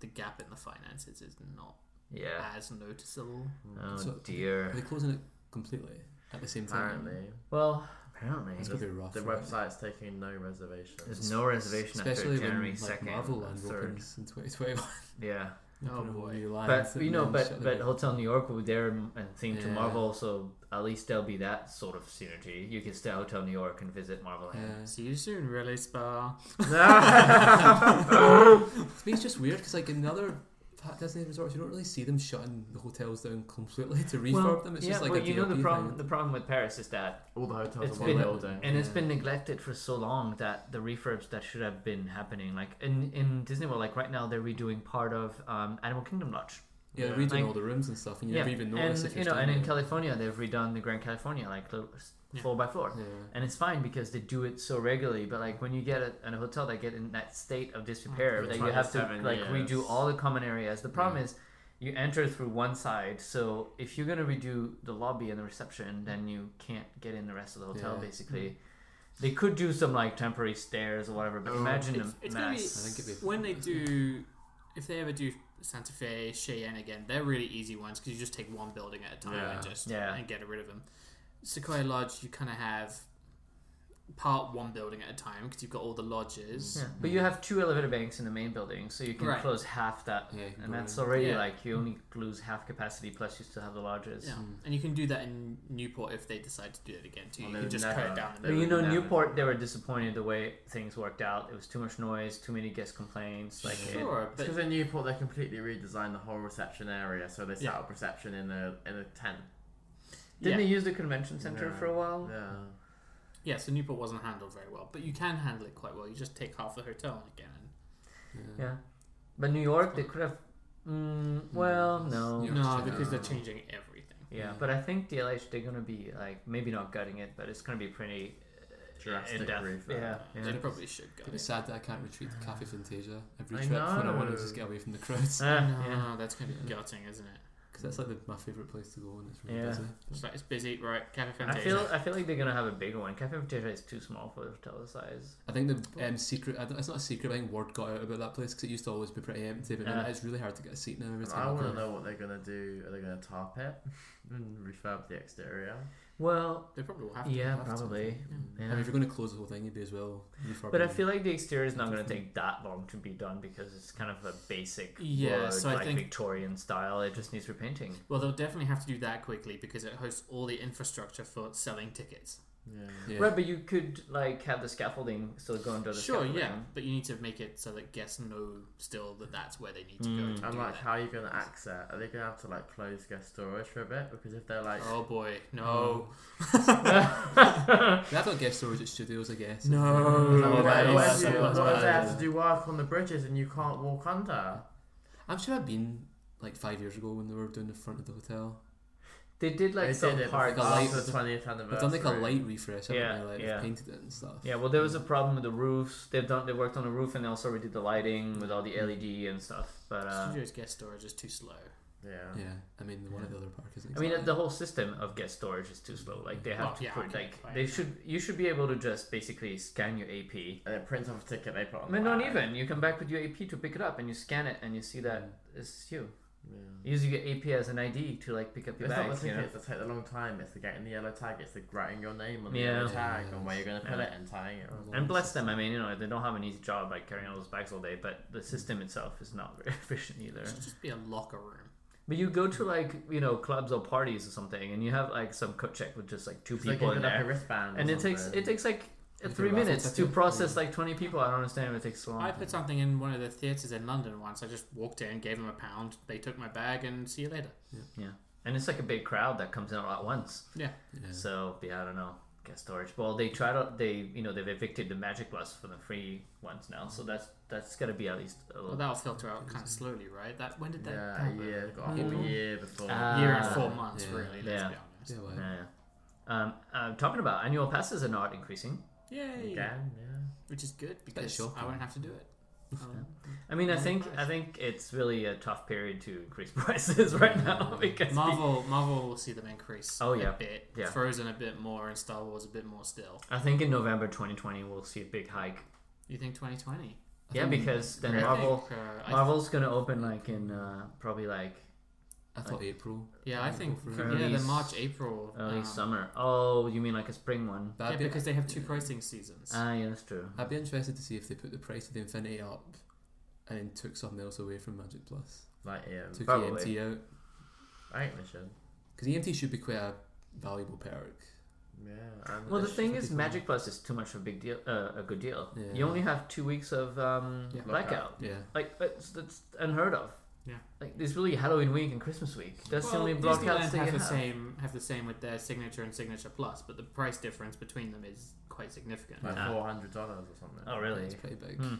the gap in the finances is not
yeah.
as noticeable.
Oh
So- Are
dear.
they closing it completely at the same time?
Apparently,
Well, apparently
That's
there's,
gonna be rough.
the
right?
website's taking no reservations.
no reservation
Especially
after January
when like,
second,
Marvel Land
third.
opens in 2021.
Yeah,
Oh,
Open a whole
boy.
new line
but
and
you know,
then
but
shut the
but
door.
Hotel New York will be there and and themed to
Yeah.
Marvel, so at least there'll be that sort of synergy. You can stay at Hotel New York and visit Marvel Land.
Yeah.
See you soon, really, Spa.
I mean, it's just weird because like in the other fa- Disney resorts, you don't really see them shutting the hotels down completely to refurb them. It's
yeah,
just like
but
a
you know the
DLP
problem.
thing.
The problem with Paris is that
All the hotels
it's
are one
been-
building.
and it's
Yeah.
been neglected for so long that the refurbs that should have been happening, like in in Disney World, like right now they're redoing part of um, Animal Kingdom Lodge.
Yeah,
Yeah.
redoing
Like-
all the rooms and stuff, and you
yeah,
never even notice
and
if
you
you're
know, and in
standing
California they've redone the Grand California like little, s-
Yeah.
floor by floor.
there.
And it's fine because they do it so regularly, but like when you get a, at a hotel that get in that state of disrepair
Mm,
For
that you have to
27
like redo
years.
all the common areas. The problem is you enter through one side, so if you're gonna redo the lobby and the reception, then you can't get in the rest of the hotel.
Yeah.
Basically, they could do some like temporary stairs or whatever, but
Oh.
imagine
It's-
a
it's gonna
mess.
be-
I think it'd be
When they do, if they ever do Santa Fe, Cheyenne again, they're really easy ones because you just take one building at a time and
Yeah.
just
Yeah.
and get rid of them. Sequoia Lodge, you kind of have part one building at a time because you've got all the lodges.
Yeah, But you have two elevator banks in the main building, so you can
Right.
close half that,
Yeah, you can
and
go
that's
in.
already
Yeah.
like you only lose half capacity. Plus, you still have the lodges.
Yeah. and you can do that in Newport if they decide to do it again too.
Well,
You
they
can
would
just cut
never.
it down the
But
They
you
middle.
would
know,
never-
Newport, they were disappointed the way things worked out. It was too much noise, too many guest complaints. Like, it-
Sure, but
Because in Newport, they completely redesigned the whole reception area, so they set
Yeah.
up reception in a in a tent.
didn't
yeah.
they use the convention center
Yeah.
for a
Oh.
while?
Yeah.
yeah, so Newport wasn't handled very well, but you can handle it quite well. You just take half the hotel again. And,
Yeah. But New York, they could have. Mm, well, no.
Yeah.
no,
just-
because they're
no.
changing everything.
Yeah, but I think DLH they're gonna be like maybe not gutting it, but it's gonna be pretty
Drastic
in depth.
refurb.
Yeah, yeah. Ah,
They probably should go.
It'd be sad that I can't retreat to Cafe Fantasia every
I
trip when I want to
know.
just get away from the crowds.
Ah,
no,
yeah.
that's gonna be gutting, isn't it?
Because that's like the, my favourite place to go and it's really
Yeah.
busy.
It's like it's busy, right? Cafe
I
Fantasia.
feel I feel like they're gonna have a bigger one. Cafe Fantasia is too small for the hotel size.
I think the um, secret, I don't- it's not a secret, I think word got out about that place because it used to always be pretty empty, but
Yeah.
now it's really hard to get a seat now every
And
time.
I want
go.
to know what they're gonna do. Are they gonna tarp it and refurb the exterior?
Well,
they probably will have to.
yeah,
have to.
probably.
I
Yeah.
mean, if you're going to close the whole thing, you'd be as well.
But I
refurbing
feel like the exterior is not going to take that long to be done because it's kind of a basic,
Yeah,
wood,
so I
like
think-
Victorian style. It just needs repainting.
Well, they'll definitely have to do that quickly because it hosts all the infrastructure for selling tickets.
Yeah.
Yeah.
Right, but you could like have the scaffolding still go under the
Sure,
scaffolding.
yeah, but you need to make it so that guests know still that that's where they need to
Mm.
go. To
And
do
like,
that.
how are you gonna access? Are they gonna have to like close guest storage for a bit? Because if they're like,
Oh boy, no,
Mm.
They have got guest storage at studios, I guess.
no,
What if-
that
what
is-
if you-
that's
what if they
bad.
have to do work on the bridges and you can't walk under?
I'm sure I've been like five years ago when they were doing the front of the hotel.
They did like
they
some
did it
parts.
like a light-
after the twentieth anniversary.
They've done like a light refresh, haven't
Yeah,
they? Like
yeah.
they've painted it and stuff.
Yeah, well, there was a problem with the roofs. They've done they worked on the roof and they also redid the lighting with all the
Mm.
LED and stuff. But uh,
Studio's guest storage is too slow.
Yeah.
Yeah, I mean, one of the other parks isn't.
I mean,
exactly-
the whole system of guest storage is too slow. Like they have
Well,
to
yeah,
put
okay,
like
fine.
they should you should be able to just basically scan your AP
And it prints off a ticket they put on.
I mean,
the
not
back.
even. You come back with your AP to pick it up, and you scan it, and you see that it's you.
Yeah.
You use your AP as an ID to like pick up your
It's not
bags.
the
you know?
tickets that take the long time. It's the getting the yellow tag. It's the writing your name on the
Yeah.
yellow tag and where you're gonna put
Yeah.
it and tying it. around.
And bless them. I mean, you know, they don't have an easy job like carrying all those bags all day, but the system itself is not very efficient either.
It should just be a locker room.
But you go to like you know clubs or parties or something, and you have like some cut check with just like two
It's like
people in
giving up a
there,
wristband. or
and it takes
something.
it takes like uh,
Like a
three
raffle
minutes to
ticket?
process like twenty people. I don't understand why it takes so long.
I put something in one of the theatres in London once. I just walked in, gave them a pound. They took my bag, and see you later.
Yeah, and it's like a big crowd that comes in all at once.
Yeah.
Yeah.
So yeah, I don't know. Guest storage. Well, they tried out. They you know they've evicted the magic bus for the free ones now. So that's that's got to be at least a
Well,
little.
that'll filter out kind of slowly, right? That when did that?
Yeah,
happen?
yeah, got a whole
April?
year before.
Ah.
Uh, year and four months,
yeah.
really. Let's
Yeah.
be honest.
Yeah, well,
Yeah. Um, uh, talking about annual passes are not increasing.
Yay!
Again, yeah.
Which is good because
shocking.
I won't have to do it. Um,
I mean, I think I think it's really a tough period to increase prices right now because
Marvel, Marvel will see them increase.
Oh, yeah.
a bit.
Yeah.
Frozen a bit more, and Star Wars a bit more still.
I think in November 2020 we'll see a big hike.
You think 2020?
Yeah, because then
I
Marvel
think, uh, I-
Marvel's gonna open like in uh, probably like
I thought April.
yeah, I think
Go for
it.
yeah,
Early
the
s-
March, April.
early
um,
summer. Oh, you mean like a spring one?
But
yeah,
I'd, be,
because they have two pricing seasons.
Ah, yeah, that's true.
I'd be interested to see if they put the price of the Infinity up and then took something else away from Magic Plus.
Like EMT.
Took
Probably.
EMT out.
I think they should.
Because EMT should be quite a valuable perk.
Yeah. and
Well,
they
the thing
should
is,
be
Magic Plus is too much of a big deal, uh, a good deal.
Yeah.
You only have two weeks of um,
Yeah.
blackout.
Yeah.
Like that's, that's unheard of.
Yeah.
Like there's really Halloween week and Christmas week. That's
Well,
the only
Disneyland
blockouts that you
have the
have.
same have the same with their signature and signature plus, but the price difference between them is quite significant.
Like
Ah.
four hundred dollars or something.
Oh,
Yeah,
really?
It's pretty big.
Hmm.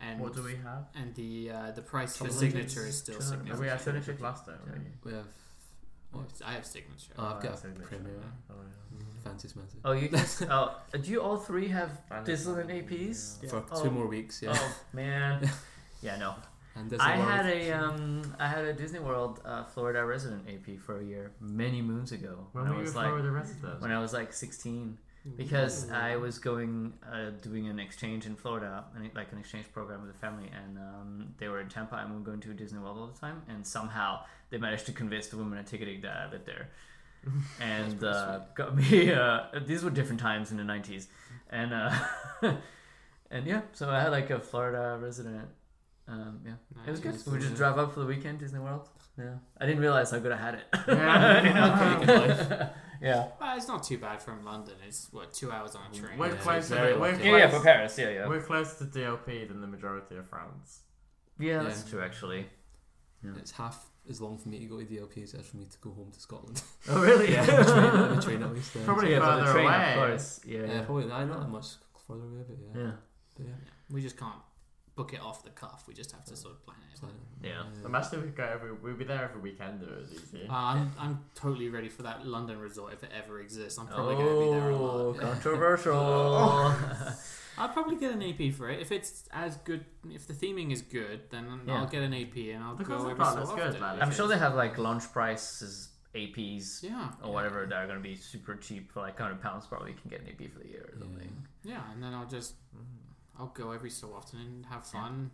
And
What do we have?
And the uh, the price for
Challenges?
signature is still
Challenge-
Have we
significant.
had finished it last time?
Yeah.
We have
I have signature.
Uh,
Oh, I've
Oh,
got
that's
a
signature.
Premier.
Oh, yeah.
Fancy's Magic.
Oh, you just. oh, do you all three have
I know.
Disneyland
E
APs?
For
Oh.
two more weeks, yeah.
Oh man. Yeah, no.
And Disney
I had
World.
a um, I had a Disney World uh, Florida resident AP for a year many moons ago
When
when I
were you
was
like,
like
with the rest of them?
when I was like 16 because I was going uh, doing an exchange in Florida and like an exchange program with a family and um, they were in Tampa and we were going to Disney World all the time and somehow they managed to convince the woman at ticketing that I lived there and uh, got me uh, these were different times in the 90s and uh, and yeah so I had like a Florida resident um, yeah it was good
Nice.
we would just drive up for the weekend Disney World yeah I didn't realize how good I had it You
Yeah.
know? yeah
Well, it's not too bad from London. It's what two hours on a train.
We're
Yeah,
closer.
very
we're
lucky.
Yeah, yeah,
close-
for Paris, yeah, yeah.
We're closer to DLP than the majority of France.
yeah,
Yeah.
that's true, actually.
It's half as long for me to go to DLP as it is for me to go home to Scotland.
Oh, really?
Yeah, the train, the train at least. um,
Probably
yeah, for the
further
train,
away.
of course. Yeah.
Yeah, probably not, not that much further away, but yeah.
Yeah.
But yeah.
Yeah. We just can't book it off the cuff. We just have to sort of plan it.
it's like- uh,
Yeah.
Imagine if we go every, we'd be there every weekend. It was easy.
Uh, I'm, I'm totally ready for that London resort if it ever exists. I'm probably going to be there a
Oh,
lot.
controversial.
I'll probably get an AP for it if it's as good. If the theming is good, then
Yeah.
I'll get an AP and I'll
The
go
concept
every
art
so
looks
often.
good, man.
I'm sure they have like launch prices, APs,
Yeah.
or whatever that are going to be super cheap for like 100 pounds. Probably you can get an AP for the year or
Yeah.
something.
Yeah, and then I'll just I'll go every so often and have fun.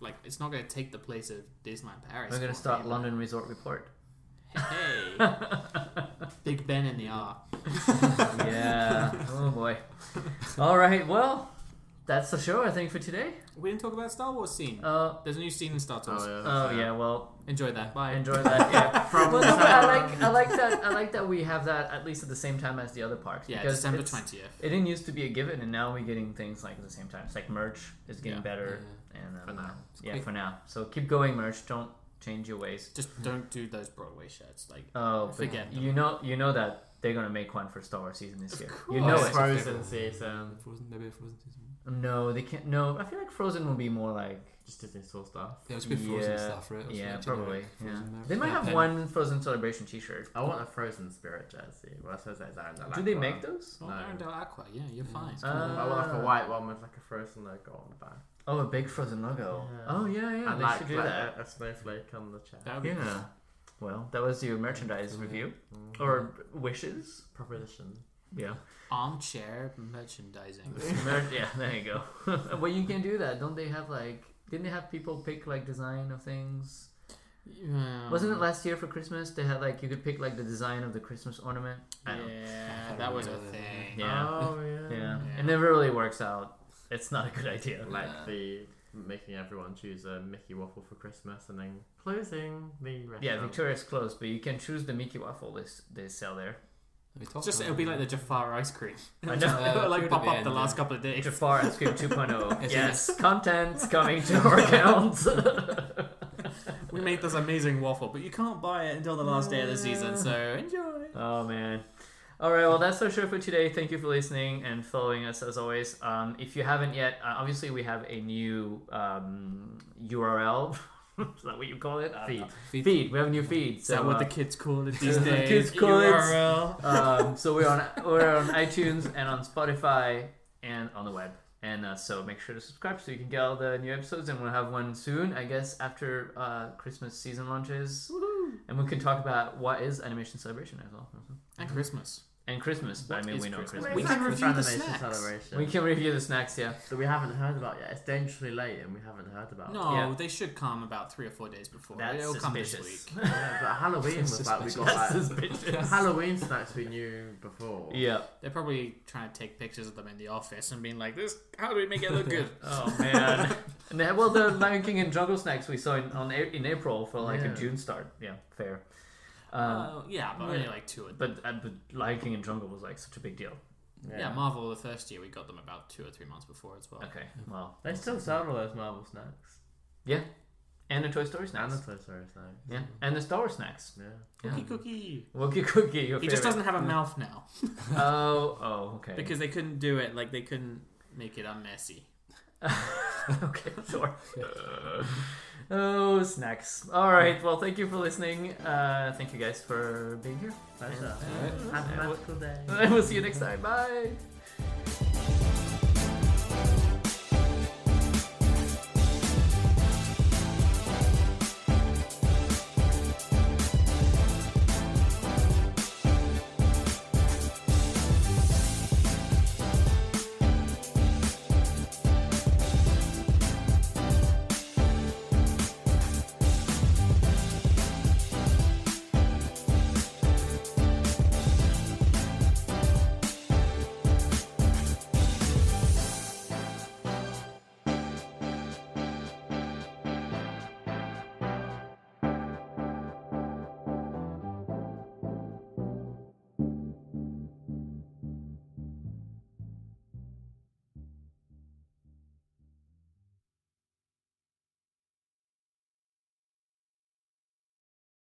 Like it's not going to take the place of Disneyland Paris.
We're going to
for
start
me,
London Resort Report.
but Hey, Big Ben in the R.
yeah. Oh, boy. All right. Well, that's the show, I think, for today.
We didn't talk about Star Wars scene.
Uh,
There's a new scene in Star Wars.
oh, yeah. Well,
Enjoy that. Bye.
I enjoy that. Yeah.
From
Well, no, but I like I like that I like that we have that at least at the same time as the other parks.
yeah,
because
December
it's-
twentieth.
It didn't used to be a given, and now we're getting things like at the same time. It's like merch is getting
Yeah.
better, and um,
For now.
yeah,
quick.
for now. So keep going, merch. Don't change your ways.
Just don't do those Broadway shirts. Like
Oh, but
Forget them.
you know, you know that they're gonna make one for Star Wars season this year. You know it.
Frozen season.
Frozen, maybe a Frozen season.
No, they can't. No, I feel like Frozen will be more like.
Just Disney Soul stuff.
Yeah, it's been Frozen
Yeah,
stuff, right? It was
yeah,
like generic
probably. Yeah.
Frozen merch.
They might
Yeah,
have
pen.
one Frozen celebration T-shirt.
I want a Frozen Spirit jersey. Well, I suppose that's Aaron
Do they make those?
well,
No.
Arendelle Aqua. Yeah, you're
Hmm.
Yeah.
fine.
I want like
Ah.
a white one with like a Frozen logo on the back.
Oh, a big Frozen logo.
Yeah.
Oh yeah, yeah.
and
they
like,
should do
like
that.
A, a snowflake on the chest.
That would be
Yeah. Well, that was your merchandise
Yeah.
review
Mm.
or wishes.
Proposition.
Yeah.
armchair merchandising.
Mer- yeah. There you go. well, you can do that. Don't they have like? Didn't they have people pick like design of things?
Yeah.
Wasn't it last year for Christmas? They had like you could pick like the design of the Christmas ornament. I don't-
Yeah, that was a
Yeah.
thing.
Yeah.
Oh yeah.
Yeah.
Yeah.
It never really works out. It's not a good idea.
Like
Yeah.
the making everyone choose a Mickey waffle for Christmas and then closing the restaurant.
Yeah, Victoria's closed, but you can choose the Mickey waffle they, s- they sell there.
We talked
Just
about
it'll be
that.
like the Jafar ice cream.
I know.
Yeah,
It'll, like
food
pop
at the
up the
end,
last
yeah.
couple of days.
Jafar Ice Cream 2.0.
It's
yes, content's coming to our accounts.
We made this amazing waffle, but you can't buy it until the last day of the season, so enjoy.
Oh man. All right, well that's our show for today. Thank you for listening and following us as always. Um, if you haven't yet, uh, obviously we have a new um, URL. Is that what you call it? I don't know.
Feed.
Feed. We have a new feed.
Is
So
that what
uh,
the kids call it these
The
days? uh,
kids call it-
URL.
um, So we're on we're on iTunes and on Spotify and on the web. And uh, so make sure to subscribe so you can get all the new episodes. And we'll have one soon, I guess, after uh, Christmas season launches. And we can talk about what is Animation Celebration as well.
And Christmas.
And Christmas. but I
What
mean,
is
we know
Christmas?
Christmas.
We
It's
can review
Christmas
the
animation
snacks.
celebration
We can review the snacks, yeah.
that we haven't heard about yet. It's dangerously late, and we haven't heard about.
No,
Yeah.
they should come about three or four days before.
That's
It'll come
suspicious.
this week.
Yeah, but Halloween was like we got like,
suspicious.
Halloween snacks we knew before.
Yeah.
They're probably trying to take pictures of them in the office and being like, "This, how do we make it look good?"
Oh man. And then- well, the Lion King and Jungle Snacks we saw in on A- in April for like
Yeah.
a June start. Yeah, fair. Um,
Uh, yeah, but only like two. Or
but uh, but Lion King and Jungle was like such a big deal.
yeah. Marvel the first year we got them about two or three months before as well.
Okay, well,
They still sell all those Marvel snacks
yeah, and the Toy Story
and
snacks.
the Toy Story snacks.
yeah, and the Star Wars snacks.
Yeah.
Cookie cookie.
Wookie Cookie, your
He just
favorite.
doesn't have a mouth now
Oh, oh, okay.
because they couldn't do it. Like they couldn't make it unmessy.
okay, sure. oh, snacks. All right. Well, thank you for listening. Uh, thank you guys for being here.
Pleasure.
Alright.
Have a magical day.
And we'll see you next time. Bye.